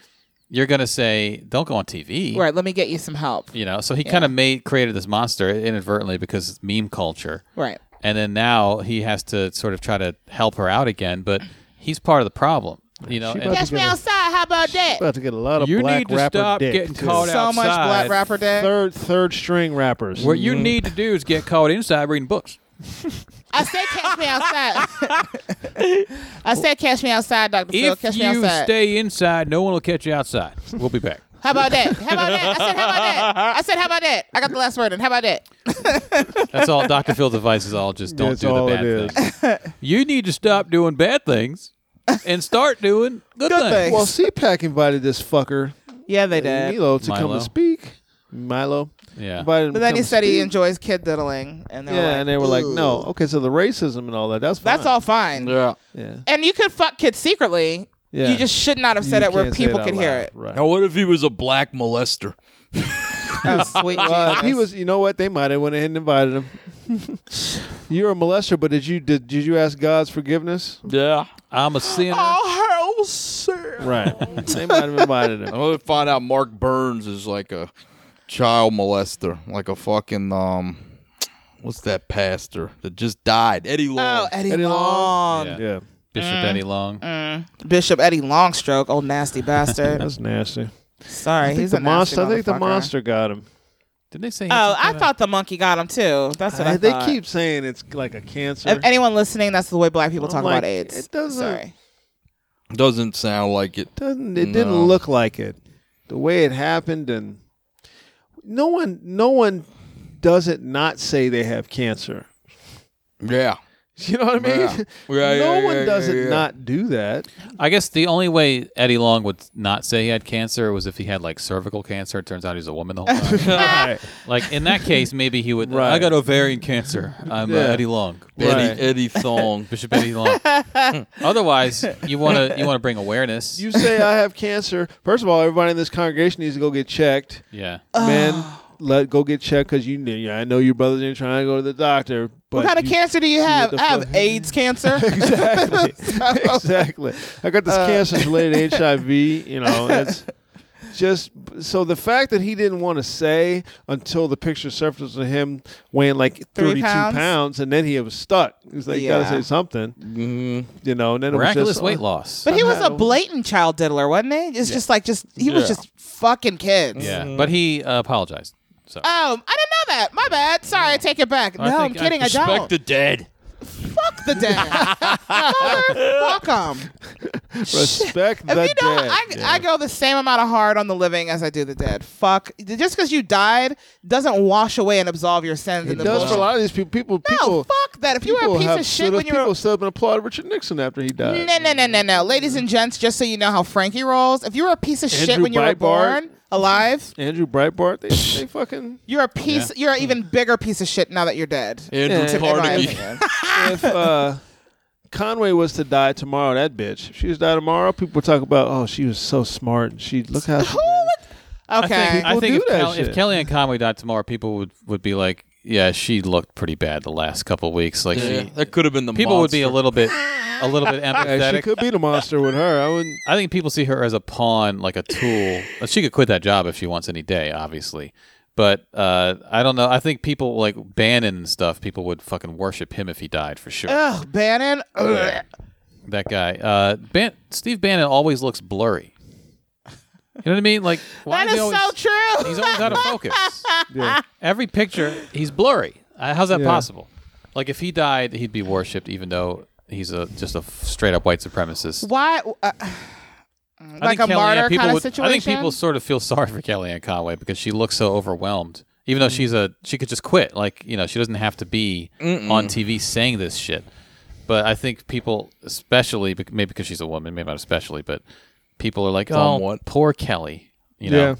[SPEAKER 10] you're going to say don't go on TV.
[SPEAKER 11] Right. Let me get you some help.
[SPEAKER 10] You know, so he kind of made created this monster inadvertently because it's meme culture.
[SPEAKER 11] Right.
[SPEAKER 10] And then now he has to sort of try to help her out again, but he's part of the problem. You know,
[SPEAKER 9] She
[SPEAKER 10] and-
[SPEAKER 9] about to
[SPEAKER 11] Catch me
[SPEAKER 9] get a-
[SPEAKER 11] outside. How about that?
[SPEAKER 9] About to get a lot of
[SPEAKER 10] You
[SPEAKER 9] black
[SPEAKER 10] need to
[SPEAKER 9] rapper
[SPEAKER 10] stop
[SPEAKER 9] dick,
[SPEAKER 10] getting
[SPEAKER 9] too.
[SPEAKER 10] caught
[SPEAKER 11] so much black
[SPEAKER 10] outside.
[SPEAKER 11] rapper dick.
[SPEAKER 9] Third, third string rappers.
[SPEAKER 10] what
[SPEAKER 11] Mm.
[SPEAKER 10] you need to do is get caught inside reading books.
[SPEAKER 11] I said catch me outside. I said catch me outside, Dr. Phil.
[SPEAKER 10] if
[SPEAKER 11] Catch me
[SPEAKER 10] you
[SPEAKER 11] outside.
[SPEAKER 10] stay inside, no one will catch you outside. We'll be back.
[SPEAKER 11] how about that? How about that? I said how about that? I said how about that? I got the last word in. How about that?
[SPEAKER 10] That's all. Dr. Phil's advice is all just don't
[SPEAKER 9] That's
[SPEAKER 10] do the
[SPEAKER 9] all
[SPEAKER 10] bad
[SPEAKER 9] it
[SPEAKER 10] things. You need to stop doing bad things and start doing good,
[SPEAKER 11] Good
[SPEAKER 10] things.
[SPEAKER 11] things.
[SPEAKER 9] Well, CPAC invited this fucker
[SPEAKER 11] Yeah, they
[SPEAKER 9] Milo to come
[SPEAKER 10] Milo.
[SPEAKER 9] and speak. Milo.
[SPEAKER 10] Yeah.
[SPEAKER 9] Invited him
[SPEAKER 11] But
[SPEAKER 9] to
[SPEAKER 11] then
[SPEAKER 9] come
[SPEAKER 11] he said he
[SPEAKER 9] speak.
[SPEAKER 11] enjoys kid diddling, and they
[SPEAKER 9] Yeah,
[SPEAKER 11] were like,
[SPEAKER 9] and they were like,
[SPEAKER 11] "Ugh."
[SPEAKER 9] no. Okay, so the racism and all that. That's fine.
[SPEAKER 11] That's all fine.
[SPEAKER 6] Yeah.
[SPEAKER 9] Yeah.
[SPEAKER 11] And you could fuck kids secretly.
[SPEAKER 9] Yeah.
[SPEAKER 11] You just should not have said
[SPEAKER 9] You
[SPEAKER 11] it where
[SPEAKER 9] can't say
[SPEAKER 11] people
[SPEAKER 9] out
[SPEAKER 11] could
[SPEAKER 9] loud.
[SPEAKER 11] hear it.
[SPEAKER 9] Right.
[SPEAKER 6] Now, what if he was a black molester?
[SPEAKER 11] Oh, sweet.
[SPEAKER 9] Uh, he
[SPEAKER 11] Jesus.
[SPEAKER 9] was. You know what? They might have went ahead and
[SPEAKER 11] [laughs]
[SPEAKER 9] invited him. You're a molester, but did you did, did you ask God's forgiveness?
[SPEAKER 6] Yeah.
[SPEAKER 10] I'm a sinner.
[SPEAKER 11] Oh, hell, sir.
[SPEAKER 9] Right. they might have invited
[SPEAKER 6] I'm
[SPEAKER 9] him.
[SPEAKER 6] gonna find out Mark Burns is like a child molester, like a fucking um, what's that pastor that just died? Eddie Long.
[SPEAKER 11] Oh, Eddie,
[SPEAKER 9] Eddie Long.
[SPEAKER 11] Long.
[SPEAKER 10] [laughs] Yeah.
[SPEAKER 9] Yeah,
[SPEAKER 10] Bishop Eddie Long.
[SPEAKER 11] Bishop Eddie Longstroke, old nasty
[SPEAKER 9] [laughs]
[SPEAKER 11] bastard.
[SPEAKER 9] that's nasty.
[SPEAKER 11] Sorry, he's
[SPEAKER 9] the
[SPEAKER 11] a nasty
[SPEAKER 9] monster. I think the
[SPEAKER 11] motherfucker.
[SPEAKER 9] monster got him.
[SPEAKER 10] Didn't they say? he had
[SPEAKER 11] Oh,
[SPEAKER 10] some
[SPEAKER 11] I
[SPEAKER 10] kinda-
[SPEAKER 11] thought the monkey got him too. That's what I,
[SPEAKER 9] Uh, they
[SPEAKER 11] thought.
[SPEAKER 9] keep saying it's like a cancer.
[SPEAKER 11] If anyone listening, that's the way black people
[SPEAKER 9] I'm
[SPEAKER 11] talk
[SPEAKER 9] like,
[SPEAKER 11] about AIDS.
[SPEAKER 9] it doesn't-
[SPEAKER 11] Sorry.
[SPEAKER 6] Doesn't sound like it.
[SPEAKER 9] doesn't it didn't
[SPEAKER 6] No.
[SPEAKER 9] look like it the way it happened and no one no one doesn't not say they have cancer [laughs]
[SPEAKER 6] Yeah.
[SPEAKER 9] you know what i mean
[SPEAKER 6] Yeah. Yeah,
[SPEAKER 9] no
[SPEAKER 6] yeah,
[SPEAKER 9] one
[SPEAKER 6] yeah,
[SPEAKER 9] doesn't
[SPEAKER 6] yeah, yeah.
[SPEAKER 9] not do
[SPEAKER 6] [laughs]
[SPEAKER 9] that
[SPEAKER 10] I guess the only way Eddie Long would not say he had cancer was if he had like cervical cancer. It turns out he's a woman the
[SPEAKER 9] [laughs]
[SPEAKER 10] whole time.
[SPEAKER 11] [laughs]
[SPEAKER 10] like in that case, maybe he would.
[SPEAKER 9] Right.
[SPEAKER 10] I got ovarian cancer. I'm uh,
[SPEAKER 9] Yeah.
[SPEAKER 10] Eddie Long.
[SPEAKER 9] Right.
[SPEAKER 6] Eddie [laughs] Eddie Thong.
[SPEAKER 10] Bishop
[SPEAKER 9] [laughs]
[SPEAKER 10] Eddie Long. Otherwise, you want to you want to bring awareness.
[SPEAKER 9] you say i have cancer first of all everybody in this congregation needs to go get checked
[SPEAKER 10] yeah.
[SPEAKER 9] men let go get checked because you knew yeah, i know your brothers ain't trying to go to the doctor but
[SPEAKER 11] What kind of
[SPEAKER 9] you-
[SPEAKER 11] cancer do you have?
[SPEAKER 9] the
[SPEAKER 11] I have
[SPEAKER 9] fuck-
[SPEAKER 11] AIDS
[SPEAKER 9] [laughs]
[SPEAKER 11] cancer.
[SPEAKER 9] exactly. exactly. I got this
[SPEAKER 11] Uh,
[SPEAKER 9] cancer
[SPEAKER 11] [laughs]
[SPEAKER 9] related HIV, you know, it's just so the fact that he didn't want to say until the picture surfaced of him weighing like
[SPEAKER 11] Three
[SPEAKER 9] 32
[SPEAKER 11] pounds?
[SPEAKER 9] pounds. and then he was stuck. He was like, you got
[SPEAKER 11] Yeah. Mm-hmm.
[SPEAKER 9] to say something,
[SPEAKER 6] Mhm.
[SPEAKER 9] you know, and then it was
[SPEAKER 10] Miraculous
[SPEAKER 9] just,
[SPEAKER 10] weight loss.
[SPEAKER 11] But he was a
[SPEAKER 9] somehow-
[SPEAKER 11] blatant child diddler, wasn't he? It's just like just he was
[SPEAKER 6] Yeah.
[SPEAKER 11] just fucking kids.
[SPEAKER 10] yeah. But he uh, apologized. So
[SPEAKER 11] Um, I didn't know that. My bad. Sorry, I take it back.
[SPEAKER 10] I
[SPEAKER 11] no, I'm
[SPEAKER 10] think I
[SPEAKER 11] kidding. I,
[SPEAKER 6] Respect
[SPEAKER 11] don't.
[SPEAKER 6] the dead.
[SPEAKER 11] Fuck the
[SPEAKER 9] [laughs]
[SPEAKER 11] dad. Motherfuck him.
[SPEAKER 9] [laughs] Respect the
[SPEAKER 11] If you know,
[SPEAKER 9] dead.
[SPEAKER 11] I, I go the same amount of hard on the living as I do the dead. Fuck. Just because you died doesn't wash away and absolve your sins.
[SPEAKER 9] it
[SPEAKER 11] and the
[SPEAKER 9] does for a
[SPEAKER 11] bullshit.
[SPEAKER 9] lot of these people. People,
[SPEAKER 11] No,
[SPEAKER 9] people,
[SPEAKER 11] fuck that. If you were a
[SPEAKER 9] people
[SPEAKER 11] piece
[SPEAKER 9] have
[SPEAKER 11] of shit
[SPEAKER 9] stood
[SPEAKER 11] when
[SPEAKER 9] up-
[SPEAKER 11] you were
[SPEAKER 9] people stood up and applauded Richard Nixon after he died.
[SPEAKER 11] No, no, no, no, no. Ladies and gents, just so you know how Frankie rolls, if you were a piece of shit
[SPEAKER 9] Andrew
[SPEAKER 11] when you were
[SPEAKER 9] Breitbart.
[SPEAKER 11] born, alive,
[SPEAKER 9] Andrew Breitbart,
[SPEAKER 11] [laughs]
[SPEAKER 9] they, they fucking
[SPEAKER 11] you're a piece. You're an even bigger piece of shit now that you're dead.
[SPEAKER 6] Andrew
[SPEAKER 9] Yeah.
[SPEAKER 11] In my
[SPEAKER 6] Carnegie.
[SPEAKER 11] opinion.
[SPEAKER 9] if uh, Conway was to die tomorrow, that bitch, if she was to die tomorrow, people would talk about, oh, she was so smart. and She look how she,
[SPEAKER 11] [laughs] Who would-
[SPEAKER 10] I
[SPEAKER 11] Okay.
[SPEAKER 10] think, I
[SPEAKER 9] People
[SPEAKER 10] think
[SPEAKER 9] do
[SPEAKER 10] if,
[SPEAKER 9] that
[SPEAKER 10] Kel-
[SPEAKER 9] shit.
[SPEAKER 10] if Kellyanne Conway died tomorrow, people would, would be like, yeah, she looked pretty bad the last couple weeks. Like
[SPEAKER 6] Yeah,
[SPEAKER 10] she,
[SPEAKER 6] that could have been the
[SPEAKER 10] people would be a
[SPEAKER 6] monster.
[SPEAKER 10] little bit a little bit
[SPEAKER 9] [laughs] Yeah, she
[SPEAKER 10] empathetic.
[SPEAKER 9] could be the monster with her. I wouldn't.
[SPEAKER 10] I think people see her as a pawn, like
[SPEAKER 11] [laughs]
[SPEAKER 10] a tool. Uh, she could quit that job if she wants any day, obviously. But uh, I don't know. I think people like Bannon and stuff. People would fucking worship him if he died for sure.
[SPEAKER 11] Ugh, Bannon. Ugh.
[SPEAKER 10] That guy, uh, Ban- Steve Bannon, always looks blurry. You know what I
[SPEAKER 11] [laughs]
[SPEAKER 10] mean? Like
[SPEAKER 11] That
[SPEAKER 10] why does
[SPEAKER 11] is
[SPEAKER 10] he always-
[SPEAKER 11] so true.
[SPEAKER 10] He's always out of focus. Every picture, he's blurry. Uh, How's that
[SPEAKER 9] Yeah.
[SPEAKER 10] possible? Like if he died, he'd be worshipped, even though he's a just a straight up white
[SPEAKER 11] [laughs]
[SPEAKER 10] supremaciant.
[SPEAKER 11] Why? Uh, [laughs]
[SPEAKER 10] I
[SPEAKER 11] like a
[SPEAKER 10] think Kellyanne-
[SPEAKER 11] martyr
[SPEAKER 10] people
[SPEAKER 11] kind of
[SPEAKER 10] would-
[SPEAKER 11] situation.
[SPEAKER 10] I think people sort of feel sorry for Kellyanne Conway because she looks so overwhelmed. Even though
[SPEAKER 11] Mm.
[SPEAKER 10] she's a, she could just quit. Like you know, she doesn't have to be on TV saying this shit. But I think people, especially bec- maybe because she's a woman, maybe not especially, but people are like, oh,
[SPEAKER 6] Somewhat.
[SPEAKER 10] poor Kelly. You know.
[SPEAKER 9] Yeah.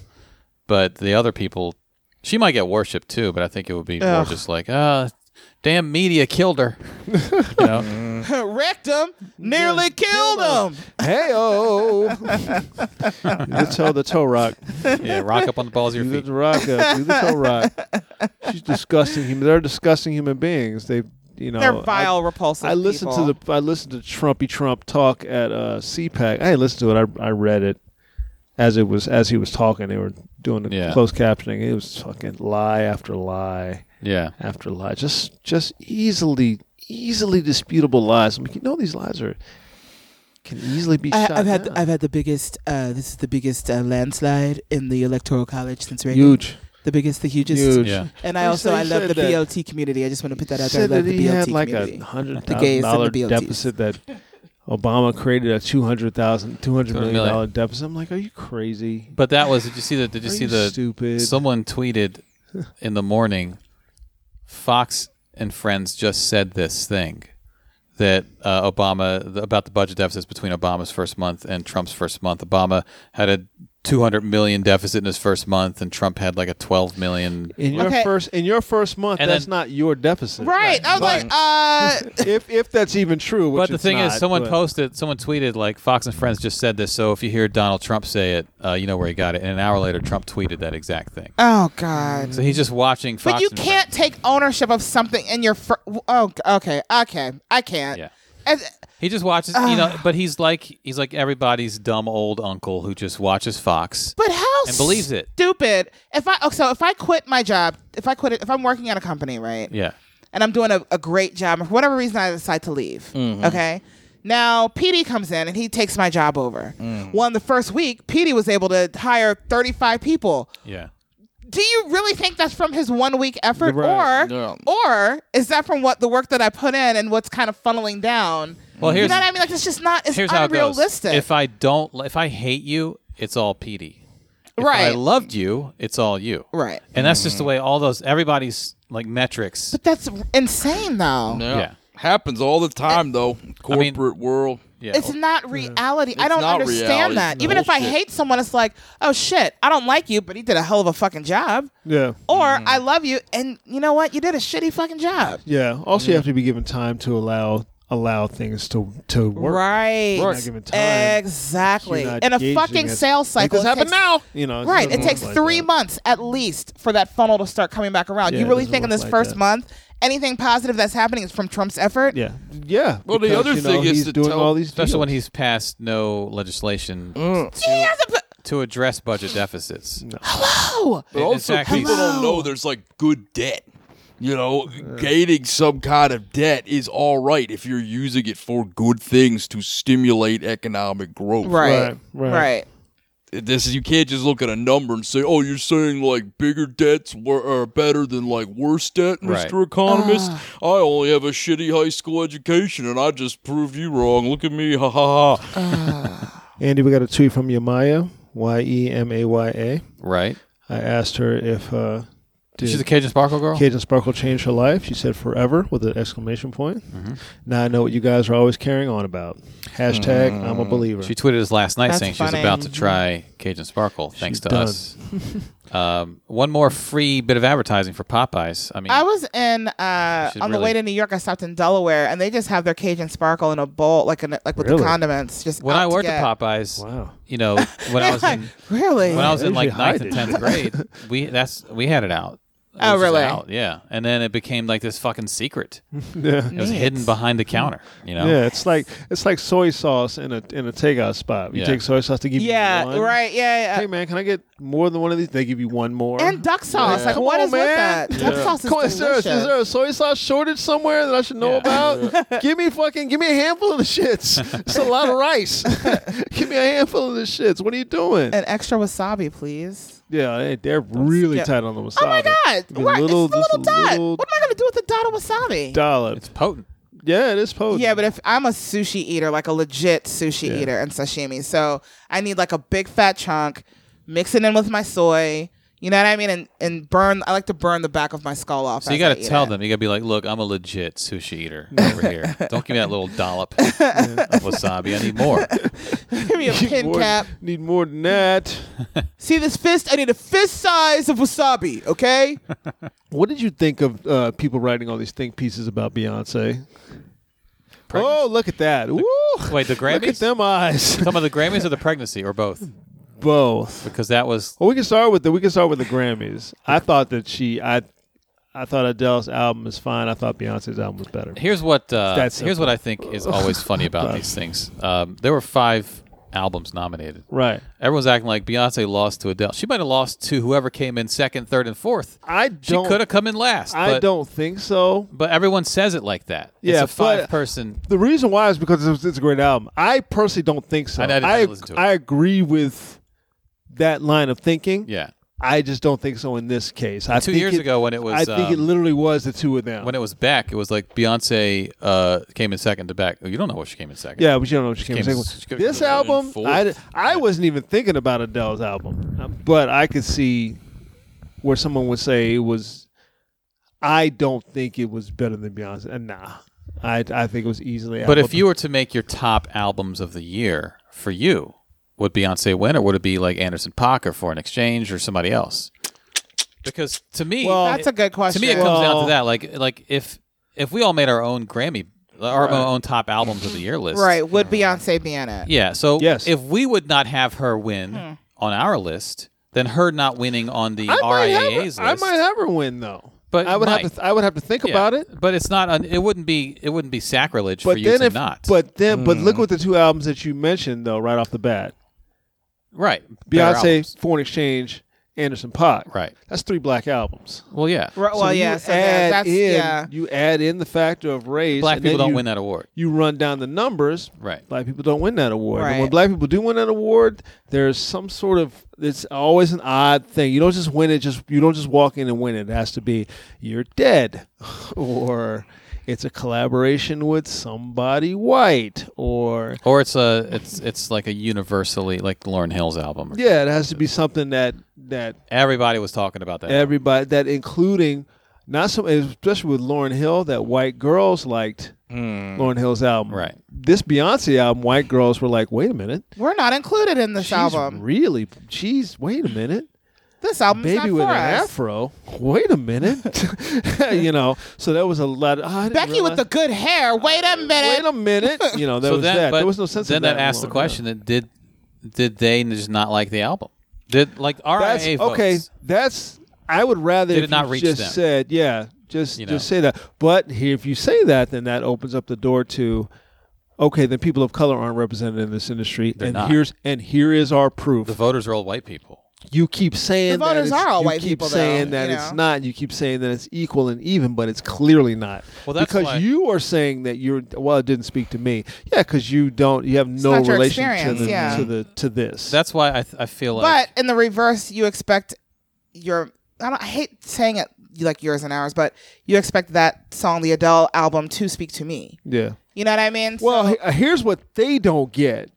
[SPEAKER 10] But the other people, she might get worshipped too. But I think it would be more
[SPEAKER 11] Ugh.
[SPEAKER 10] just like, ah, damn media killed her. [laughs]
[SPEAKER 11] [laughs]
[SPEAKER 10] you know?
[SPEAKER 11] wrecked him, nearly killed him.
[SPEAKER 9] Hey, oh. the toe, the toe rock.
[SPEAKER 10] Yeah, rock up on the balls of your
[SPEAKER 9] Do
[SPEAKER 10] feet.
[SPEAKER 9] the rock up. Do the toe rock.
[SPEAKER 11] [laughs]
[SPEAKER 9] She's disgusting. Human. They're disgusting human beings. They, you know.
[SPEAKER 11] They're
[SPEAKER 9] I-
[SPEAKER 11] vile, repulsive.
[SPEAKER 9] I listened
[SPEAKER 11] people.
[SPEAKER 9] to the I listened to Trumpy Trump talk at uh, CPAC. I didn't listen to it. I, I read it as it was as he was talking. They were doing the
[SPEAKER 10] Yeah.
[SPEAKER 9] closed captioning. It was fucking lie after lie
[SPEAKER 10] Yeah.
[SPEAKER 9] after lie. Just just easily easily disputable lies. I'm like, you know, these lies are can easily be
[SPEAKER 11] I,
[SPEAKER 9] shot
[SPEAKER 11] I've had
[SPEAKER 9] down.
[SPEAKER 11] I've had the biggest. Uh, this is the biggest uh, landslide in the electoral college since Reagan.
[SPEAKER 9] Huge.
[SPEAKER 11] The biggest, the hugest.
[SPEAKER 9] Huge. Yeah.
[SPEAKER 11] And I
[SPEAKER 9] He
[SPEAKER 11] also
[SPEAKER 9] said- he
[SPEAKER 11] I love
[SPEAKER 9] said
[SPEAKER 11] the
[SPEAKER 9] that-
[SPEAKER 11] BLT community. I just want to put that out there. I
[SPEAKER 9] said
[SPEAKER 11] love
[SPEAKER 9] that
[SPEAKER 11] the
[SPEAKER 9] he
[SPEAKER 11] BLT
[SPEAKER 9] had like
[SPEAKER 11] community.
[SPEAKER 9] a hundred
[SPEAKER 11] the gays
[SPEAKER 9] thousand dollar
[SPEAKER 11] and the BLTs.
[SPEAKER 9] deficit that Obama created a two hundred thousand, two hundred million dollar
[SPEAKER 10] million.
[SPEAKER 9] deficit. I'm like, are you crazy?
[SPEAKER 10] But that was. Did you see the? Did you
[SPEAKER 9] Are
[SPEAKER 10] see
[SPEAKER 9] you
[SPEAKER 10] the?
[SPEAKER 9] stupid? [laughs]
[SPEAKER 10] Someone tweeted in the morning. Fox and Friends just said this thing that uh, Obama the, about the budget deficits between Obama's first month and Trump's first month. Obama had a 200 million deficit in his first month, and Trump had like a 12 million.
[SPEAKER 9] In your
[SPEAKER 11] Okay.
[SPEAKER 9] first in your first month,
[SPEAKER 10] And
[SPEAKER 9] that's
[SPEAKER 10] then-
[SPEAKER 9] not your deficit.
[SPEAKER 11] Right. I was like, uh,
[SPEAKER 9] [laughs] if if that's even true. Which
[SPEAKER 10] But the
[SPEAKER 9] it's
[SPEAKER 10] thing is,
[SPEAKER 9] not,
[SPEAKER 10] someone
[SPEAKER 9] but-
[SPEAKER 10] posted, someone tweeted like Fox and Friends just said this. So if you hear Donald Trump say it, uh, you know where he got it. And an hour later, Trump tweeted that exact thing.
[SPEAKER 11] oh god.
[SPEAKER 10] So he's just watching Fox.
[SPEAKER 11] But you
[SPEAKER 10] and
[SPEAKER 11] can't take ownership of something in your. Fr- oh, okay, okay, I can't.
[SPEAKER 10] Yeah.
[SPEAKER 11] As-
[SPEAKER 10] He just watches, you
[SPEAKER 11] [sighs]
[SPEAKER 10] know. But he's like he's like everybody's dumb old uncle who just watches Fox.
[SPEAKER 11] but how
[SPEAKER 10] And believes it.
[SPEAKER 11] stupid. If I oh, so if I quit my job, if I quit it, if I'm working at a company, right?
[SPEAKER 10] yeah,
[SPEAKER 11] and I'm doing a, a great job. and For whatever reason, I decide to leave. Okay. Now, PD comes in and he takes my job over. Well, in the first week, PD was able to hire 35 people.
[SPEAKER 10] yeah.
[SPEAKER 11] Do you really think that's from his one week effort?
[SPEAKER 9] Right.
[SPEAKER 11] Or, or is that from what the work that I put in and what's kind of funneling down?
[SPEAKER 10] Well,
[SPEAKER 11] you
[SPEAKER 10] here's-
[SPEAKER 11] know what I mean? Like, it's just not, it's
[SPEAKER 10] Here's how it goes.
[SPEAKER 11] unrealistic.
[SPEAKER 10] If I don't, if I hate you, it's all Petey. If I
[SPEAKER 11] Right.
[SPEAKER 10] loved you, it's all you.
[SPEAKER 11] right.
[SPEAKER 10] And that's just the way all those everybody's like metrics.
[SPEAKER 11] But that's insane, though.
[SPEAKER 6] Yeah.
[SPEAKER 10] Yeah.
[SPEAKER 6] Happens all the time though.
[SPEAKER 10] mean-
[SPEAKER 6] Corporate world.
[SPEAKER 10] Yeah.
[SPEAKER 11] It's not reality. I don't
[SPEAKER 6] not
[SPEAKER 11] understand
[SPEAKER 6] reality.
[SPEAKER 11] that.
[SPEAKER 6] No
[SPEAKER 11] Even if I
[SPEAKER 6] shit.
[SPEAKER 11] hate someone, it's like, oh shit, I don't like you, but he did a hell of a fucking job.
[SPEAKER 9] yeah.
[SPEAKER 11] Or
[SPEAKER 6] Mm-hmm.
[SPEAKER 11] I love you, and you know what? You did a shitty fucking job.
[SPEAKER 9] Yeah. Also, you have to be given time to allow allow things to to work.
[SPEAKER 11] Right.
[SPEAKER 9] You're not given time.
[SPEAKER 11] Exactly.
[SPEAKER 9] You're not
[SPEAKER 11] In a
[SPEAKER 9] gauging
[SPEAKER 11] fucking
[SPEAKER 9] it.
[SPEAKER 11] sales
[SPEAKER 9] Make
[SPEAKER 11] cycle.
[SPEAKER 9] this
[SPEAKER 11] it
[SPEAKER 9] happen
[SPEAKER 11] takes-
[SPEAKER 9] now. You know.
[SPEAKER 11] Right. It
[SPEAKER 9] doesn't
[SPEAKER 11] takes
[SPEAKER 9] work like
[SPEAKER 11] three
[SPEAKER 9] that.
[SPEAKER 11] months at least for that funnel to start coming back around.
[SPEAKER 9] Yeah,
[SPEAKER 11] you
[SPEAKER 9] it
[SPEAKER 11] really
[SPEAKER 9] doesn't
[SPEAKER 11] think in
[SPEAKER 9] work
[SPEAKER 11] this
[SPEAKER 9] like
[SPEAKER 11] first
[SPEAKER 9] that.
[SPEAKER 11] month, anything positive that's happening is from Trump's effort?
[SPEAKER 9] Yeah. Yeah.
[SPEAKER 6] Well, the
[SPEAKER 9] because,
[SPEAKER 6] other
[SPEAKER 9] you know,
[SPEAKER 6] thing is
[SPEAKER 9] he's
[SPEAKER 6] to
[SPEAKER 9] doing
[SPEAKER 6] tell-
[SPEAKER 9] all these
[SPEAKER 10] especially when
[SPEAKER 9] deals.
[SPEAKER 10] he's passed no legislation
[SPEAKER 11] He has a.
[SPEAKER 10] to address
[SPEAKER 11] [gasps]
[SPEAKER 10] budget deficits.
[SPEAKER 11] Oh,
[SPEAKER 6] But also,
[SPEAKER 10] fact, he's-
[SPEAKER 6] people don't know there's like good debt. You know, gating some kind of debt is all right if you're using it for good things to stimulate economic growth.
[SPEAKER 11] right.
[SPEAKER 9] right.
[SPEAKER 11] Right.
[SPEAKER 6] This is, you can't just look at a number and say, "Oh, you're saying like bigger debts were, are better than like worse debt,
[SPEAKER 10] Right.
[SPEAKER 6] Mister Economist." I only have a shitty high school education, and I just proved you wrong. Look at me, ha ha ha.
[SPEAKER 9] Andy, we got a tweet from Yamaya. Y e m a y a.
[SPEAKER 10] Right.
[SPEAKER 9] I asked her if uh, did
[SPEAKER 10] She's a Cajun Sparkle girl.
[SPEAKER 9] Cajun Sparkle change her life. She said forever with an exclamation point.
[SPEAKER 10] Mm-hmm.
[SPEAKER 9] Now I know what you guys are always carrying on about. Hashtag I'm a believer.
[SPEAKER 10] Mm. She tweeted us last night
[SPEAKER 11] That's
[SPEAKER 10] saying she
[SPEAKER 11] funny.
[SPEAKER 10] was about to try Cajun Sparkle, thanks to
[SPEAKER 9] done.
[SPEAKER 10] us. um, one more free bit of advertising for Popeyes. I mean,
[SPEAKER 11] I was in uh,
[SPEAKER 10] should
[SPEAKER 11] on the way
[SPEAKER 10] really-
[SPEAKER 11] to New York. I stopped in Delaware, and they just have their Cajun sparkle in a bowl, like in, a- like with
[SPEAKER 9] Really?
[SPEAKER 11] the condiments. Just
[SPEAKER 10] when
[SPEAKER 11] out
[SPEAKER 10] I
[SPEAKER 11] to
[SPEAKER 10] worked
[SPEAKER 11] get.
[SPEAKER 10] at Popeyes,
[SPEAKER 9] wow. [laughs]
[SPEAKER 10] you know,
[SPEAKER 11] [laughs]
[SPEAKER 10] when I was in,
[SPEAKER 11] really?
[SPEAKER 10] when I was in like
[SPEAKER 9] Usually
[SPEAKER 10] ninth and
[SPEAKER 9] hide
[SPEAKER 10] tenth grade, we that's we had it out. It
[SPEAKER 11] [laughs] Oh,
[SPEAKER 10] was just
[SPEAKER 11] really?
[SPEAKER 10] out, yeah. And then it became like this fucking secret.
[SPEAKER 9] Yeah.
[SPEAKER 10] It was hidden behind the counter. You know.
[SPEAKER 9] Yeah, it's like it's like soy sauce in a in a takeout spot. You
[SPEAKER 10] Yeah.
[SPEAKER 9] take soy sauce to give
[SPEAKER 11] yeah,
[SPEAKER 9] you one.
[SPEAKER 11] right. Yeah,
[SPEAKER 9] Hey
[SPEAKER 11] yeah.
[SPEAKER 9] man, can I get more than one of these? They give you one more.
[SPEAKER 11] And duck sauce. Like,
[SPEAKER 9] Come
[SPEAKER 11] what
[SPEAKER 9] on,
[SPEAKER 11] is with
[SPEAKER 9] man.
[SPEAKER 11] that? Duck sauce is
[SPEAKER 9] Come on, is there, is
[SPEAKER 11] delicious.
[SPEAKER 9] there a soy sauce shortage somewhere that I should know
[SPEAKER 10] Yeah.
[SPEAKER 11] [laughs]
[SPEAKER 9] about? give me fucking, give me a handful of the
[SPEAKER 10] [laughs]
[SPEAKER 9] shits. It's a lot of rice. [laughs] give me a handful of the shits. What are you doing?
[SPEAKER 11] An extra wasabi, please.
[SPEAKER 9] yeah, they- they're really
[SPEAKER 11] skip.
[SPEAKER 9] tight on the wasabi.
[SPEAKER 11] Oh my god!
[SPEAKER 9] Give me a
[SPEAKER 11] Right,
[SPEAKER 9] little-
[SPEAKER 11] it's the
[SPEAKER 9] just
[SPEAKER 11] little
[SPEAKER 9] a
[SPEAKER 11] dot.
[SPEAKER 9] little
[SPEAKER 11] What am I gonna do with the dot of wasabi?
[SPEAKER 9] dollop.
[SPEAKER 10] It's potent.
[SPEAKER 9] yeah, it is potent.
[SPEAKER 11] Yeah, but if I'm a sushi eater, like a legit sushi eater and sashimi, so I need like a big fat chunk, mix it in with my soy. You know what I mean? And and burn. I like to burn the back of my skull off.
[SPEAKER 10] So you got to tell them. You got to be like, look, I'm a legit
[SPEAKER 11] [laughs]
[SPEAKER 10] sushi eater over here. Don't give me that little dollop of wasabi. I need more.
[SPEAKER 11] [laughs] Give
[SPEAKER 9] [laughs]
[SPEAKER 11] me a
[SPEAKER 9] Need
[SPEAKER 11] pin
[SPEAKER 9] more-
[SPEAKER 11] cap.
[SPEAKER 9] Need more than that.
[SPEAKER 11] See this fist? I need a fist size of wasabi. Okay.
[SPEAKER 9] What did you think of uh, people writing all these think pieces about Beyonce? Oh, look at that! Woo!
[SPEAKER 10] Wait, the
[SPEAKER 9] Look at
[SPEAKER 10] Grammys?
[SPEAKER 9] them eyes.
[SPEAKER 10] [laughs] Some of the Grammys or the pregnancy or both?
[SPEAKER 9] Both.
[SPEAKER 10] Because that was
[SPEAKER 9] Well, we can start with the we can start with the Grammys. I thought that she I I thought Adele's album is fine. I thought Beyonce's album was better.
[SPEAKER 10] here's what uh,
[SPEAKER 9] That's [laughs]
[SPEAKER 10] here's what I think is always funny about these things. Um, there were five albums nominated.
[SPEAKER 9] Right.
[SPEAKER 10] Everyone's acting like Beyonce lost to Adele. She might have lost to whoever came in second, third, and fourth.
[SPEAKER 9] I don't.
[SPEAKER 10] she could have come in last.
[SPEAKER 9] I
[SPEAKER 10] but-
[SPEAKER 9] don't think so.
[SPEAKER 10] But everyone says it like that.
[SPEAKER 9] Yeah,
[SPEAKER 10] it's a five
[SPEAKER 9] but-
[SPEAKER 10] person.
[SPEAKER 9] The reason why is because it's, it's a great album. I personally don't think so.
[SPEAKER 10] I- I didn't
[SPEAKER 9] I,
[SPEAKER 10] listen to it.
[SPEAKER 9] I agree with that line of thinking.
[SPEAKER 10] Yeah.
[SPEAKER 9] I just don't think so in this case. I
[SPEAKER 10] Two
[SPEAKER 9] think
[SPEAKER 10] years
[SPEAKER 9] it-
[SPEAKER 10] ago when it was,
[SPEAKER 9] I think it
[SPEAKER 10] um,
[SPEAKER 9] literally was the two of them.
[SPEAKER 10] When it was back, it was like Beyonce uh, came in second to back. Oh, you don't know what she came in second.
[SPEAKER 9] yeah, but you don't know what she came,
[SPEAKER 10] came
[SPEAKER 9] to
[SPEAKER 10] s- she came
[SPEAKER 9] This
[SPEAKER 10] third and
[SPEAKER 9] album,
[SPEAKER 10] fourth.
[SPEAKER 9] I, I wasn't even thinking about Adele's album, but I could see where someone would say it was. I don't think it was better than Beyonce. Uh, Nah, I I think it was easily.
[SPEAKER 10] But
[SPEAKER 9] Apple-
[SPEAKER 10] if you were to make your top albums of the year for you, would Beyonce win, or would it be like Anderson Paak or Foreign Exchange or somebody else? Because to me,
[SPEAKER 11] Well, That's a good question.
[SPEAKER 10] Oh. To me, it comes down
[SPEAKER 9] Well-
[SPEAKER 10] to that. Like, like if if we all made our own Grammy, our own top albums of the year list,
[SPEAKER 11] right? Would Beyonce be in it?
[SPEAKER 10] Yeah. So
[SPEAKER 9] Yes.
[SPEAKER 10] if we would not have her win on our list, then her not winning on the
[SPEAKER 9] Hmm. I might, have her,
[SPEAKER 10] RIAA's
[SPEAKER 9] I
[SPEAKER 10] list,
[SPEAKER 9] might have her win though.
[SPEAKER 10] But
[SPEAKER 9] I would
[SPEAKER 10] Mike-
[SPEAKER 9] have to I would have to think
[SPEAKER 10] Yeah,
[SPEAKER 9] about it.
[SPEAKER 10] But it's not. An, it wouldn't be. It wouldn't be sacrilege
[SPEAKER 9] But
[SPEAKER 10] for you
[SPEAKER 9] then
[SPEAKER 10] to
[SPEAKER 9] if
[SPEAKER 10] not.
[SPEAKER 9] but then but look what the two albums that you mentioned though right off the bat.
[SPEAKER 10] right, better albums.
[SPEAKER 9] Beyonce, Foreign Exchange, Anderson Pot.
[SPEAKER 10] Right.
[SPEAKER 9] That's three black albums.
[SPEAKER 10] Well, yeah.
[SPEAKER 11] Right, Oh, well,
[SPEAKER 9] you
[SPEAKER 11] yeah. So
[SPEAKER 9] add
[SPEAKER 11] that, that's
[SPEAKER 9] in,
[SPEAKER 11] yeah.
[SPEAKER 9] You add in the factor of race.
[SPEAKER 10] Black
[SPEAKER 9] and then
[SPEAKER 10] people don't
[SPEAKER 9] you,
[SPEAKER 10] win that award.
[SPEAKER 9] You run down the numbers.
[SPEAKER 10] Right.
[SPEAKER 9] Black people don't win that award. And when
[SPEAKER 11] Right.
[SPEAKER 9] black people do win that award, there's some sort of it's always an odd thing. You don't just win it. Just you don't just walk in and win it. It has to be you're dead, [laughs] or it's a collaboration with somebody white, or
[SPEAKER 10] Or it's a it's it's like a universally like Lauren Hill's album.
[SPEAKER 9] yeah, it has to be something that that
[SPEAKER 10] Everybody was talking about that.
[SPEAKER 9] everybody that including not so especially with Lauren Hill that white girls liked
[SPEAKER 11] Hmm.
[SPEAKER 9] Lauren Hill's album.
[SPEAKER 10] Right.
[SPEAKER 9] This Beyonce album, white girls were like, wait a minute,
[SPEAKER 11] We're not included in this
[SPEAKER 9] she's
[SPEAKER 11] album.
[SPEAKER 9] really she's wait a minute,
[SPEAKER 11] this album's not
[SPEAKER 9] baby
[SPEAKER 11] for
[SPEAKER 9] with an
[SPEAKER 11] us.
[SPEAKER 9] afro. Wait
[SPEAKER 11] [laughs]
[SPEAKER 9] a minute, [laughs] you know. So that was a lot. Of, oh, I didn't
[SPEAKER 11] Becky with
[SPEAKER 9] realize-
[SPEAKER 11] the good hair. Wait a minute.
[SPEAKER 9] wait a minute, you know. That
[SPEAKER 10] so
[SPEAKER 9] was
[SPEAKER 10] then,
[SPEAKER 9] that.
[SPEAKER 10] but
[SPEAKER 9] There was no sense.
[SPEAKER 10] Then
[SPEAKER 9] of that, in
[SPEAKER 10] asked
[SPEAKER 9] Lauren
[SPEAKER 10] the
[SPEAKER 9] Hill.
[SPEAKER 10] question that did did they just not like the album? Did like RIA
[SPEAKER 9] That's okay.
[SPEAKER 10] votes?
[SPEAKER 9] That's I would rather
[SPEAKER 10] Did it
[SPEAKER 9] if
[SPEAKER 10] not
[SPEAKER 9] you
[SPEAKER 10] reach
[SPEAKER 9] just
[SPEAKER 10] them?
[SPEAKER 9] said yeah, just
[SPEAKER 10] You know.
[SPEAKER 9] just say that. But here, if you say that, then that opens up the door to okay, then people of color aren't represented in this industry, and
[SPEAKER 10] not.
[SPEAKER 9] here's and here is our proof.
[SPEAKER 10] The voters are all white people.
[SPEAKER 9] you keep saying
[SPEAKER 11] The voters
[SPEAKER 9] that it's-
[SPEAKER 11] are all
[SPEAKER 9] you
[SPEAKER 11] white
[SPEAKER 9] keep
[SPEAKER 11] people, though,
[SPEAKER 9] saying
[SPEAKER 11] you
[SPEAKER 9] that it's
[SPEAKER 11] know.
[SPEAKER 9] not. and You keep saying that it's equal and even, but it's clearly not.
[SPEAKER 10] Well, that's
[SPEAKER 9] because
[SPEAKER 10] why-
[SPEAKER 9] you are saying that you're well. It didn't speak to me. Yeah, because you don't. You have no
[SPEAKER 11] not your
[SPEAKER 9] relation to
[SPEAKER 11] experience,
[SPEAKER 9] the,
[SPEAKER 11] yeah.
[SPEAKER 9] to the to this.
[SPEAKER 10] That's why I, th- I feel like
[SPEAKER 11] But in the reverse, you expect your. I, don't, I hate saying it like yours and ours, but you expect that song, the Adele album, to speak to me.
[SPEAKER 9] yeah.
[SPEAKER 11] You know what I mean?
[SPEAKER 9] Well,
[SPEAKER 11] So-
[SPEAKER 9] he- uh, here's what they don't get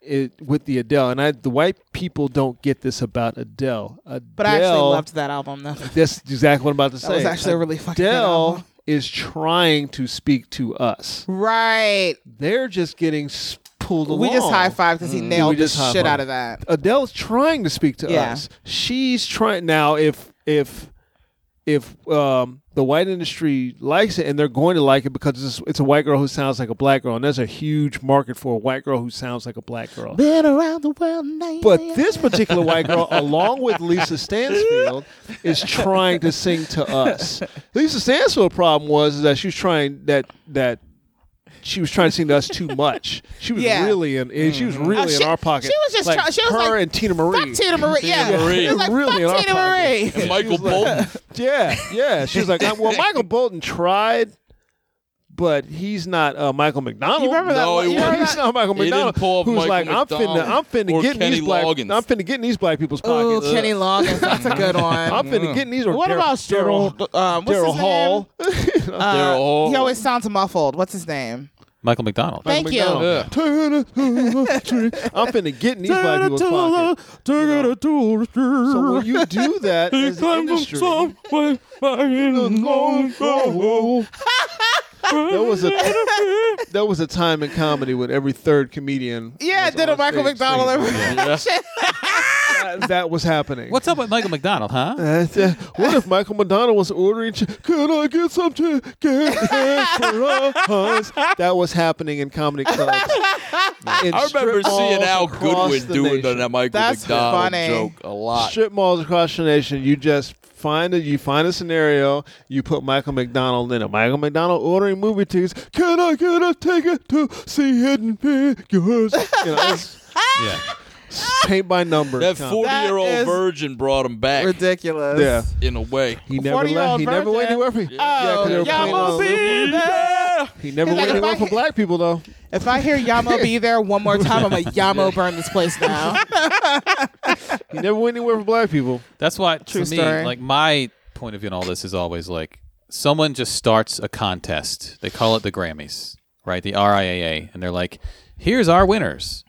[SPEAKER 9] it, with the Adele, and I, the white people don't get this about Adele. Adele
[SPEAKER 11] but I actually loved that album, though.
[SPEAKER 9] That's exactly what I'm about to say.
[SPEAKER 11] was actually a really fucking good
[SPEAKER 9] Adele
[SPEAKER 11] album.
[SPEAKER 9] is trying to speak to us.
[SPEAKER 11] Right.
[SPEAKER 9] They're just getting s- pulled along.
[SPEAKER 11] Mm, We just high five because he
[SPEAKER 9] We
[SPEAKER 11] nailed the
[SPEAKER 9] just
[SPEAKER 11] shit
[SPEAKER 9] high-fived.
[SPEAKER 11] out of that.
[SPEAKER 9] Adele's trying to speak to
[SPEAKER 11] Yeah.
[SPEAKER 9] us. She's trying now. If if if um, the white industry likes it, and they're going to like it because it's, it's a white girl who sounds like a black girl, and there's a huge market for a white girl who sounds like a black girl.
[SPEAKER 11] Been around the world now.
[SPEAKER 9] But this particular
[SPEAKER 11] [laughs]
[SPEAKER 9] white girl, along with Lisa Stansfield, is trying to sing to us. Lisa Stansfield's problem was that she was trying that that she was trying to sing to us too much. She was
[SPEAKER 11] Yeah.
[SPEAKER 9] really in and she was really
[SPEAKER 11] Oh, she-
[SPEAKER 9] in our pocket.
[SPEAKER 11] she was just
[SPEAKER 9] like
[SPEAKER 11] try- she was
[SPEAKER 9] her
[SPEAKER 11] like,
[SPEAKER 9] and Tina Marie.
[SPEAKER 11] Fuck Tina Marie. Yeah.
[SPEAKER 9] Marie.
[SPEAKER 11] [laughs] It was like,
[SPEAKER 9] Really in our
[SPEAKER 11] fuck Tina
[SPEAKER 9] pocket.
[SPEAKER 11] Marie.
[SPEAKER 6] Michael Bolton.
[SPEAKER 9] Yeah, yeah. She was like, "Uh, well, Michael Bolton tried. But he's not uh, Michael McDonald.
[SPEAKER 11] You remember that No, one- he you remember
[SPEAKER 9] he's
[SPEAKER 11] wasn't.
[SPEAKER 9] not Michael
[SPEAKER 6] He didn't
[SPEAKER 9] McDonald.
[SPEAKER 6] pull off
[SPEAKER 9] who's
[SPEAKER 6] Michael
[SPEAKER 9] like,
[SPEAKER 6] McDonald
[SPEAKER 9] I'm finna, I'm finna
[SPEAKER 6] or
[SPEAKER 9] get in these
[SPEAKER 6] Kenny
[SPEAKER 9] black,
[SPEAKER 6] Loggins.
[SPEAKER 9] I'm finna get in these black people's
[SPEAKER 11] Oh,
[SPEAKER 9] pockets. Uh,
[SPEAKER 11] Kenny Loggins. That's a
[SPEAKER 9] [laughs]
[SPEAKER 11] good one.
[SPEAKER 9] I'm finna get in these. Or
[SPEAKER 11] Mm-hmm. What
[SPEAKER 9] Dar-
[SPEAKER 11] about Daryl? Um, what's
[SPEAKER 9] Daryl
[SPEAKER 11] his [laughs]
[SPEAKER 9] Hall.
[SPEAKER 11] Name? Uh, He always sounds muffled. What's his name?
[SPEAKER 10] Michael McDonald.
[SPEAKER 11] Thank you.
[SPEAKER 9] McDonald. [laughs] I'm finna get in these black people's pockets. So when you do that as an industry, there was a [laughs] there was a time in comedy when every third comedian
[SPEAKER 11] Yeah,
[SPEAKER 9] was
[SPEAKER 11] did a
[SPEAKER 9] on
[SPEAKER 11] Michael
[SPEAKER 9] stage singing.
[SPEAKER 11] McDonald.
[SPEAKER 9] that, that was happening.
[SPEAKER 10] What's up with Michael McDonald, huh?
[SPEAKER 9] Uh, th- what if Michael McDonald was ordering? Ch- Could I get some chicken for us? That was happening in comedy clubs.
[SPEAKER 6] [laughs] I remember seeing Al Goodwin doing
[SPEAKER 9] that.
[SPEAKER 6] that Michael
[SPEAKER 11] That's
[SPEAKER 6] McDonald
[SPEAKER 11] funny.
[SPEAKER 6] joke a lot.
[SPEAKER 9] strip malls across the nation. You just find a you find a scenario. You put Michael McDonald in it. Michael McDonald ordering
[SPEAKER 6] [laughs]
[SPEAKER 9] movie tickets. Can I get a ticket to see Hidden Figures? You know, it's-
[SPEAKER 10] yeah.
[SPEAKER 9] Paint by numbers.
[SPEAKER 6] That
[SPEAKER 9] Tom.
[SPEAKER 6] forty-year-old
[SPEAKER 11] That is
[SPEAKER 6] virgin brought him back.
[SPEAKER 2] Ridiculous.
[SPEAKER 9] Yeah.
[SPEAKER 6] in a way.
[SPEAKER 9] He never left. He never went anywhere. For,
[SPEAKER 11] Oh,
[SPEAKER 9] 'cause they were
[SPEAKER 11] y'all
[SPEAKER 9] playing all
[SPEAKER 11] will be
[SPEAKER 9] over.
[SPEAKER 11] there.
[SPEAKER 9] He never
[SPEAKER 11] He's
[SPEAKER 9] went
[SPEAKER 11] like, if
[SPEAKER 9] anywhere
[SPEAKER 11] I
[SPEAKER 9] for
[SPEAKER 11] hit-
[SPEAKER 9] black people though.
[SPEAKER 11] If I hear Yamo be there one more time, I'm
[SPEAKER 9] [laughs]
[SPEAKER 11] like, Yamo burn this place now.
[SPEAKER 9] He never went anywhere for black people.
[SPEAKER 10] That's why,
[SPEAKER 11] True
[SPEAKER 10] to me,
[SPEAKER 11] story.
[SPEAKER 10] like my point of view in all this is always like someone just starts a contest. They call it the Grammys, right? The RIAA, and they're like, "Here's our winners."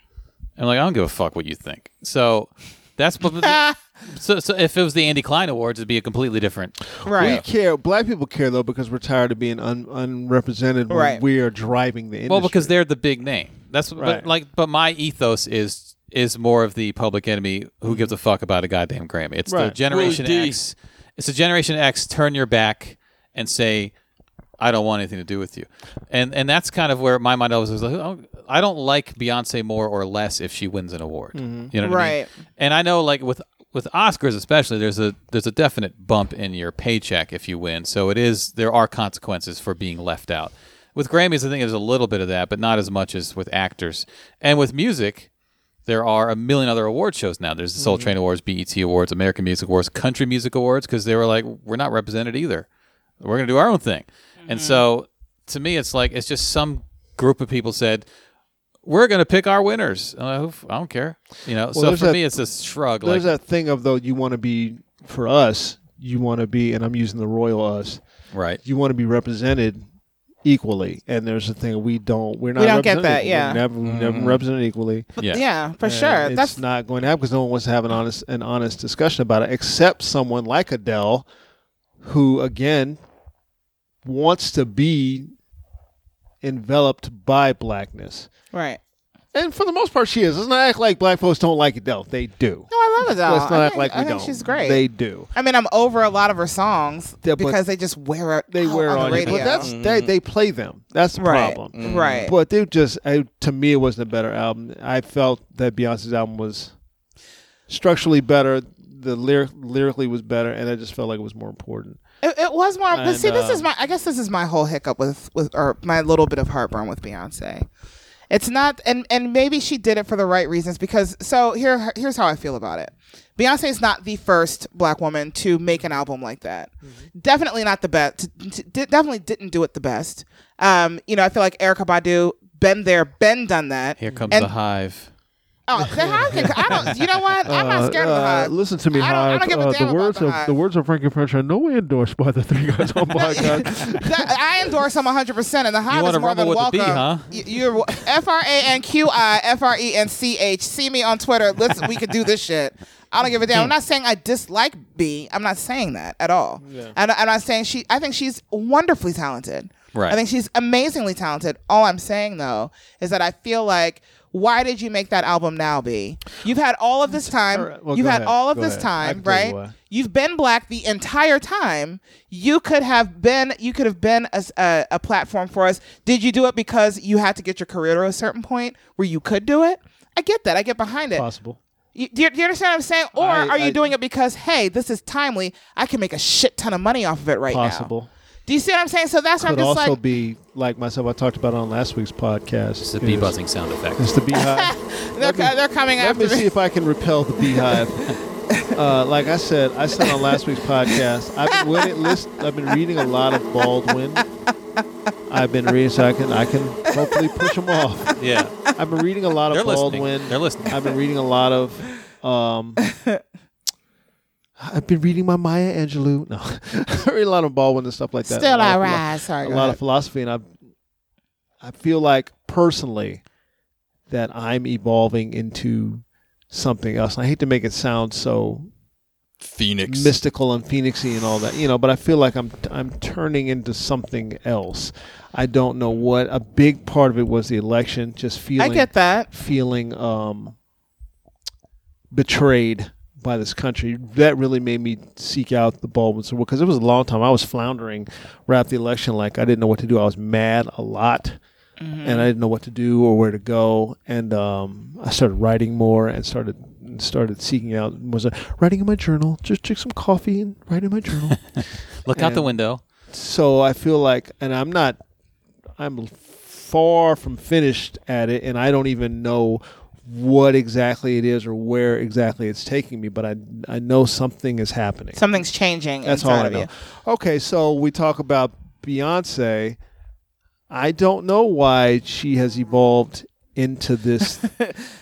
[SPEAKER 10] And I'm like, I don't give a fuck what you think. So that's but- but- so, so. If it was the Andy Klein Awards, it'd be a completely different.
[SPEAKER 9] [laughs] We care. Black people care though because we're tired of being un- unrepresented when
[SPEAKER 11] Right.
[SPEAKER 9] we are driving the industry.
[SPEAKER 10] Well, because they're the big name. That's
[SPEAKER 9] Right.
[SPEAKER 10] but, like, but my ethos is is more of the Public Enemy. Who gives a fuck about a goddamn Grammy? It's the
[SPEAKER 9] Right.
[SPEAKER 10] Generation
[SPEAKER 6] Willie D.
[SPEAKER 10] X. It's the Generation X. Turn your back and say, I don't want anything to do with you. And and that's kind of where my mind always was like, oh, I don't like Beyonce more or less if she wins an award. You know what I mean?
[SPEAKER 11] Right.
[SPEAKER 10] And I know like with with Oscars especially, there's a there's a definite bump in your paycheck if you win. So it is there are consequences for being left out. With Grammys, I think there's a little bit of that, but not as much as with actors. And with music, there are a million other award shows now. There's the Soul Train Awards, BET Awards, American Music Awards, Country Music Awards, because they were like, we're not represented either. We're gonna do our own thing. And so to me, it's like it's just some group of people said. We're gonna pick our winners. And I'm like, "Oof, I don't care, you know. so
[SPEAKER 9] there's
[SPEAKER 10] for
[SPEAKER 9] that-
[SPEAKER 10] me, it's a shrug. Like,
[SPEAKER 9] there's that thing of though you want to be for us. You want to be, and I'm using the royal us.
[SPEAKER 10] Right.
[SPEAKER 9] You want to be represented equally, and there's a thing we don't. We're not.
[SPEAKER 11] don't get
[SPEAKER 9] represented.
[SPEAKER 11] that, yeah.
[SPEAKER 9] We're never, we've never represented equally.
[SPEAKER 10] Yeah.
[SPEAKER 11] yeah, for
[SPEAKER 9] And
[SPEAKER 11] sure.
[SPEAKER 9] It's
[SPEAKER 11] That's
[SPEAKER 9] not going to happen because no one wants to have an honest an honest discussion about it, except someone like Adele, who again wants to be enveloped by blackness.
[SPEAKER 11] right.
[SPEAKER 9] And for the most part, she is. Let's not act like black folks don't like Adele. They do.
[SPEAKER 11] No, I love it though.
[SPEAKER 9] Let's not
[SPEAKER 11] I
[SPEAKER 9] act
[SPEAKER 11] think,
[SPEAKER 9] like we
[SPEAKER 11] I think
[SPEAKER 9] don't.
[SPEAKER 11] she's great.
[SPEAKER 9] They do.
[SPEAKER 11] I mean, I'm over a lot of her songs
[SPEAKER 9] Yeah, but
[SPEAKER 11] because they just wear it.
[SPEAKER 9] They
[SPEAKER 11] out
[SPEAKER 9] wear
[SPEAKER 11] on
[SPEAKER 9] on
[SPEAKER 11] the
[SPEAKER 9] you.
[SPEAKER 11] radio.
[SPEAKER 9] But that's they, they play them. That's the
[SPEAKER 11] right,
[SPEAKER 9] problem. Mm.
[SPEAKER 11] right.
[SPEAKER 9] But they just I, to me it wasn't a better album. I felt that Beyonce's album was structurally better. The lyric lyrically was better, and I just felt like it was more important.
[SPEAKER 11] It, it was more. But
[SPEAKER 9] And,
[SPEAKER 11] see, this
[SPEAKER 9] uh,
[SPEAKER 11] is my. I guess this is my whole hiccup with with or my little bit of heartburn with Beyonce. It's not, and and maybe she did it for the right reasons because. So here, here's how I feel about it. Beyonce is not the first black woman to make an album like that.
[SPEAKER 9] Mm-hmm.
[SPEAKER 11] Definitely not the best. t- t- definitely didn't do it the best. Um, you know, I feel like Erica Badu been there, been done that.
[SPEAKER 10] Here comes
[SPEAKER 11] and,
[SPEAKER 10] the hive.
[SPEAKER 11] Oh, the hive can. I don't. You know what? I'm not scared of the hive.
[SPEAKER 9] Uh, Listen to
[SPEAKER 11] I
[SPEAKER 9] me,
[SPEAKER 11] don't- I
[SPEAKER 9] Hive.
[SPEAKER 11] don't give a
[SPEAKER 9] Uh,
[SPEAKER 11] damn
[SPEAKER 9] the
[SPEAKER 11] about
[SPEAKER 9] words
[SPEAKER 11] the
[SPEAKER 9] of
[SPEAKER 11] Hive.
[SPEAKER 9] the words of Frankie French are nowhere endorsed by
[SPEAKER 11] [laughs]
[SPEAKER 9] the Three Guys on Podcast.
[SPEAKER 11] That- I endorse them 100%, and the hive
[SPEAKER 10] wanna
[SPEAKER 11] is more than
[SPEAKER 10] rumble with
[SPEAKER 11] welcome.
[SPEAKER 10] the bee, huh?
[SPEAKER 11] Y- You're F R A N Q I F R E N C H. See me on Twitter. Let's we could do this shit. I don't give a damn. I'm not saying I dislike B. I'm not saying that at all. And I'm not saying she. I think she's wonderfully talented.
[SPEAKER 10] Right.
[SPEAKER 11] I think she's amazingly talented. All I'm saying though is that I feel like. Why did you make that album now, B? You've had all of this time.
[SPEAKER 9] All right, well,
[SPEAKER 11] You've
[SPEAKER 9] go
[SPEAKER 11] had
[SPEAKER 9] ahead.
[SPEAKER 11] all of
[SPEAKER 9] Go
[SPEAKER 11] this
[SPEAKER 9] ahead. I
[SPEAKER 11] time,
[SPEAKER 9] can tell you
[SPEAKER 11] right?
[SPEAKER 9] why.
[SPEAKER 11] You've been black the entire time. You could have been. You could have been a, s- a- a platform for us. Did you do it because you had to get your career to a certain point where you could do it? I get that. I get behind it.
[SPEAKER 9] Possible.
[SPEAKER 11] You, do, you, do you understand what I'm saying? Or
[SPEAKER 9] I-
[SPEAKER 11] are you
[SPEAKER 9] I-
[SPEAKER 11] doing it because hey, this is timely? I can make a shit ton of money off of it right now.
[SPEAKER 9] Possible.
[SPEAKER 11] Do you see what I'm saying? So that's why I'm
[SPEAKER 9] Could
[SPEAKER 11] just
[SPEAKER 9] also
[SPEAKER 11] like.
[SPEAKER 9] be like myself. I talked about on last week's podcast.
[SPEAKER 10] It's a bee
[SPEAKER 9] is-
[SPEAKER 10] buzzing sound effect.
[SPEAKER 9] It's
[SPEAKER 11] [laughs]
[SPEAKER 9] the beehive.
[SPEAKER 11] they're, co- they're coming
[SPEAKER 9] Let
[SPEAKER 11] after
[SPEAKER 9] me see
[SPEAKER 11] me.
[SPEAKER 9] if I can repel the beehive. Uh, like I said, I said on last week's podcast, I've been, when it list, I've been reading a lot of Baldwin. I've been reading, so I can I can hopefully push them off.
[SPEAKER 10] yeah.
[SPEAKER 9] I've been reading a lot of
[SPEAKER 10] They're listening.
[SPEAKER 9] Baldwin.
[SPEAKER 10] They're listening.
[SPEAKER 9] I've been reading a lot of. Um, I've been reading my Maya Angelou. No, [laughs] I read a lot of Baldwin and stuff like that.
[SPEAKER 11] Still
[SPEAKER 9] A lot
[SPEAKER 11] I
[SPEAKER 9] of philo-
[SPEAKER 11] rise. Sorry.
[SPEAKER 9] a
[SPEAKER 11] go
[SPEAKER 9] lot
[SPEAKER 11] ahead.
[SPEAKER 9] of philosophy, and I I feel like personally that I'm evolving into something else. I hate to make it sound so
[SPEAKER 6] Phoenix.
[SPEAKER 9] mystical and phoenixy and all that, you know, but I feel like I'm I'm turning into something else. I don't know what. A big part of it was the election,
[SPEAKER 11] [laughs]
[SPEAKER 9] just
[SPEAKER 11] I
[SPEAKER 9] feeling
[SPEAKER 11] get that.
[SPEAKER 9] feeling um, betrayed by this country. That really made me seek out the Baldwin's award because it was a long time. I was floundering right after the election, like I didn't know what to do. I was mad a lot, and I didn't know what to do or where to go. And um, I started writing more and started started seeking out was uh, writing in my journal. Just drink some coffee and write in my journal.
[SPEAKER 10] Look out the
[SPEAKER 9] And-
[SPEAKER 10] window.
[SPEAKER 9] so I feel like, and I'm not, I'm far from finished at it, and I don't even know what exactly it is or where exactly it's taking me, but I I know something is happening.
[SPEAKER 11] Something's changing.
[SPEAKER 9] That's all
[SPEAKER 11] inside
[SPEAKER 9] I
[SPEAKER 11] of
[SPEAKER 9] know.
[SPEAKER 11] you.
[SPEAKER 9] Okay, so we talk about Beyonce. I don't know why she has evolved into this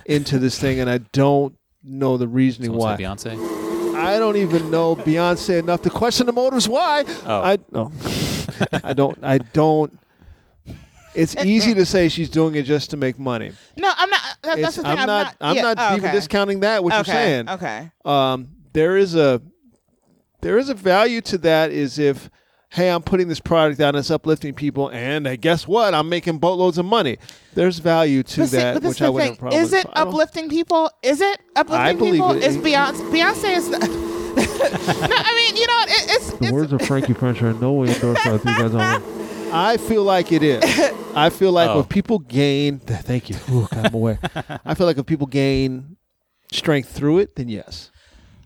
[SPEAKER 9] into this thing, and I don't know the reasoning why.
[SPEAKER 10] Someone said Beyonce.
[SPEAKER 9] I don't even know Beyonce enough to question the motives why.
[SPEAKER 10] Oh.
[SPEAKER 9] I no. [laughs] I don't I don't it's easy to say she's doing it just to make money.
[SPEAKER 11] No, I'm not. That,
[SPEAKER 9] It's-
[SPEAKER 11] that's the thing.
[SPEAKER 9] I'm not- I'm
[SPEAKER 11] yeah,
[SPEAKER 9] not
[SPEAKER 11] oh,
[SPEAKER 9] even
[SPEAKER 11] okay.
[SPEAKER 9] discounting that, what you're
[SPEAKER 11] Okay,
[SPEAKER 9] saying.
[SPEAKER 11] Okay.
[SPEAKER 9] Um there is a there is a value to that is if hey, I'm putting this product out and it's uplifting people and hey, guess what? I'm making boatloads of money. There's value to
[SPEAKER 11] But see-
[SPEAKER 9] that
[SPEAKER 11] but this
[SPEAKER 9] which
[SPEAKER 11] the
[SPEAKER 9] I wouldn't
[SPEAKER 11] thing.
[SPEAKER 9] probably
[SPEAKER 11] Is it
[SPEAKER 9] I don't-
[SPEAKER 11] uplifting people? Is it uplifting
[SPEAKER 9] I believe
[SPEAKER 11] people?
[SPEAKER 9] it-
[SPEAKER 11] Is Beyonce? Beyonce [laughs] is. no, I mean, you know, it, it's
[SPEAKER 2] The words of Frankie French are no way endorsed by three guys on one.
[SPEAKER 9] [laughs] I feel like it is. I feel like
[SPEAKER 2] Oh.
[SPEAKER 9] if people gain, thank you. Ooh, God, I'm aware. [laughs] I feel like if people gain strength through it, then yes.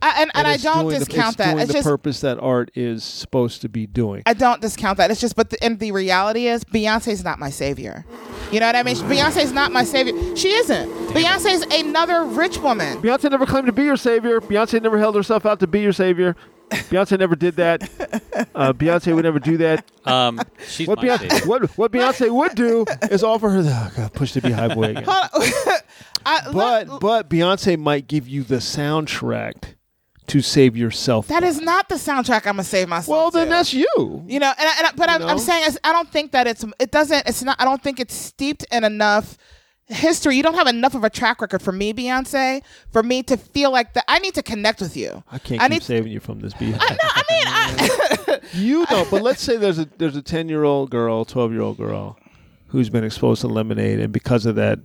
[SPEAKER 11] I, and, and I
[SPEAKER 9] it's
[SPEAKER 11] don't
[SPEAKER 9] doing the-
[SPEAKER 11] discount
[SPEAKER 9] it's
[SPEAKER 11] that.
[SPEAKER 9] Doing
[SPEAKER 11] It's
[SPEAKER 9] the
[SPEAKER 11] just
[SPEAKER 9] purpose that art is supposed to be doing.
[SPEAKER 11] I don't discount that. It's just, but the, and the reality is, Beyonce's not my savior. You know what I mean? Beyonce's not my savior. She isn't. Beyonce's another rich woman.
[SPEAKER 2] Beyonce never claimed to be your savior. Beyonce never held herself out to be your savior. Beyonce never did that.
[SPEAKER 11] [laughs]
[SPEAKER 2] Uh, Beyonce would never do that.
[SPEAKER 10] Um, she's
[SPEAKER 2] What
[SPEAKER 10] my
[SPEAKER 2] Beyonce,
[SPEAKER 10] favorite.
[SPEAKER 2] what,
[SPEAKER 9] what Beyonce would [laughs] do is offer her the oh God, push the beehive away [laughs] again. but but Beyonce might give you the soundtrack to save yourself.
[SPEAKER 11] That is not the soundtrack I'm gonna save myself.
[SPEAKER 9] Well, then
[SPEAKER 11] to.
[SPEAKER 9] that's you.
[SPEAKER 11] You know, and, I- and I- but I'm,
[SPEAKER 9] You
[SPEAKER 11] I'm
[SPEAKER 9] know?
[SPEAKER 11] saying it's- I don't think that it's it doesn't it's not I don't think it's steeped in enough history. You don't have enough of a track record for me, Beyonce, for me to feel like that. I need to connect with you.
[SPEAKER 9] I can't
[SPEAKER 11] I
[SPEAKER 9] keep
[SPEAKER 11] need.
[SPEAKER 9] saving you from this beehive. I know. I mean, I [laughs]
[SPEAKER 11] [laughs]
[SPEAKER 9] you know, but let's say there's a there's a ten year old girl, twelve year old girl, who's been exposed to lemonade, and because of that,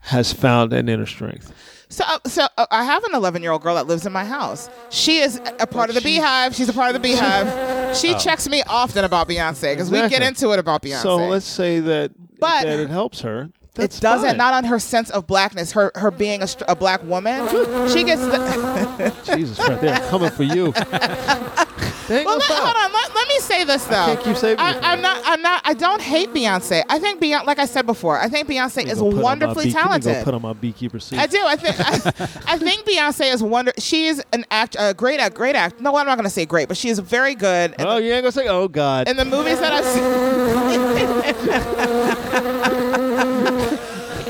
[SPEAKER 9] has found an inner strength.
[SPEAKER 11] So, uh, so uh, I have an 11 year old girl that lives in my house. She is a- a part of the beehive. She's a part of the
[SPEAKER 9] [laughs]
[SPEAKER 11] beehive. She
[SPEAKER 9] Oh.
[SPEAKER 11] checks me often about Beyonce because we get
[SPEAKER 9] Exactly.
[SPEAKER 11] into it about Beyonce.
[SPEAKER 9] So let's say that
[SPEAKER 11] But-
[SPEAKER 9] that it helps her. That's
[SPEAKER 11] it doesn't
[SPEAKER 9] fine.
[SPEAKER 11] not on her sense of blackness, her her being a, str- a black
[SPEAKER 9] [laughs]
[SPEAKER 11] woman. She gets the.
[SPEAKER 9] Jesus Christ, they're coming
[SPEAKER 11] [laughs]
[SPEAKER 9] for you.
[SPEAKER 11] well, let, hold on. Let, let me say this though. I
[SPEAKER 9] can't keep saving you from
[SPEAKER 11] am not. I'm not. I don't hate Beyonce. I think Beyonce, like I said before, I think Beyonce is
[SPEAKER 9] Go put on my
[SPEAKER 11] wonderfully
[SPEAKER 9] beekeeper-
[SPEAKER 11] talented.
[SPEAKER 9] Go put on my beekeeper seat.
[SPEAKER 11] I do. I think I, I think Beyonce is wonder. She is an act, a great act, great act. No, I'm not going to say great, but she is very good.
[SPEAKER 9] Oh, you ain't gonna say, oh God.
[SPEAKER 11] In the movies that I've seen, [laughs]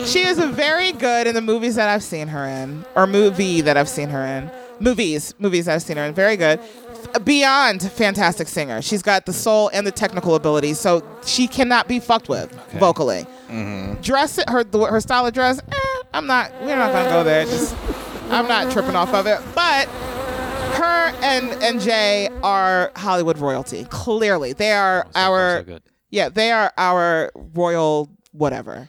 [SPEAKER 11] she is very good in the movies that I've seen her in, or movie that I've seen her in, movies, movies that I've seen her in. Very good. Beyond fantastic singer, she's got the soul and the technical ability, so she cannot be fucked with vocally dress her the- her style of dress. Eh, I'm not. We're not gonna go there. Just I'm not tripping off of it. But her and and Jay are Hollywood royalty. Clearly, they are our. Yeah, they are our royal whatever.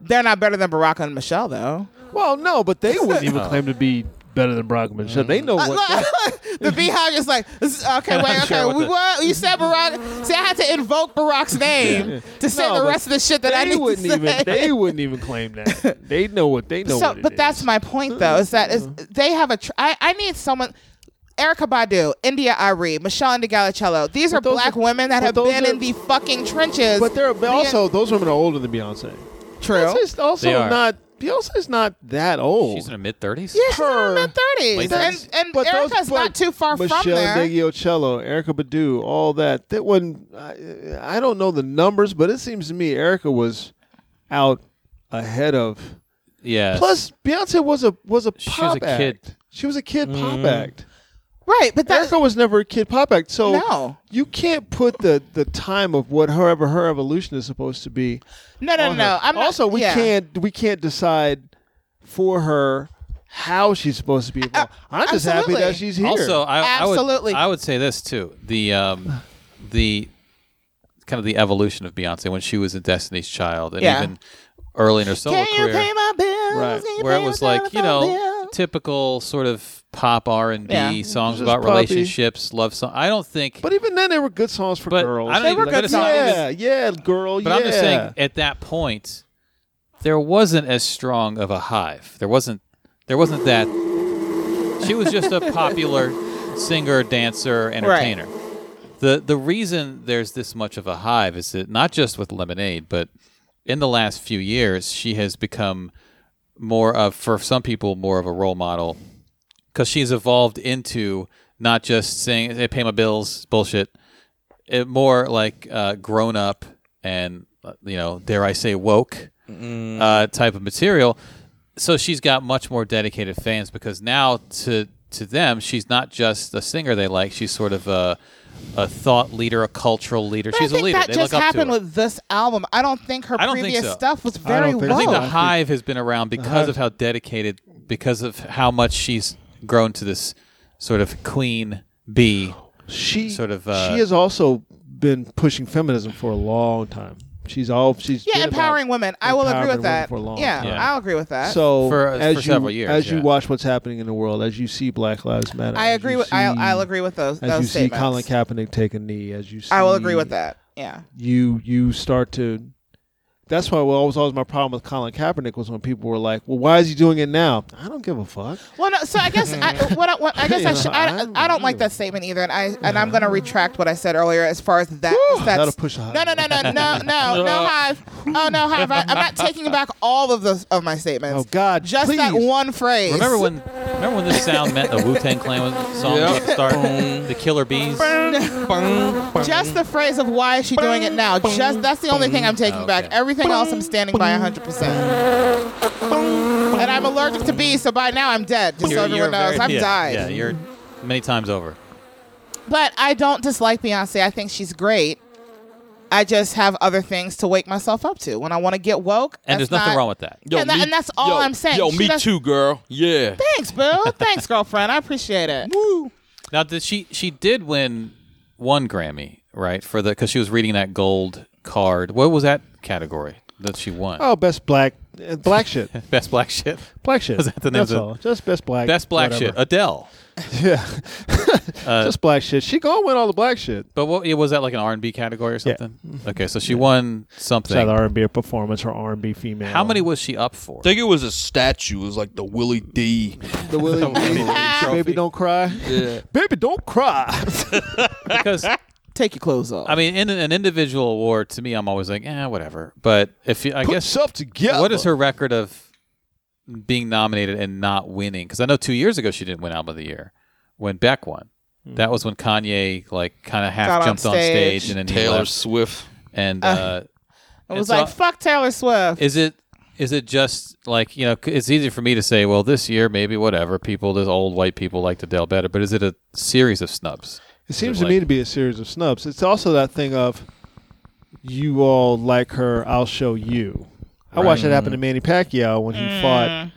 [SPEAKER 11] They're not better than Barack and Michelle though.
[SPEAKER 9] Well, no, but they wouldn't even
[SPEAKER 2] Oh.
[SPEAKER 9] claim to be better than Brockman. So they know what.
[SPEAKER 11] [laughs]
[SPEAKER 9] [laughs]
[SPEAKER 11] the beehive is like, "Z- okay, wait,
[SPEAKER 9] I'm
[SPEAKER 11] okay,
[SPEAKER 9] sure what
[SPEAKER 11] we,
[SPEAKER 9] the-
[SPEAKER 11] what you said Barack? See, I had to invoke Barack's name
[SPEAKER 9] [laughs] Yeah.
[SPEAKER 11] to say
[SPEAKER 9] No,
[SPEAKER 11] the
[SPEAKER 9] but
[SPEAKER 11] rest of the shit that I
[SPEAKER 9] they
[SPEAKER 11] need to
[SPEAKER 9] wouldn't even.
[SPEAKER 11] say.
[SPEAKER 9] They wouldn't even claim [laughs] that. They know what they know.
[SPEAKER 11] so,
[SPEAKER 9] what it
[SPEAKER 11] but
[SPEAKER 9] is. Mm-hmm.
[SPEAKER 11] that's my point though is that is they have a. Tr- I, I need someone. Erica Badu, India Ari, Michelle Indigallicello. These are black women that have been in the fucking trenches.
[SPEAKER 9] But they're but
[SPEAKER 11] Being-
[SPEAKER 9] also those women are older than Beyonce.
[SPEAKER 11] True.
[SPEAKER 9] Beyonce's also
[SPEAKER 10] They are.
[SPEAKER 9] not. Beyonce's not that old.
[SPEAKER 10] She's in her mid thirties.
[SPEAKER 11] Yeah, she's in her mid thirties,
[SPEAKER 10] Late
[SPEAKER 11] and,
[SPEAKER 10] 30s.
[SPEAKER 11] and Erica's not too far
[SPEAKER 9] Michelle
[SPEAKER 11] from there.
[SPEAKER 9] Degiocello, Erica Badu, all that. That one, I, I don't know the numbers, but it seems to me Erica was out ahead of.
[SPEAKER 10] Yeah.
[SPEAKER 9] Plus, Beyonce was a was a
[SPEAKER 10] she was
[SPEAKER 9] pop
[SPEAKER 10] a
[SPEAKER 9] act.
[SPEAKER 10] kid.
[SPEAKER 9] She was a kid pop
[SPEAKER 10] Mhm.
[SPEAKER 9] act.
[SPEAKER 11] Right, but that,
[SPEAKER 9] Erica was never a kid pop act, so
[SPEAKER 11] No.
[SPEAKER 9] you can't put the the time of what however her evolution is supposed to be.
[SPEAKER 11] No, no,
[SPEAKER 9] on
[SPEAKER 11] no, no.
[SPEAKER 9] her.
[SPEAKER 11] I'm not-
[SPEAKER 9] also we
[SPEAKER 11] yeah.
[SPEAKER 9] can't we can't decide for her how she's supposed to
[SPEAKER 11] Oh,
[SPEAKER 9] be. evolved. I'm just happy that she's here.
[SPEAKER 10] Also, I,
[SPEAKER 11] Absolutely.
[SPEAKER 10] I would, I would say this too: the um, the kind of the evolution of Beyonce when she was in Destiny's Child, and
[SPEAKER 11] Yeah.
[SPEAKER 10] even early in her solo
[SPEAKER 11] Can you
[SPEAKER 10] career,
[SPEAKER 11] pay my bills?
[SPEAKER 10] right.
[SPEAKER 11] Can you
[SPEAKER 10] where
[SPEAKER 11] pay
[SPEAKER 10] it was
[SPEAKER 11] my
[SPEAKER 10] like you
[SPEAKER 11] telephone
[SPEAKER 10] know typical sort of pop R and
[SPEAKER 11] Yeah.
[SPEAKER 10] B songs
[SPEAKER 9] Just
[SPEAKER 10] about
[SPEAKER 9] poppy.
[SPEAKER 10] relationships, love songs. I don't think,
[SPEAKER 9] but even then, they were good songs for
[SPEAKER 10] But
[SPEAKER 9] girls.
[SPEAKER 10] I don't They even- were but good it's not even-
[SPEAKER 9] Yeah, yeah, girl.
[SPEAKER 10] but
[SPEAKER 9] yeah.
[SPEAKER 10] I'm just saying at that point there wasn't as strong of a hive. There wasn't there wasn't that. She was just a popular singer, dancer, entertainer. The the reason there's this much of a hive is that not just with Lemonade, but in the last few years she has become more of for some people more of a role model because she's evolved into not just saying hey, pay my bills bullshit it more like uh, grown up and uh, you know dare i say woke
[SPEAKER 6] Mm.
[SPEAKER 10] uh, type of material so she's got much more dedicated fans because now to to them she's not just a singer they like she's sort of a a thought leader a cultural leader
[SPEAKER 11] But I
[SPEAKER 10] she's
[SPEAKER 11] think
[SPEAKER 10] a leader
[SPEAKER 11] that
[SPEAKER 10] they
[SPEAKER 11] just
[SPEAKER 10] look up to
[SPEAKER 11] happened
[SPEAKER 10] her.
[SPEAKER 11] with this album. I don't think her
[SPEAKER 10] I don't
[SPEAKER 11] previous
[SPEAKER 10] think so.
[SPEAKER 11] stuff was very
[SPEAKER 10] I
[SPEAKER 11] well.
[SPEAKER 10] think the Hive has been around because of how dedicated, because of how much she's grown to this sort of queen bee.
[SPEAKER 9] She
[SPEAKER 10] sort of uh,
[SPEAKER 9] she has also been pushing feminism for a long time. She's all she's
[SPEAKER 11] yeah,
[SPEAKER 9] been about-
[SPEAKER 11] empowering women. I will agree
[SPEAKER 9] empowering
[SPEAKER 11] with that.
[SPEAKER 9] women for long.
[SPEAKER 11] Yeah,
[SPEAKER 9] Yeah.
[SPEAKER 11] I'll agree with that.
[SPEAKER 9] So
[SPEAKER 10] Uh, For-
[SPEAKER 9] as
[SPEAKER 10] for
[SPEAKER 9] you,
[SPEAKER 10] several years,
[SPEAKER 9] as you
[SPEAKER 10] yeah.
[SPEAKER 9] watch what's happening in the world, as you see Black Lives Matter,
[SPEAKER 11] I
[SPEAKER 9] as
[SPEAKER 11] agree
[SPEAKER 9] you
[SPEAKER 11] with- I'll-
[SPEAKER 9] see-
[SPEAKER 11] I'll agree with those-
[SPEAKER 9] As
[SPEAKER 11] those
[SPEAKER 9] you
[SPEAKER 11] statements.
[SPEAKER 9] see Colin Kaepernick take a knee, as you see,
[SPEAKER 11] I will agree with that. Yeah.
[SPEAKER 9] You you start to. That's why what was always my problem with Colin Kaepernick was when people were like, "Well, why is he doing it now?" I don't give a fuck.
[SPEAKER 11] Well, no, so I guess
[SPEAKER 9] [laughs]
[SPEAKER 11] I, what I, what, I guess I,
[SPEAKER 9] You
[SPEAKER 11] should,
[SPEAKER 9] know,
[SPEAKER 11] I, I don't like that statement either, and I and I'm going to retract what I said earlier as far as that. that's,
[SPEAKER 9] that'll push a hive.
[SPEAKER 11] No, no,
[SPEAKER 9] [laughs]
[SPEAKER 11] no, no, no, no, no hive. Oh no, hive. I, I'm not taking back all of those of my statements.
[SPEAKER 9] Oh God,
[SPEAKER 11] just that
[SPEAKER 9] please.
[SPEAKER 11] one phrase.
[SPEAKER 10] Remember when? Remember when this sound meant the Wu Tang Clan was- song
[SPEAKER 6] Yep.
[SPEAKER 10] would start? the Killer Bees.
[SPEAKER 11] just the phrase of why is she doing it now? Just that's the only thing I'm taking back. Everything else I'm standing by 100. percent And I'm allergic to bees, so by now I'm dead. Just so
[SPEAKER 10] You're- you're
[SPEAKER 11] everyone knows,
[SPEAKER 10] very-
[SPEAKER 11] I'm
[SPEAKER 10] yeah,
[SPEAKER 11] dying.
[SPEAKER 10] Yeah, you're many times over.
[SPEAKER 11] But I don't dislike Beyonce. I think she's great. I just have other things to wake myself up to. When I want to get woke,
[SPEAKER 10] And
[SPEAKER 11] that's
[SPEAKER 10] there's nothing
[SPEAKER 11] not-
[SPEAKER 10] wrong with that.
[SPEAKER 6] Yo,
[SPEAKER 11] and, that-
[SPEAKER 6] me-
[SPEAKER 11] and that's all
[SPEAKER 6] yo,
[SPEAKER 11] I'm saying.
[SPEAKER 6] Yo,
[SPEAKER 11] She
[SPEAKER 6] me
[SPEAKER 11] does-
[SPEAKER 6] too, girl. Yeah.
[SPEAKER 11] Thanks,
[SPEAKER 10] [laughs]
[SPEAKER 11] boo. Thanks, girlfriend. I appreciate it. Woo.
[SPEAKER 10] Now, did she she did win one Grammy, right? For the because she was reading that gold card. What was that category that she won?
[SPEAKER 9] Oh, best black uh, black
[SPEAKER 10] [laughs]
[SPEAKER 9] shit,
[SPEAKER 10] Best black shit.
[SPEAKER 9] black shit.
[SPEAKER 10] Was that the name
[SPEAKER 9] That's
[SPEAKER 10] of it?
[SPEAKER 9] all. Just best black.
[SPEAKER 10] Best black
[SPEAKER 9] whatever.
[SPEAKER 10] shit. Adele.
[SPEAKER 9] [laughs] Yeah, [laughs]
[SPEAKER 10] Uh,
[SPEAKER 9] just black shit. She gonna win all the black shit.
[SPEAKER 10] But what yeah, was that like an R and B category or something?
[SPEAKER 9] Mm-hmm.
[SPEAKER 10] Okay, so she won
[SPEAKER 9] It's either
[SPEAKER 10] something.
[SPEAKER 9] R and B performance or R and B female.
[SPEAKER 10] How many was she up for?
[SPEAKER 6] I think it was a statue. It was like the Willie D.
[SPEAKER 9] [laughs] The Willie Baby don't cry.
[SPEAKER 6] Yeah.
[SPEAKER 9] Baby don't cry.
[SPEAKER 10] Because
[SPEAKER 11] Take your clothes off.
[SPEAKER 10] I mean, in an individual award, to me, I'm always like, eh, whatever. But if you, I
[SPEAKER 9] Put
[SPEAKER 10] guess,
[SPEAKER 9] yourself together.
[SPEAKER 10] what is her record of being nominated and not winning? Because I know two years ago she didn't win album of the year when Beck won.
[SPEAKER 9] Hmm.
[SPEAKER 10] That was when Kanye like kind of half
[SPEAKER 11] Got on
[SPEAKER 10] jumped on
[SPEAKER 11] stage.
[SPEAKER 10] stage and then he
[SPEAKER 6] Taylor
[SPEAKER 10] left.
[SPEAKER 6] Swift.
[SPEAKER 10] and
[SPEAKER 11] Uh,
[SPEAKER 10] uh,
[SPEAKER 11] I
[SPEAKER 10] and
[SPEAKER 11] was
[SPEAKER 10] so
[SPEAKER 11] like, fuck Taylor Swift.
[SPEAKER 10] Is it is it just like you know? c- It's easy for me to say, well, this year maybe whatever. People, those old white people like Adele better, but is it a series of snubs?
[SPEAKER 9] It seems
[SPEAKER 10] it
[SPEAKER 9] to me
[SPEAKER 10] like-
[SPEAKER 9] to be a series of snubs. It's also that thing of you all like her, I'll show you. I watched that happen to Manny Pacquiao when he fought.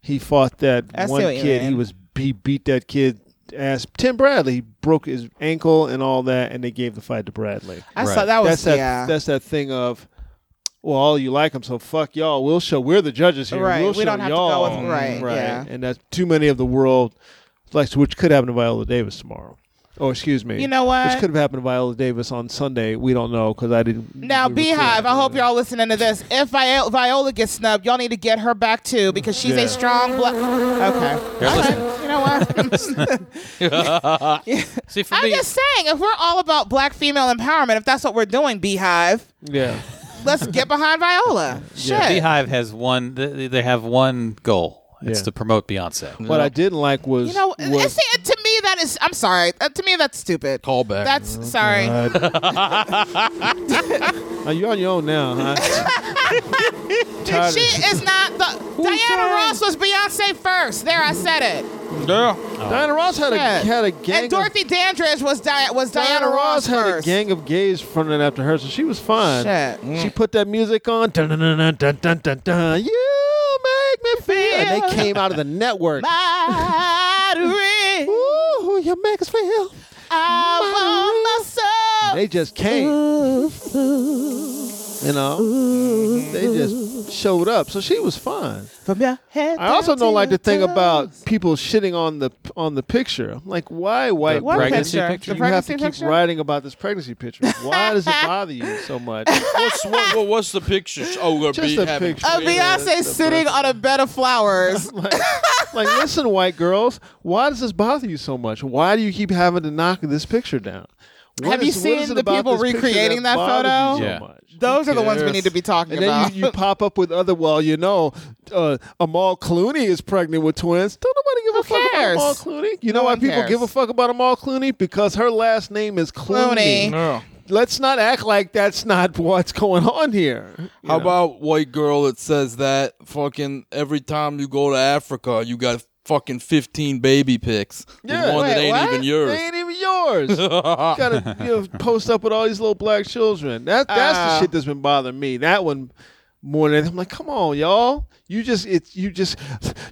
[SPEAKER 9] He fought that
[SPEAKER 11] I see
[SPEAKER 9] one
[SPEAKER 11] what you
[SPEAKER 9] kid. He
[SPEAKER 11] mean.
[SPEAKER 9] was he beat that kid ass. Tim Bradley broke his ankle and all that, and they gave the fight to Bradley.
[SPEAKER 11] I
[SPEAKER 10] Right.
[SPEAKER 11] saw that was
[SPEAKER 9] that's that
[SPEAKER 11] yeah.
[SPEAKER 9] that's that thing of well all you like them so fuck y'all we'll show we're the judges here
[SPEAKER 11] Right,
[SPEAKER 9] we'll
[SPEAKER 11] we
[SPEAKER 9] show
[SPEAKER 11] don't have to go
[SPEAKER 9] y'all Mm-hmm.
[SPEAKER 11] with- right, yeah.
[SPEAKER 9] and that's too many of the world like which could happen to Viola Davis tomorrow oh excuse me
[SPEAKER 11] You know what?
[SPEAKER 9] which could have happened to Viola Davis on Sunday we don't know because I didn't
[SPEAKER 11] now,
[SPEAKER 9] we recorded.
[SPEAKER 11] Beehive, I hope y'all listening to this. If Vi- Viola gets snubbed, y'all need to get her back too because she's
[SPEAKER 9] Yeah.
[SPEAKER 11] a strong black. Okay. All right. You know
[SPEAKER 9] [laughs]
[SPEAKER 11] what?
[SPEAKER 10] See, for
[SPEAKER 11] I'm
[SPEAKER 10] me,
[SPEAKER 11] just saying, if we're all about black female empowerment, if that's what we're doing, Beehive,
[SPEAKER 9] yeah
[SPEAKER 11] let's get behind Viola. Shit.
[SPEAKER 10] Beehive has one. th- th- They have one goal. It's
[SPEAKER 9] Yeah.
[SPEAKER 10] to promote Beyonce.
[SPEAKER 9] what I didn't like was
[SPEAKER 11] You know,
[SPEAKER 9] was-
[SPEAKER 11] see, to me that is. I'm sorry. Uh, to me, that's stupid.
[SPEAKER 6] Callback.
[SPEAKER 11] That's sorry.
[SPEAKER 9] Uh, are you on your own
[SPEAKER 11] [laughs]
[SPEAKER 9] now huh Tired of-
[SPEAKER 11] She is not
[SPEAKER 9] [laughs]
[SPEAKER 11] the Diana Ross was Beyonce first. There, I said it.
[SPEAKER 6] Yeah.
[SPEAKER 9] Diana Ross had a
[SPEAKER 11] Oh. Shit.
[SPEAKER 9] had a gang
[SPEAKER 11] and
[SPEAKER 9] of-
[SPEAKER 11] Dorothy Dandridge was Di- was Diana,
[SPEAKER 9] Diana
[SPEAKER 11] Ross,
[SPEAKER 9] Ross had
[SPEAKER 11] first.
[SPEAKER 9] a gang of gays fronting after her, so she was fine.
[SPEAKER 11] Shit.
[SPEAKER 9] Mm. She put that music on. Dun, dun, dun, dun, dun, dun, dun, dun. You make me feel. And they came out of the network.
[SPEAKER 11] Lottery.
[SPEAKER 9] Ooh, you make us feel.
[SPEAKER 11] I want myself.
[SPEAKER 9] They just came. You know, they just showed up, so she was fine.
[SPEAKER 11] From your head
[SPEAKER 9] I also
[SPEAKER 11] down to
[SPEAKER 9] don't like the
[SPEAKER 11] your
[SPEAKER 9] thing
[SPEAKER 11] toes.
[SPEAKER 9] about people shitting on the on the picture. I'm like, why white
[SPEAKER 11] What
[SPEAKER 9] people-
[SPEAKER 10] pregnancy
[SPEAKER 11] picture?
[SPEAKER 10] picture?
[SPEAKER 11] The
[SPEAKER 9] You have
[SPEAKER 11] pregnancy
[SPEAKER 9] to keep
[SPEAKER 11] picture?
[SPEAKER 9] writing about this pregnancy picture. Why does it bother you
[SPEAKER 11] [laughs]
[SPEAKER 9] so much?
[SPEAKER 6] What's what, what, what's the picture? Oh, we're
[SPEAKER 9] Just
[SPEAKER 6] be
[SPEAKER 9] a
[SPEAKER 6] having
[SPEAKER 9] picture.
[SPEAKER 11] Of
[SPEAKER 6] twins.
[SPEAKER 11] Beyonce sitting on a bed of flowers.
[SPEAKER 9] [laughs] like,
[SPEAKER 11] [laughs]
[SPEAKER 9] like, listen, white girls, why does this bother you so much? Why do you keep having to knock this picture down? What
[SPEAKER 11] Have
[SPEAKER 9] is-
[SPEAKER 11] you
[SPEAKER 9] what is
[SPEAKER 11] seen
[SPEAKER 9] it
[SPEAKER 11] the
[SPEAKER 9] about
[SPEAKER 11] people
[SPEAKER 9] this picture
[SPEAKER 11] recreating that,
[SPEAKER 9] bothers
[SPEAKER 11] photo?
[SPEAKER 9] you so much?
[SPEAKER 11] Those are the ones we
[SPEAKER 9] cares?
[SPEAKER 11] need to be talking
[SPEAKER 9] And then
[SPEAKER 11] about.
[SPEAKER 9] you, you pop up with other. Well, you know, uh, Amal Clooney is pregnant with twins. Don't nobody give a fuck
[SPEAKER 11] cares?
[SPEAKER 9] about Amal Clooney. You
[SPEAKER 11] No
[SPEAKER 9] know why
[SPEAKER 11] one
[SPEAKER 9] people
[SPEAKER 11] cares.
[SPEAKER 9] give a fuck about Amal Clooney because her last name is Clooney.
[SPEAKER 11] Clooney. No.
[SPEAKER 9] Let's not act like that's not what's going on here. You
[SPEAKER 6] How
[SPEAKER 9] know?
[SPEAKER 6] about white girl that says that fucking every time you go to Africa, you got fucking 15 baby pics. Yeah, one that
[SPEAKER 9] Wait,
[SPEAKER 6] ain't
[SPEAKER 9] what?
[SPEAKER 6] even yours.
[SPEAKER 9] They ain't even
[SPEAKER 6] [laughs]
[SPEAKER 9] yours. you gotta you know, post up with all these little black children. That that's the
[SPEAKER 6] Ah.
[SPEAKER 11] Uh.
[SPEAKER 9] shit that's been bothering me. That one more than I'm like, come on, y'all. You just it's you just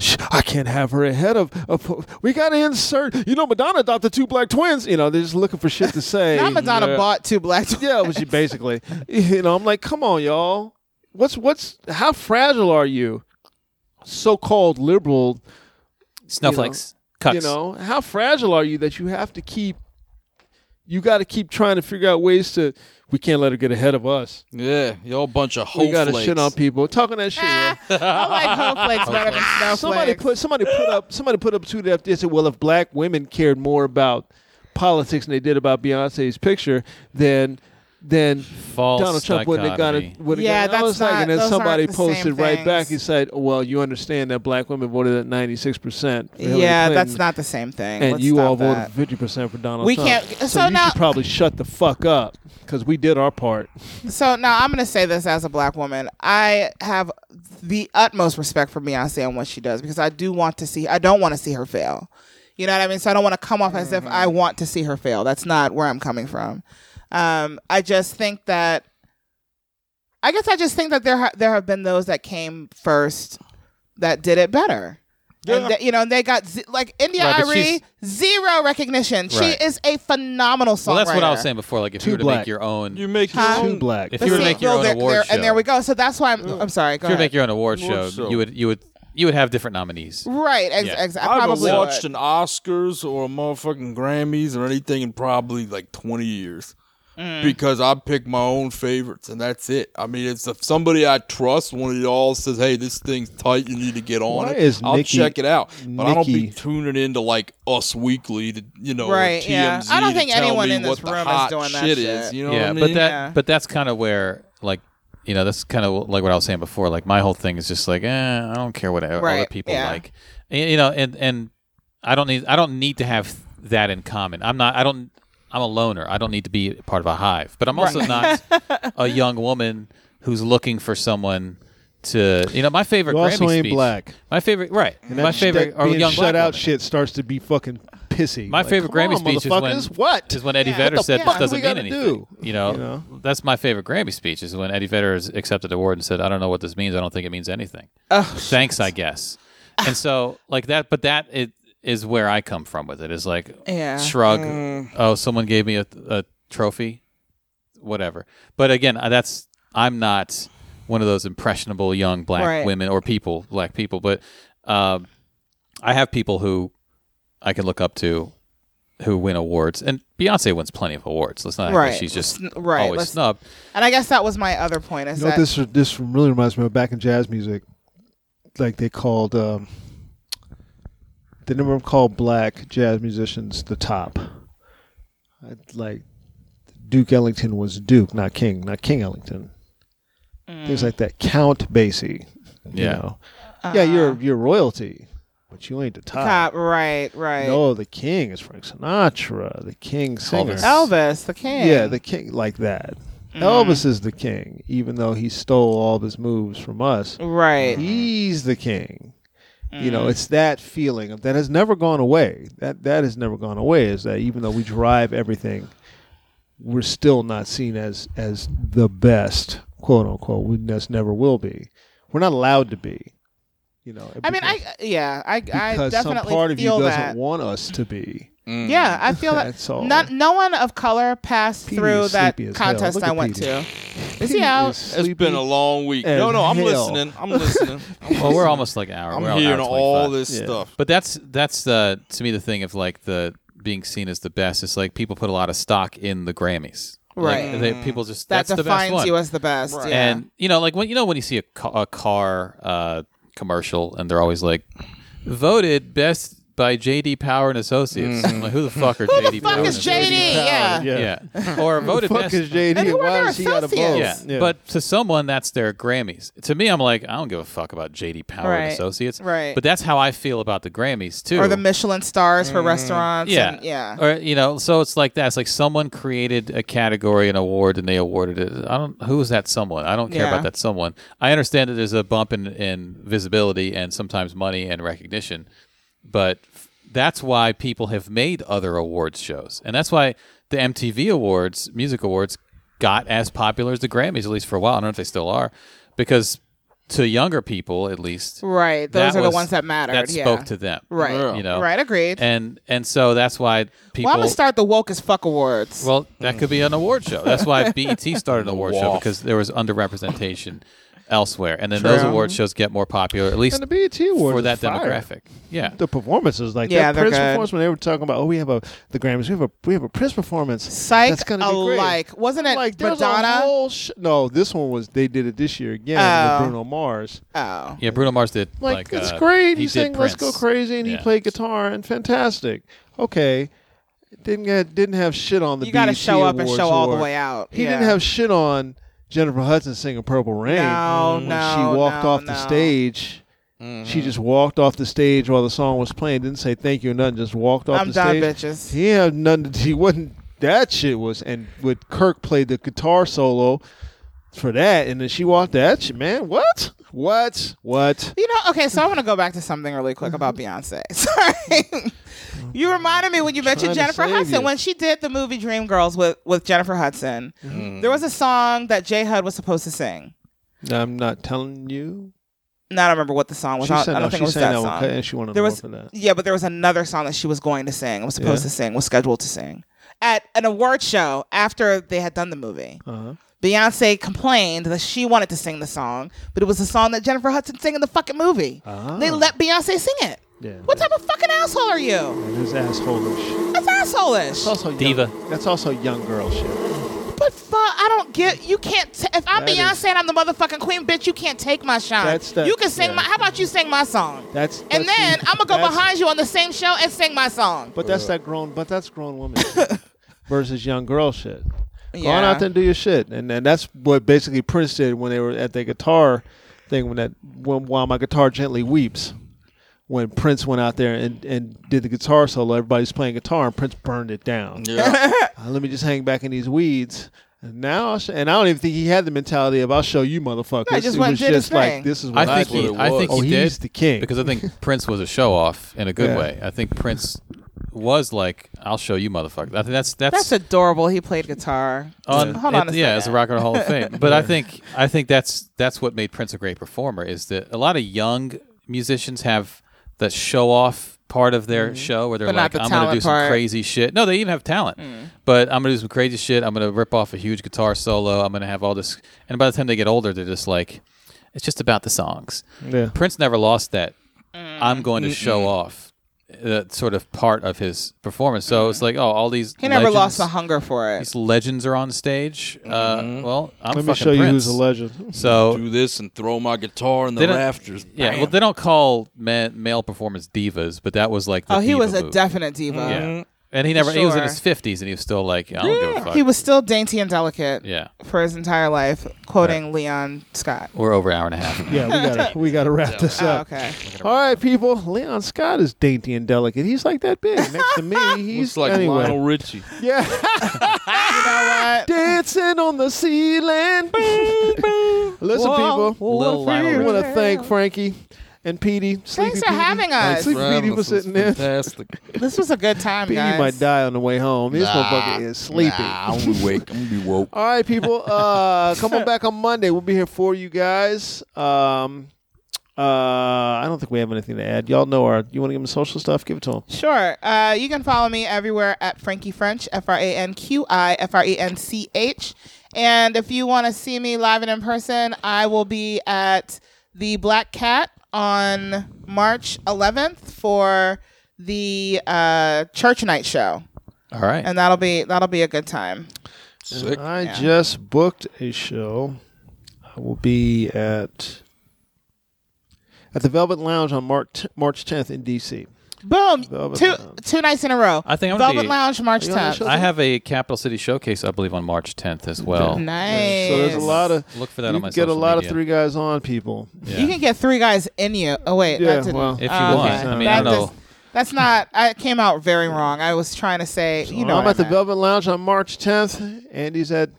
[SPEAKER 9] "Shh, I can't have her ahead of, of we gotta insert you know Madonna adopted two black twins. You know, they're just looking for shit
[SPEAKER 6] [laughs]
[SPEAKER 9] to say.
[SPEAKER 11] [laughs] Not Madonna
[SPEAKER 9] Yeah.
[SPEAKER 11] bought two black.
[SPEAKER 9] Yeah, but she basically you know, I'm like, come on, y'all. What's what's how fragile are you? So called liberal
[SPEAKER 10] Snowflakes.
[SPEAKER 9] you
[SPEAKER 10] Cucks.
[SPEAKER 9] know, how fragile are you that you have to keep? You got to keep trying to figure out ways to. We can't let her get ahead of us.
[SPEAKER 6] Yeah, y'all a bunch of
[SPEAKER 9] We
[SPEAKER 6] hoe
[SPEAKER 9] got to
[SPEAKER 6] flakes.
[SPEAKER 9] shit on people. Talking that shit. [laughs] yeah.
[SPEAKER 11] [laughs] I like hoe flakes better than snowflakes.
[SPEAKER 9] [laughs] Somebody put somebody put up somebody put up a tweet after this. Well, if black women cared more about politics than they did about Beyonce's picture, then then
[SPEAKER 10] False
[SPEAKER 9] Donald Trump wouldn't have got
[SPEAKER 10] dichotomy.
[SPEAKER 9] it. Would have
[SPEAKER 11] Yeah,
[SPEAKER 9] got it. I
[SPEAKER 11] that's
[SPEAKER 9] was like,
[SPEAKER 11] not-
[SPEAKER 9] and then
[SPEAKER 11] those aren't
[SPEAKER 9] somebody
[SPEAKER 11] the same
[SPEAKER 9] posted right back.
[SPEAKER 11] things.
[SPEAKER 9] He said, "Well, you understand that black women voted at ninety six percent.
[SPEAKER 11] Yeah, that's not the same thing.
[SPEAKER 9] and
[SPEAKER 11] Let's
[SPEAKER 9] you
[SPEAKER 11] stop
[SPEAKER 9] all voted
[SPEAKER 11] that.
[SPEAKER 9] fifty percent for Donald
[SPEAKER 11] We
[SPEAKER 9] Trump.
[SPEAKER 11] can't-
[SPEAKER 9] So,
[SPEAKER 11] so
[SPEAKER 9] you
[SPEAKER 11] now-
[SPEAKER 9] should probably shut the fuck up because we did our part.
[SPEAKER 11] So now I'm going to say this as a black woman. I have the utmost respect for Beyonce and what she does because I do want to see, I don't want to see her fail. You know what I mean? So I don't want to come off as if I want to see her fail. That's not where I'm coming from. Um, I just think that, I guess I just think that there ha- there have been those that came first that did it better. And that- you know, and they got z- like India
[SPEAKER 10] Right, but
[SPEAKER 11] Irie
[SPEAKER 10] she's-
[SPEAKER 11] zero recognition.
[SPEAKER 10] Right.
[SPEAKER 11] She is a phenomenal songwriter. Um,
[SPEAKER 10] Well, that's what I was saying before. Like, if
[SPEAKER 9] Too
[SPEAKER 10] you were to
[SPEAKER 9] black.
[SPEAKER 10] make your own,
[SPEAKER 6] You make your
[SPEAKER 11] Huh?
[SPEAKER 6] own
[SPEAKER 9] Black.
[SPEAKER 10] if
[SPEAKER 11] But
[SPEAKER 10] you were to
[SPEAKER 11] see,
[SPEAKER 10] make your
[SPEAKER 11] no,
[SPEAKER 10] own
[SPEAKER 11] there-
[SPEAKER 10] award
[SPEAKER 11] there-
[SPEAKER 10] show,
[SPEAKER 11] And there we go. So that's why I'm.
[SPEAKER 9] Mm.
[SPEAKER 11] I'm sorry. Go
[SPEAKER 10] if you were to
[SPEAKER 11] ahead.
[SPEAKER 10] make your own award
[SPEAKER 6] Award
[SPEAKER 10] show,
[SPEAKER 6] show.
[SPEAKER 10] you would you would you would have different nominees.
[SPEAKER 11] Right. Ex-
[SPEAKER 10] Yeah.
[SPEAKER 11] ex- I
[SPEAKER 6] I haven't
[SPEAKER 11] probably
[SPEAKER 6] watched
[SPEAKER 11] would.
[SPEAKER 6] an Oscars or a motherfucking Grammys or anything in probably like 20 years
[SPEAKER 11] Mm.
[SPEAKER 6] because I pick my own favorites and that's it. I mean, it's if somebody I trust, one of y'all says, "Hey, this thing's tight. You need to get on
[SPEAKER 9] Why
[SPEAKER 6] it."
[SPEAKER 9] is
[SPEAKER 6] I'll
[SPEAKER 9] Nikki-
[SPEAKER 6] check it out, but I don't be
[SPEAKER 9] Nikki-
[SPEAKER 6] tuning into like Us Weekly to you know or
[SPEAKER 11] Right,
[SPEAKER 6] TMZ
[SPEAKER 11] yeah. I don't
[SPEAKER 6] to
[SPEAKER 11] think
[SPEAKER 6] tell
[SPEAKER 11] anyone
[SPEAKER 6] me
[SPEAKER 11] in this
[SPEAKER 6] what the
[SPEAKER 11] room is
[SPEAKER 6] hot
[SPEAKER 11] doing that
[SPEAKER 6] shit is.
[SPEAKER 11] shit.
[SPEAKER 6] You know
[SPEAKER 10] yeah,
[SPEAKER 6] what I
[SPEAKER 10] but
[SPEAKER 6] mean?
[SPEAKER 10] that
[SPEAKER 11] Yeah.
[SPEAKER 10] but that's kind of where like you know that's kind of like what I was saying before. Like my whole thing is just like eh, I don't care what o- other
[SPEAKER 11] Right,
[SPEAKER 10] people
[SPEAKER 11] yeah.
[SPEAKER 10] like. Y- You know, and and I don't need I don't need to have that in common. I'm not I don't I'm a loner. I don't need to be part of a hive. But I'm
[SPEAKER 6] [laughs]
[SPEAKER 10] also not a young woman who's looking for someone to you know my favorite
[SPEAKER 9] You
[SPEAKER 10] Grammy
[SPEAKER 9] also ain't
[SPEAKER 10] speech-
[SPEAKER 9] black.
[SPEAKER 10] My favorite right. my favorite or
[SPEAKER 9] being
[SPEAKER 10] young
[SPEAKER 9] shut
[SPEAKER 10] black
[SPEAKER 9] out
[SPEAKER 10] woman.
[SPEAKER 9] shit starts to be fucking pissy.
[SPEAKER 10] My
[SPEAKER 9] Like,
[SPEAKER 10] favorite
[SPEAKER 9] come
[SPEAKER 10] Grammy
[SPEAKER 9] on,
[SPEAKER 10] speech is when
[SPEAKER 9] motherfuckers, what
[SPEAKER 10] is when Eddie
[SPEAKER 9] Yeah.
[SPEAKER 10] Vedder
[SPEAKER 9] What the
[SPEAKER 10] said
[SPEAKER 9] fuck
[SPEAKER 10] this
[SPEAKER 9] do
[SPEAKER 10] doesn't
[SPEAKER 9] we
[SPEAKER 10] mean
[SPEAKER 9] gotta
[SPEAKER 10] anything.
[SPEAKER 9] do?
[SPEAKER 10] You, know,
[SPEAKER 9] You know?
[SPEAKER 10] that's my favorite Grammy speech is when Eddie Vedder is- accepted the award and said, "I don't know what this means. I don't think it means anything."
[SPEAKER 9] Oh,
[SPEAKER 10] Thanks, I guess. and so like that, but that it is where I come from with it. Is like
[SPEAKER 11] Yeah. Mm.
[SPEAKER 10] shrug. Oh, someone gave me a, a trophy, whatever. But again, I- that's I'm not one of those impressionable young black
[SPEAKER 11] Right.
[SPEAKER 10] women or people, black people, but. Um, I have people who I can look up to who win awards, and Beyonce wins plenty of awards. Let's not act like
[SPEAKER 11] Right.
[SPEAKER 10] she's just
[SPEAKER 11] Let's- right,
[SPEAKER 10] always
[SPEAKER 11] let's-
[SPEAKER 10] snubbed.
[SPEAKER 11] And I guess that was my other point. Is
[SPEAKER 9] You know what
[SPEAKER 11] that
[SPEAKER 9] this this really reminds me of back in jazz music, like they called um, they never called black jazz musicians the top. I, like Duke Ellington was Duke, not King, not King Ellington.
[SPEAKER 11] Mm.
[SPEAKER 9] Things like that. Count Basie. You
[SPEAKER 10] Yeah.
[SPEAKER 9] know. yeah, you're you're royalty, but you ain't the top.
[SPEAKER 11] Uh-huh. Top, right, right.
[SPEAKER 9] No, the king is Frank Sinatra, the king singer.
[SPEAKER 11] Elvis, the king.
[SPEAKER 9] Yeah, the king like that.
[SPEAKER 11] Mm-hmm.
[SPEAKER 9] Elvis is the king, even though he stole all of his moves from us.
[SPEAKER 11] right. Mm.
[SPEAKER 9] He's the king. You know, it's that feeling of- that has never gone away. That that has never gone away. Is that even though we drive everything, we're still not seen as as the best, quote unquote. We just never will be. We're not allowed to be. You know.
[SPEAKER 11] I mean,
[SPEAKER 9] because-
[SPEAKER 11] I yeah, I I
[SPEAKER 9] because some
[SPEAKER 11] definitely
[SPEAKER 9] part of you
[SPEAKER 11] feel
[SPEAKER 9] doesn't
[SPEAKER 11] that.
[SPEAKER 9] want us to be.
[SPEAKER 11] yeah, I
[SPEAKER 9] [laughs]
[SPEAKER 11] feel that.
[SPEAKER 9] That's all.
[SPEAKER 11] Not, no one of color passed
[SPEAKER 9] Petey
[SPEAKER 11] through
[SPEAKER 9] is
[SPEAKER 11] that
[SPEAKER 9] sleepy as hell.
[SPEAKER 11] contest
[SPEAKER 9] Look
[SPEAKER 11] I
[SPEAKER 9] at
[SPEAKER 11] went
[SPEAKER 9] Petey. [laughs]
[SPEAKER 11] to. Is
[SPEAKER 9] He
[SPEAKER 11] he out?
[SPEAKER 9] is
[SPEAKER 6] It's been
[SPEAKER 9] sleepy.
[SPEAKER 6] a long week. No,
[SPEAKER 9] as
[SPEAKER 6] no, I'm
[SPEAKER 9] hell.
[SPEAKER 6] listening.
[SPEAKER 9] [laughs]
[SPEAKER 6] I'm listening. I'm,
[SPEAKER 10] Well, we're almost like an hour.
[SPEAKER 6] I'm
[SPEAKER 10] we're on
[SPEAKER 6] hearing
[SPEAKER 10] hour
[SPEAKER 6] all
[SPEAKER 10] 25.
[SPEAKER 6] this
[SPEAKER 9] Yeah.
[SPEAKER 6] stuff.
[SPEAKER 10] But that's that's uh, to me the thing of like the being seen as the best. It's like people put a lot of stock in the Grammys. Like,
[SPEAKER 11] Right.
[SPEAKER 10] they, people just
[SPEAKER 11] That
[SPEAKER 10] that's the best
[SPEAKER 11] defines
[SPEAKER 10] one.
[SPEAKER 11] you as the best. Yeah.
[SPEAKER 10] And you know, like when you know when you see a, ca- a car uh, commercial and they're always like voted best by J.D. Power and Associates. Like, who the fuck are J.D.
[SPEAKER 11] fuck
[SPEAKER 10] Power? and
[SPEAKER 11] is
[SPEAKER 10] Associates?
[SPEAKER 11] JD? Yeah.
[SPEAKER 10] Yeah. Or voted
[SPEAKER 9] fuck
[SPEAKER 10] best-
[SPEAKER 9] is JD?
[SPEAKER 11] And who are
[SPEAKER 9] why
[SPEAKER 11] their
[SPEAKER 9] does he got a vote?
[SPEAKER 10] Yeah.
[SPEAKER 11] Yes.
[SPEAKER 10] But to someone, that's their Grammys. To me, I'm like, I don't give a fuck about JD Power
[SPEAKER 11] Right.
[SPEAKER 10] and Associates.
[SPEAKER 11] Right.
[SPEAKER 10] But that's how I feel about the Grammys too.
[SPEAKER 11] Or the Michelin stars for restaurants.
[SPEAKER 10] Mm-hmm. yeah.
[SPEAKER 11] and- yeah.
[SPEAKER 10] Or you know, so it's like that. It's like someone created a category, an award, and they awarded it. I don't. Who is that someone? I don't care
[SPEAKER 11] Yeah.
[SPEAKER 10] about that someone. I understand that there's a bump in in visibility and sometimes money and recognition, but f- that's why people have made other awards shows, and that's why the MTV Awards, music awards, got as popular as the Grammys, at least for a while. I don't know if they still are, because to younger people, at least,
[SPEAKER 11] Right. Those
[SPEAKER 10] that
[SPEAKER 11] are the
[SPEAKER 10] was-
[SPEAKER 11] ones that mattered.
[SPEAKER 10] That
[SPEAKER 11] yeah.
[SPEAKER 10] spoke to them,
[SPEAKER 11] Right.
[SPEAKER 10] You know,
[SPEAKER 11] Right, agreed.
[SPEAKER 10] And and so that's why people.
[SPEAKER 11] well, I'm going to start the woke as fuck awards.
[SPEAKER 10] Well, that could be an award show.
[SPEAKER 9] [laughs]
[SPEAKER 10] That's why BET started an award show
[SPEAKER 6] Waff.
[SPEAKER 10] because there was underrepresentation elsewhere, and then those
[SPEAKER 11] True.
[SPEAKER 10] award shows get more popular, at least
[SPEAKER 9] And the E BET Awards
[SPEAKER 10] for
[SPEAKER 9] is
[SPEAKER 10] that
[SPEAKER 9] fire.
[SPEAKER 10] demographic. Yeah,
[SPEAKER 9] The performances, like
[SPEAKER 11] Yeah,
[SPEAKER 9] that
[SPEAKER 11] they're
[SPEAKER 9] Prince
[SPEAKER 11] good.
[SPEAKER 9] performance, when they were talking about, oh, we have a the Grammys, we have a we have a Prince performance.
[SPEAKER 11] Psych
[SPEAKER 9] that's gonna be great.
[SPEAKER 11] alike. Wasn't it
[SPEAKER 9] like there's a
[SPEAKER 11] Madonna?
[SPEAKER 9] whole sh- no. This one was they did it this year again
[SPEAKER 11] Oh.
[SPEAKER 9] with Bruno Mars.
[SPEAKER 11] Oh.
[SPEAKER 10] yeah. Bruno Mars did
[SPEAKER 9] Like,
[SPEAKER 10] like
[SPEAKER 9] it's
[SPEAKER 10] uh,
[SPEAKER 9] great.
[SPEAKER 10] He
[SPEAKER 9] He, sang
[SPEAKER 10] did
[SPEAKER 9] "Let's Go
[SPEAKER 10] Prince.
[SPEAKER 9] Crazy" and
[SPEAKER 10] Yeah.
[SPEAKER 9] he played guitar and fantastic. Okay, didn't get, didn't have shit on the.
[SPEAKER 11] You got to
[SPEAKER 9] BET
[SPEAKER 11] show up and
[SPEAKER 9] Awards
[SPEAKER 11] show all the
[SPEAKER 9] award.
[SPEAKER 11] way out.
[SPEAKER 9] He
[SPEAKER 11] yeah.
[SPEAKER 9] didn't have shit on Jennifer Hudson singing "Purple Rain."
[SPEAKER 11] No,
[SPEAKER 10] Mm.
[SPEAKER 9] when
[SPEAKER 11] no,
[SPEAKER 9] she walked
[SPEAKER 11] no,
[SPEAKER 9] off
[SPEAKER 11] no.
[SPEAKER 9] the stage. She
[SPEAKER 10] Mm-hmm.
[SPEAKER 9] just walked off the stage while the song was playing. Didn't say thank you or nothing. Just walked off
[SPEAKER 11] I'm
[SPEAKER 9] the
[SPEAKER 11] done,
[SPEAKER 9] stage.
[SPEAKER 11] bitches.
[SPEAKER 9] He had nothing. To, he wasn't. That shit was. And with Kirk played the guitar solo for that, and then she walked that shit. Man, what? What? What?
[SPEAKER 11] You know, okay, so I want to go back to something really quick about Beyonce. [laughs] Sorry. you reminded me when you mentioned
[SPEAKER 9] Mm-hmm. trying to
[SPEAKER 11] Jennifer
[SPEAKER 9] save
[SPEAKER 11] Hudson.
[SPEAKER 9] you.
[SPEAKER 11] When she did the movie Dreamgirls with, with Jennifer Hudson,
[SPEAKER 10] Mm.
[SPEAKER 11] there was a song that J Hud was supposed to sing.
[SPEAKER 9] I'm not telling you.
[SPEAKER 11] Now I don't remember what the song was.
[SPEAKER 9] She
[SPEAKER 11] I, don't-
[SPEAKER 9] said
[SPEAKER 11] I don't
[SPEAKER 9] no,
[SPEAKER 11] think
[SPEAKER 9] she
[SPEAKER 11] it was
[SPEAKER 9] sang
[SPEAKER 11] that
[SPEAKER 9] that one,
[SPEAKER 11] song.
[SPEAKER 9] and she won an
[SPEAKER 11] there
[SPEAKER 9] award
[SPEAKER 11] was,
[SPEAKER 9] for that.
[SPEAKER 11] Yeah, but there was another song that she was going to sing, was supposed to
[SPEAKER 9] Yeah.
[SPEAKER 11] sing, was scheduled to sing at an award show after they had done the movie.
[SPEAKER 9] Uh-huh.
[SPEAKER 11] Beyonce complained that she wanted to sing the song, but it was a song that Jennifer Hudson sang in the fucking movie. They let Beyonce sing it.
[SPEAKER 9] Ah. Yeah.
[SPEAKER 11] What type of fucking asshole are you?
[SPEAKER 9] It was assholeish.
[SPEAKER 11] That's assholeish.
[SPEAKER 9] It's also young-
[SPEAKER 10] Diva.
[SPEAKER 9] That's also young girl shit.
[SPEAKER 11] But fuck, I don't get. You can't. T- if I'm
[SPEAKER 9] That
[SPEAKER 11] Beyonce
[SPEAKER 9] is-
[SPEAKER 11] and I'm the motherfucking queen, bitch, you can't take my shine.
[SPEAKER 9] That's the-
[SPEAKER 11] you can sing
[SPEAKER 9] yeah.
[SPEAKER 11] my. How about you sing my song?
[SPEAKER 9] That's-
[SPEAKER 11] and
[SPEAKER 9] that's
[SPEAKER 11] then
[SPEAKER 9] the-
[SPEAKER 11] I'm gonna go
[SPEAKER 9] that's-
[SPEAKER 11] behind you on the same show and sing my song.
[SPEAKER 9] But that's that grown. But that's grown woman
[SPEAKER 11] [laughs]
[SPEAKER 9] shit versus young girl shit. Go on
[SPEAKER 11] Yeah.
[SPEAKER 9] out there and do your shit, and and that's what basically Prince did when they were at their guitar thing. When that when while my guitar gently weeps, when Prince went out there and and did the guitar solo, everybody's playing guitar, and Prince burned it down.
[SPEAKER 6] Yeah.
[SPEAKER 11] [laughs]
[SPEAKER 9] Uh, let me just hang back in these weeds. And now, I'll sh- and I don't even think he had the mentality of "I'll show you, motherfuckers."
[SPEAKER 11] No, he just
[SPEAKER 9] it
[SPEAKER 11] went
[SPEAKER 9] was
[SPEAKER 11] and did his
[SPEAKER 9] just like
[SPEAKER 11] thing.
[SPEAKER 9] this is what
[SPEAKER 10] I think
[SPEAKER 9] do.
[SPEAKER 10] he, I think
[SPEAKER 9] oh,
[SPEAKER 10] he
[SPEAKER 9] he's
[SPEAKER 10] did
[SPEAKER 9] the king
[SPEAKER 10] because
[SPEAKER 9] [laughs]
[SPEAKER 10] I think Prince was a show off in a good
[SPEAKER 9] Yeah.
[SPEAKER 10] way. I think Prince was like, "I'll show you, motherfucker." I think that's that's,
[SPEAKER 11] That's adorable. He played guitar.
[SPEAKER 10] on,
[SPEAKER 11] Hold
[SPEAKER 10] it-
[SPEAKER 11] on a
[SPEAKER 10] yeah,
[SPEAKER 11] second.
[SPEAKER 10] as a rock and roll hall of fame. But I think I think that's that's what made Prince a great performer is that a lot of young musicians have the show off part of their show where they're
[SPEAKER 11] Mm-hmm. But not
[SPEAKER 10] like,
[SPEAKER 11] the
[SPEAKER 10] I'm gonna do
[SPEAKER 11] talent
[SPEAKER 10] some
[SPEAKER 11] part. Mm.
[SPEAKER 10] crazy shit. No, they even have talent, but I'm gonna do some crazy shit. I'm gonna rip off a huge guitar solo. I'm gonna have all this, and by the time they get older, they're just like, it's just about the songs.
[SPEAKER 9] Yeah.
[SPEAKER 10] Prince never lost that.
[SPEAKER 11] Mm.
[SPEAKER 10] I'm going to show off. uh sort of part of his performance, so it's like, oh, all these
[SPEAKER 11] Mm-hmm. He never lost the
[SPEAKER 10] legends-
[SPEAKER 11] hunger for it.
[SPEAKER 10] these legends are on stage. Uh, well, I'm
[SPEAKER 9] Let me
[SPEAKER 10] fucking
[SPEAKER 9] show you who's
[SPEAKER 10] Prince.
[SPEAKER 9] a legend.
[SPEAKER 10] So
[SPEAKER 6] Do this and throw my guitar in
[SPEAKER 10] They
[SPEAKER 6] the
[SPEAKER 10] don't-
[SPEAKER 6] rafters.
[SPEAKER 10] yeah,
[SPEAKER 6] Bam.
[SPEAKER 10] well, they don't call men, male performance divas, but that was like the
[SPEAKER 11] Oh, he
[SPEAKER 10] diva
[SPEAKER 11] was a
[SPEAKER 10] move.
[SPEAKER 11] definite diva.
[SPEAKER 10] yeah, and he never he was in his
[SPEAKER 11] Sure.
[SPEAKER 10] fifties and he was still like I don't give a fuck.
[SPEAKER 11] He was still dainty and delicate
[SPEAKER 10] yeah,
[SPEAKER 11] for his entire life, quoting Leon Scott.
[SPEAKER 10] we're over an hour and a
[SPEAKER 11] [laughs]
[SPEAKER 10] half.
[SPEAKER 9] Yeah, we gotta we gotta
[SPEAKER 10] [laughs]
[SPEAKER 9] wrap this
[SPEAKER 11] Oh,
[SPEAKER 9] up.
[SPEAKER 11] okay. [laughs]
[SPEAKER 9] All right, people. Leon Scott is dainty and delicate. He's like that big. Next to me,
[SPEAKER 6] Looks
[SPEAKER 9] he's
[SPEAKER 6] like
[SPEAKER 9] anyway.
[SPEAKER 6] Lionel [laughs] Richie.
[SPEAKER 9] [laughs] Yeah,
[SPEAKER 11] You know what?
[SPEAKER 9] dancing on the ceiling. Listen, people.
[SPEAKER 10] Lil Lionel
[SPEAKER 9] We want
[SPEAKER 10] Richie.
[SPEAKER 9] to thank Frankie and Petey. Sleepy
[SPEAKER 11] Thanks for
[SPEAKER 9] Petey.
[SPEAKER 11] having us.
[SPEAKER 9] Sleepy
[SPEAKER 6] for having
[SPEAKER 9] Petey
[SPEAKER 6] us.
[SPEAKER 9] was
[SPEAKER 6] This
[SPEAKER 9] sitting there.
[SPEAKER 6] Fantastic.
[SPEAKER 11] This was a good time,
[SPEAKER 9] Petey
[SPEAKER 11] guys.
[SPEAKER 9] might die on the way home. This motherfucker is sleepy.
[SPEAKER 6] Nah, I'm gonna be wake. I'm gonna be
[SPEAKER 9] [laughs]
[SPEAKER 6] woke.
[SPEAKER 9] All right, people. Uh, come on back on Monday. We'll be here for you guys. Um, uh, I don't think we have anything to add. Y'all know our. You want to give them social stuff? Give it to them.
[SPEAKER 11] Sure. Uh, you can follow me everywhere at Frankie French, F R A N Q I F R E N C H. And if you want to see me live and in person, I will be at the Black Cat on March 11th for the uh, church night show,
[SPEAKER 10] All right,
[SPEAKER 11] and that'll be that'll be a good time.
[SPEAKER 6] Sick.
[SPEAKER 9] I just booked a show. I will be at at the Velvet Lounge on March March 10th in DC.
[SPEAKER 11] Boom! two two nights in a row.
[SPEAKER 10] I think I'm gonna
[SPEAKER 11] Velvet
[SPEAKER 10] be-
[SPEAKER 11] Lounge March 10th.
[SPEAKER 10] I have a Capital City showcase, I believe, on March 10th as well.
[SPEAKER 11] Nice.
[SPEAKER 9] So there's a lot of
[SPEAKER 10] Look for that
[SPEAKER 9] you
[SPEAKER 10] on my
[SPEAKER 9] can get a
[SPEAKER 10] social
[SPEAKER 9] lot
[SPEAKER 10] media.
[SPEAKER 9] of three guys on people.
[SPEAKER 11] You can get three guys in you. Oh wait,
[SPEAKER 9] Yeah,
[SPEAKER 11] that didn't.
[SPEAKER 9] well, If you
[SPEAKER 11] Ah,
[SPEAKER 9] want.
[SPEAKER 11] okay.
[SPEAKER 9] I mean,
[SPEAKER 11] That
[SPEAKER 9] I don't know.
[SPEAKER 11] does- that's not. I came out very wrong. I was trying to say, you know,
[SPEAKER 9] I'm
[SPEAKER 11] what
[SPEAKER 9] at the
[SPEAKER 11] I meant.
[SPEAKER 9] Velvet Lounge on March 10th. Andy's at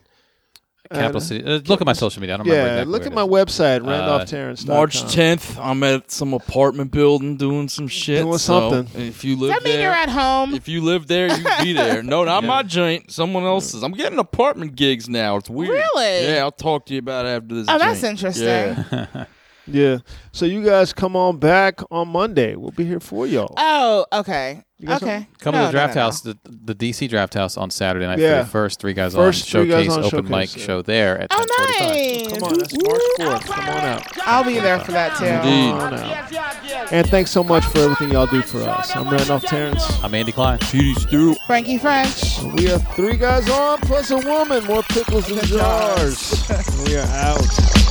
[SPEAKER 9] uh,
[SPEAKER 10] Capital City. Uh, look at my social media. I don't
[SPEAKER 9] yeah,
[SPEAKER 10] remember exactly
[SPEAKER 9] look
[SPEAKER 10] where
[SPEAKER 9] at
[SPEAKER 10] it
[SPEAKER 9] my
[SPEAKER 10] is.
[SPEAKER 9] website,
[SPEAKER 10] Uh,
[SPEAKER 9] RandolphTerrence.
[SPEAKER 6] March 10th, I'm at some apartment building doing some shit.
[SPEAKER 9] Doing
[SPEAKER 6] so
[SPEAKER 9] something.
[SPEAKER 6] if you live
[SPEAKER 11] Does that mean
[SPEAKER 6] there,
[SPEAKER 11] you're at home?
[SPEAKER 6] If you live there, you be [laughs] there. No, not my joint. Someone else's. I'm getting apartment gigs now. It's weird.
[SPEAKER 11] Really?
[SPEAKER 6] Yeah, I'll talk to you about it after this.
[SPEAKER 11] Oh, that's
[SPEAKER 6] joint.
[SPEAKER 11] interesting.
[SPEAKER 6] Yeah.
[SPEAKER 9] Yeah. So you guys come on back on Monday. We'll be here for y'all.
[SPEAKER 11] Oh, okay, okay.
[SPEAKER 10] Come
[SPEAKER 11] No,
[SPEAKER 10] to the
[SPEAKER 11] no,
[SPEAKER 10] Draft
[SPEAKER 11] no, no.
[SPEAKER 10] House, the, the DC Draft House on Saturday night
[SPEAKER 9] Yeah.
[SPEAKER 10] for the first Three Guys
[SPEAKER 9] First
[SPEAKER 10] On
[SPEAKER 9] Three Guys
[SPEAKER 10] showcase
[SPEAKER 9] On
[SPEAKER 10] open
[SPEAKER 9] showcase,
[SPEAKER 10] mic
[SPEAKER 9] yeah.
[SPEAKER 10] show there at
[SPEAKER 11] Oh,
[SPEAKER 10] 10:45.
[SPEAKER 11] nice.
[SPEAKER 9] Come on, that's March
[SPEAKER 11] uh,
[SPEAKER 9] 4th. Come on out.
[SPEAKER 11] I'll be there for that too.
[SPEAKER 9] Come on out. And thanks so much for everything y'all do for us. I'm Randolph Terrence.
[SPEAKER 10] I'm Andy Klein.
[SPEAKER 11] Frankie French.
[SPEAKER 9] We [laughs] are three guys on plus a woman. More pickles than jars. [laughs] we are out.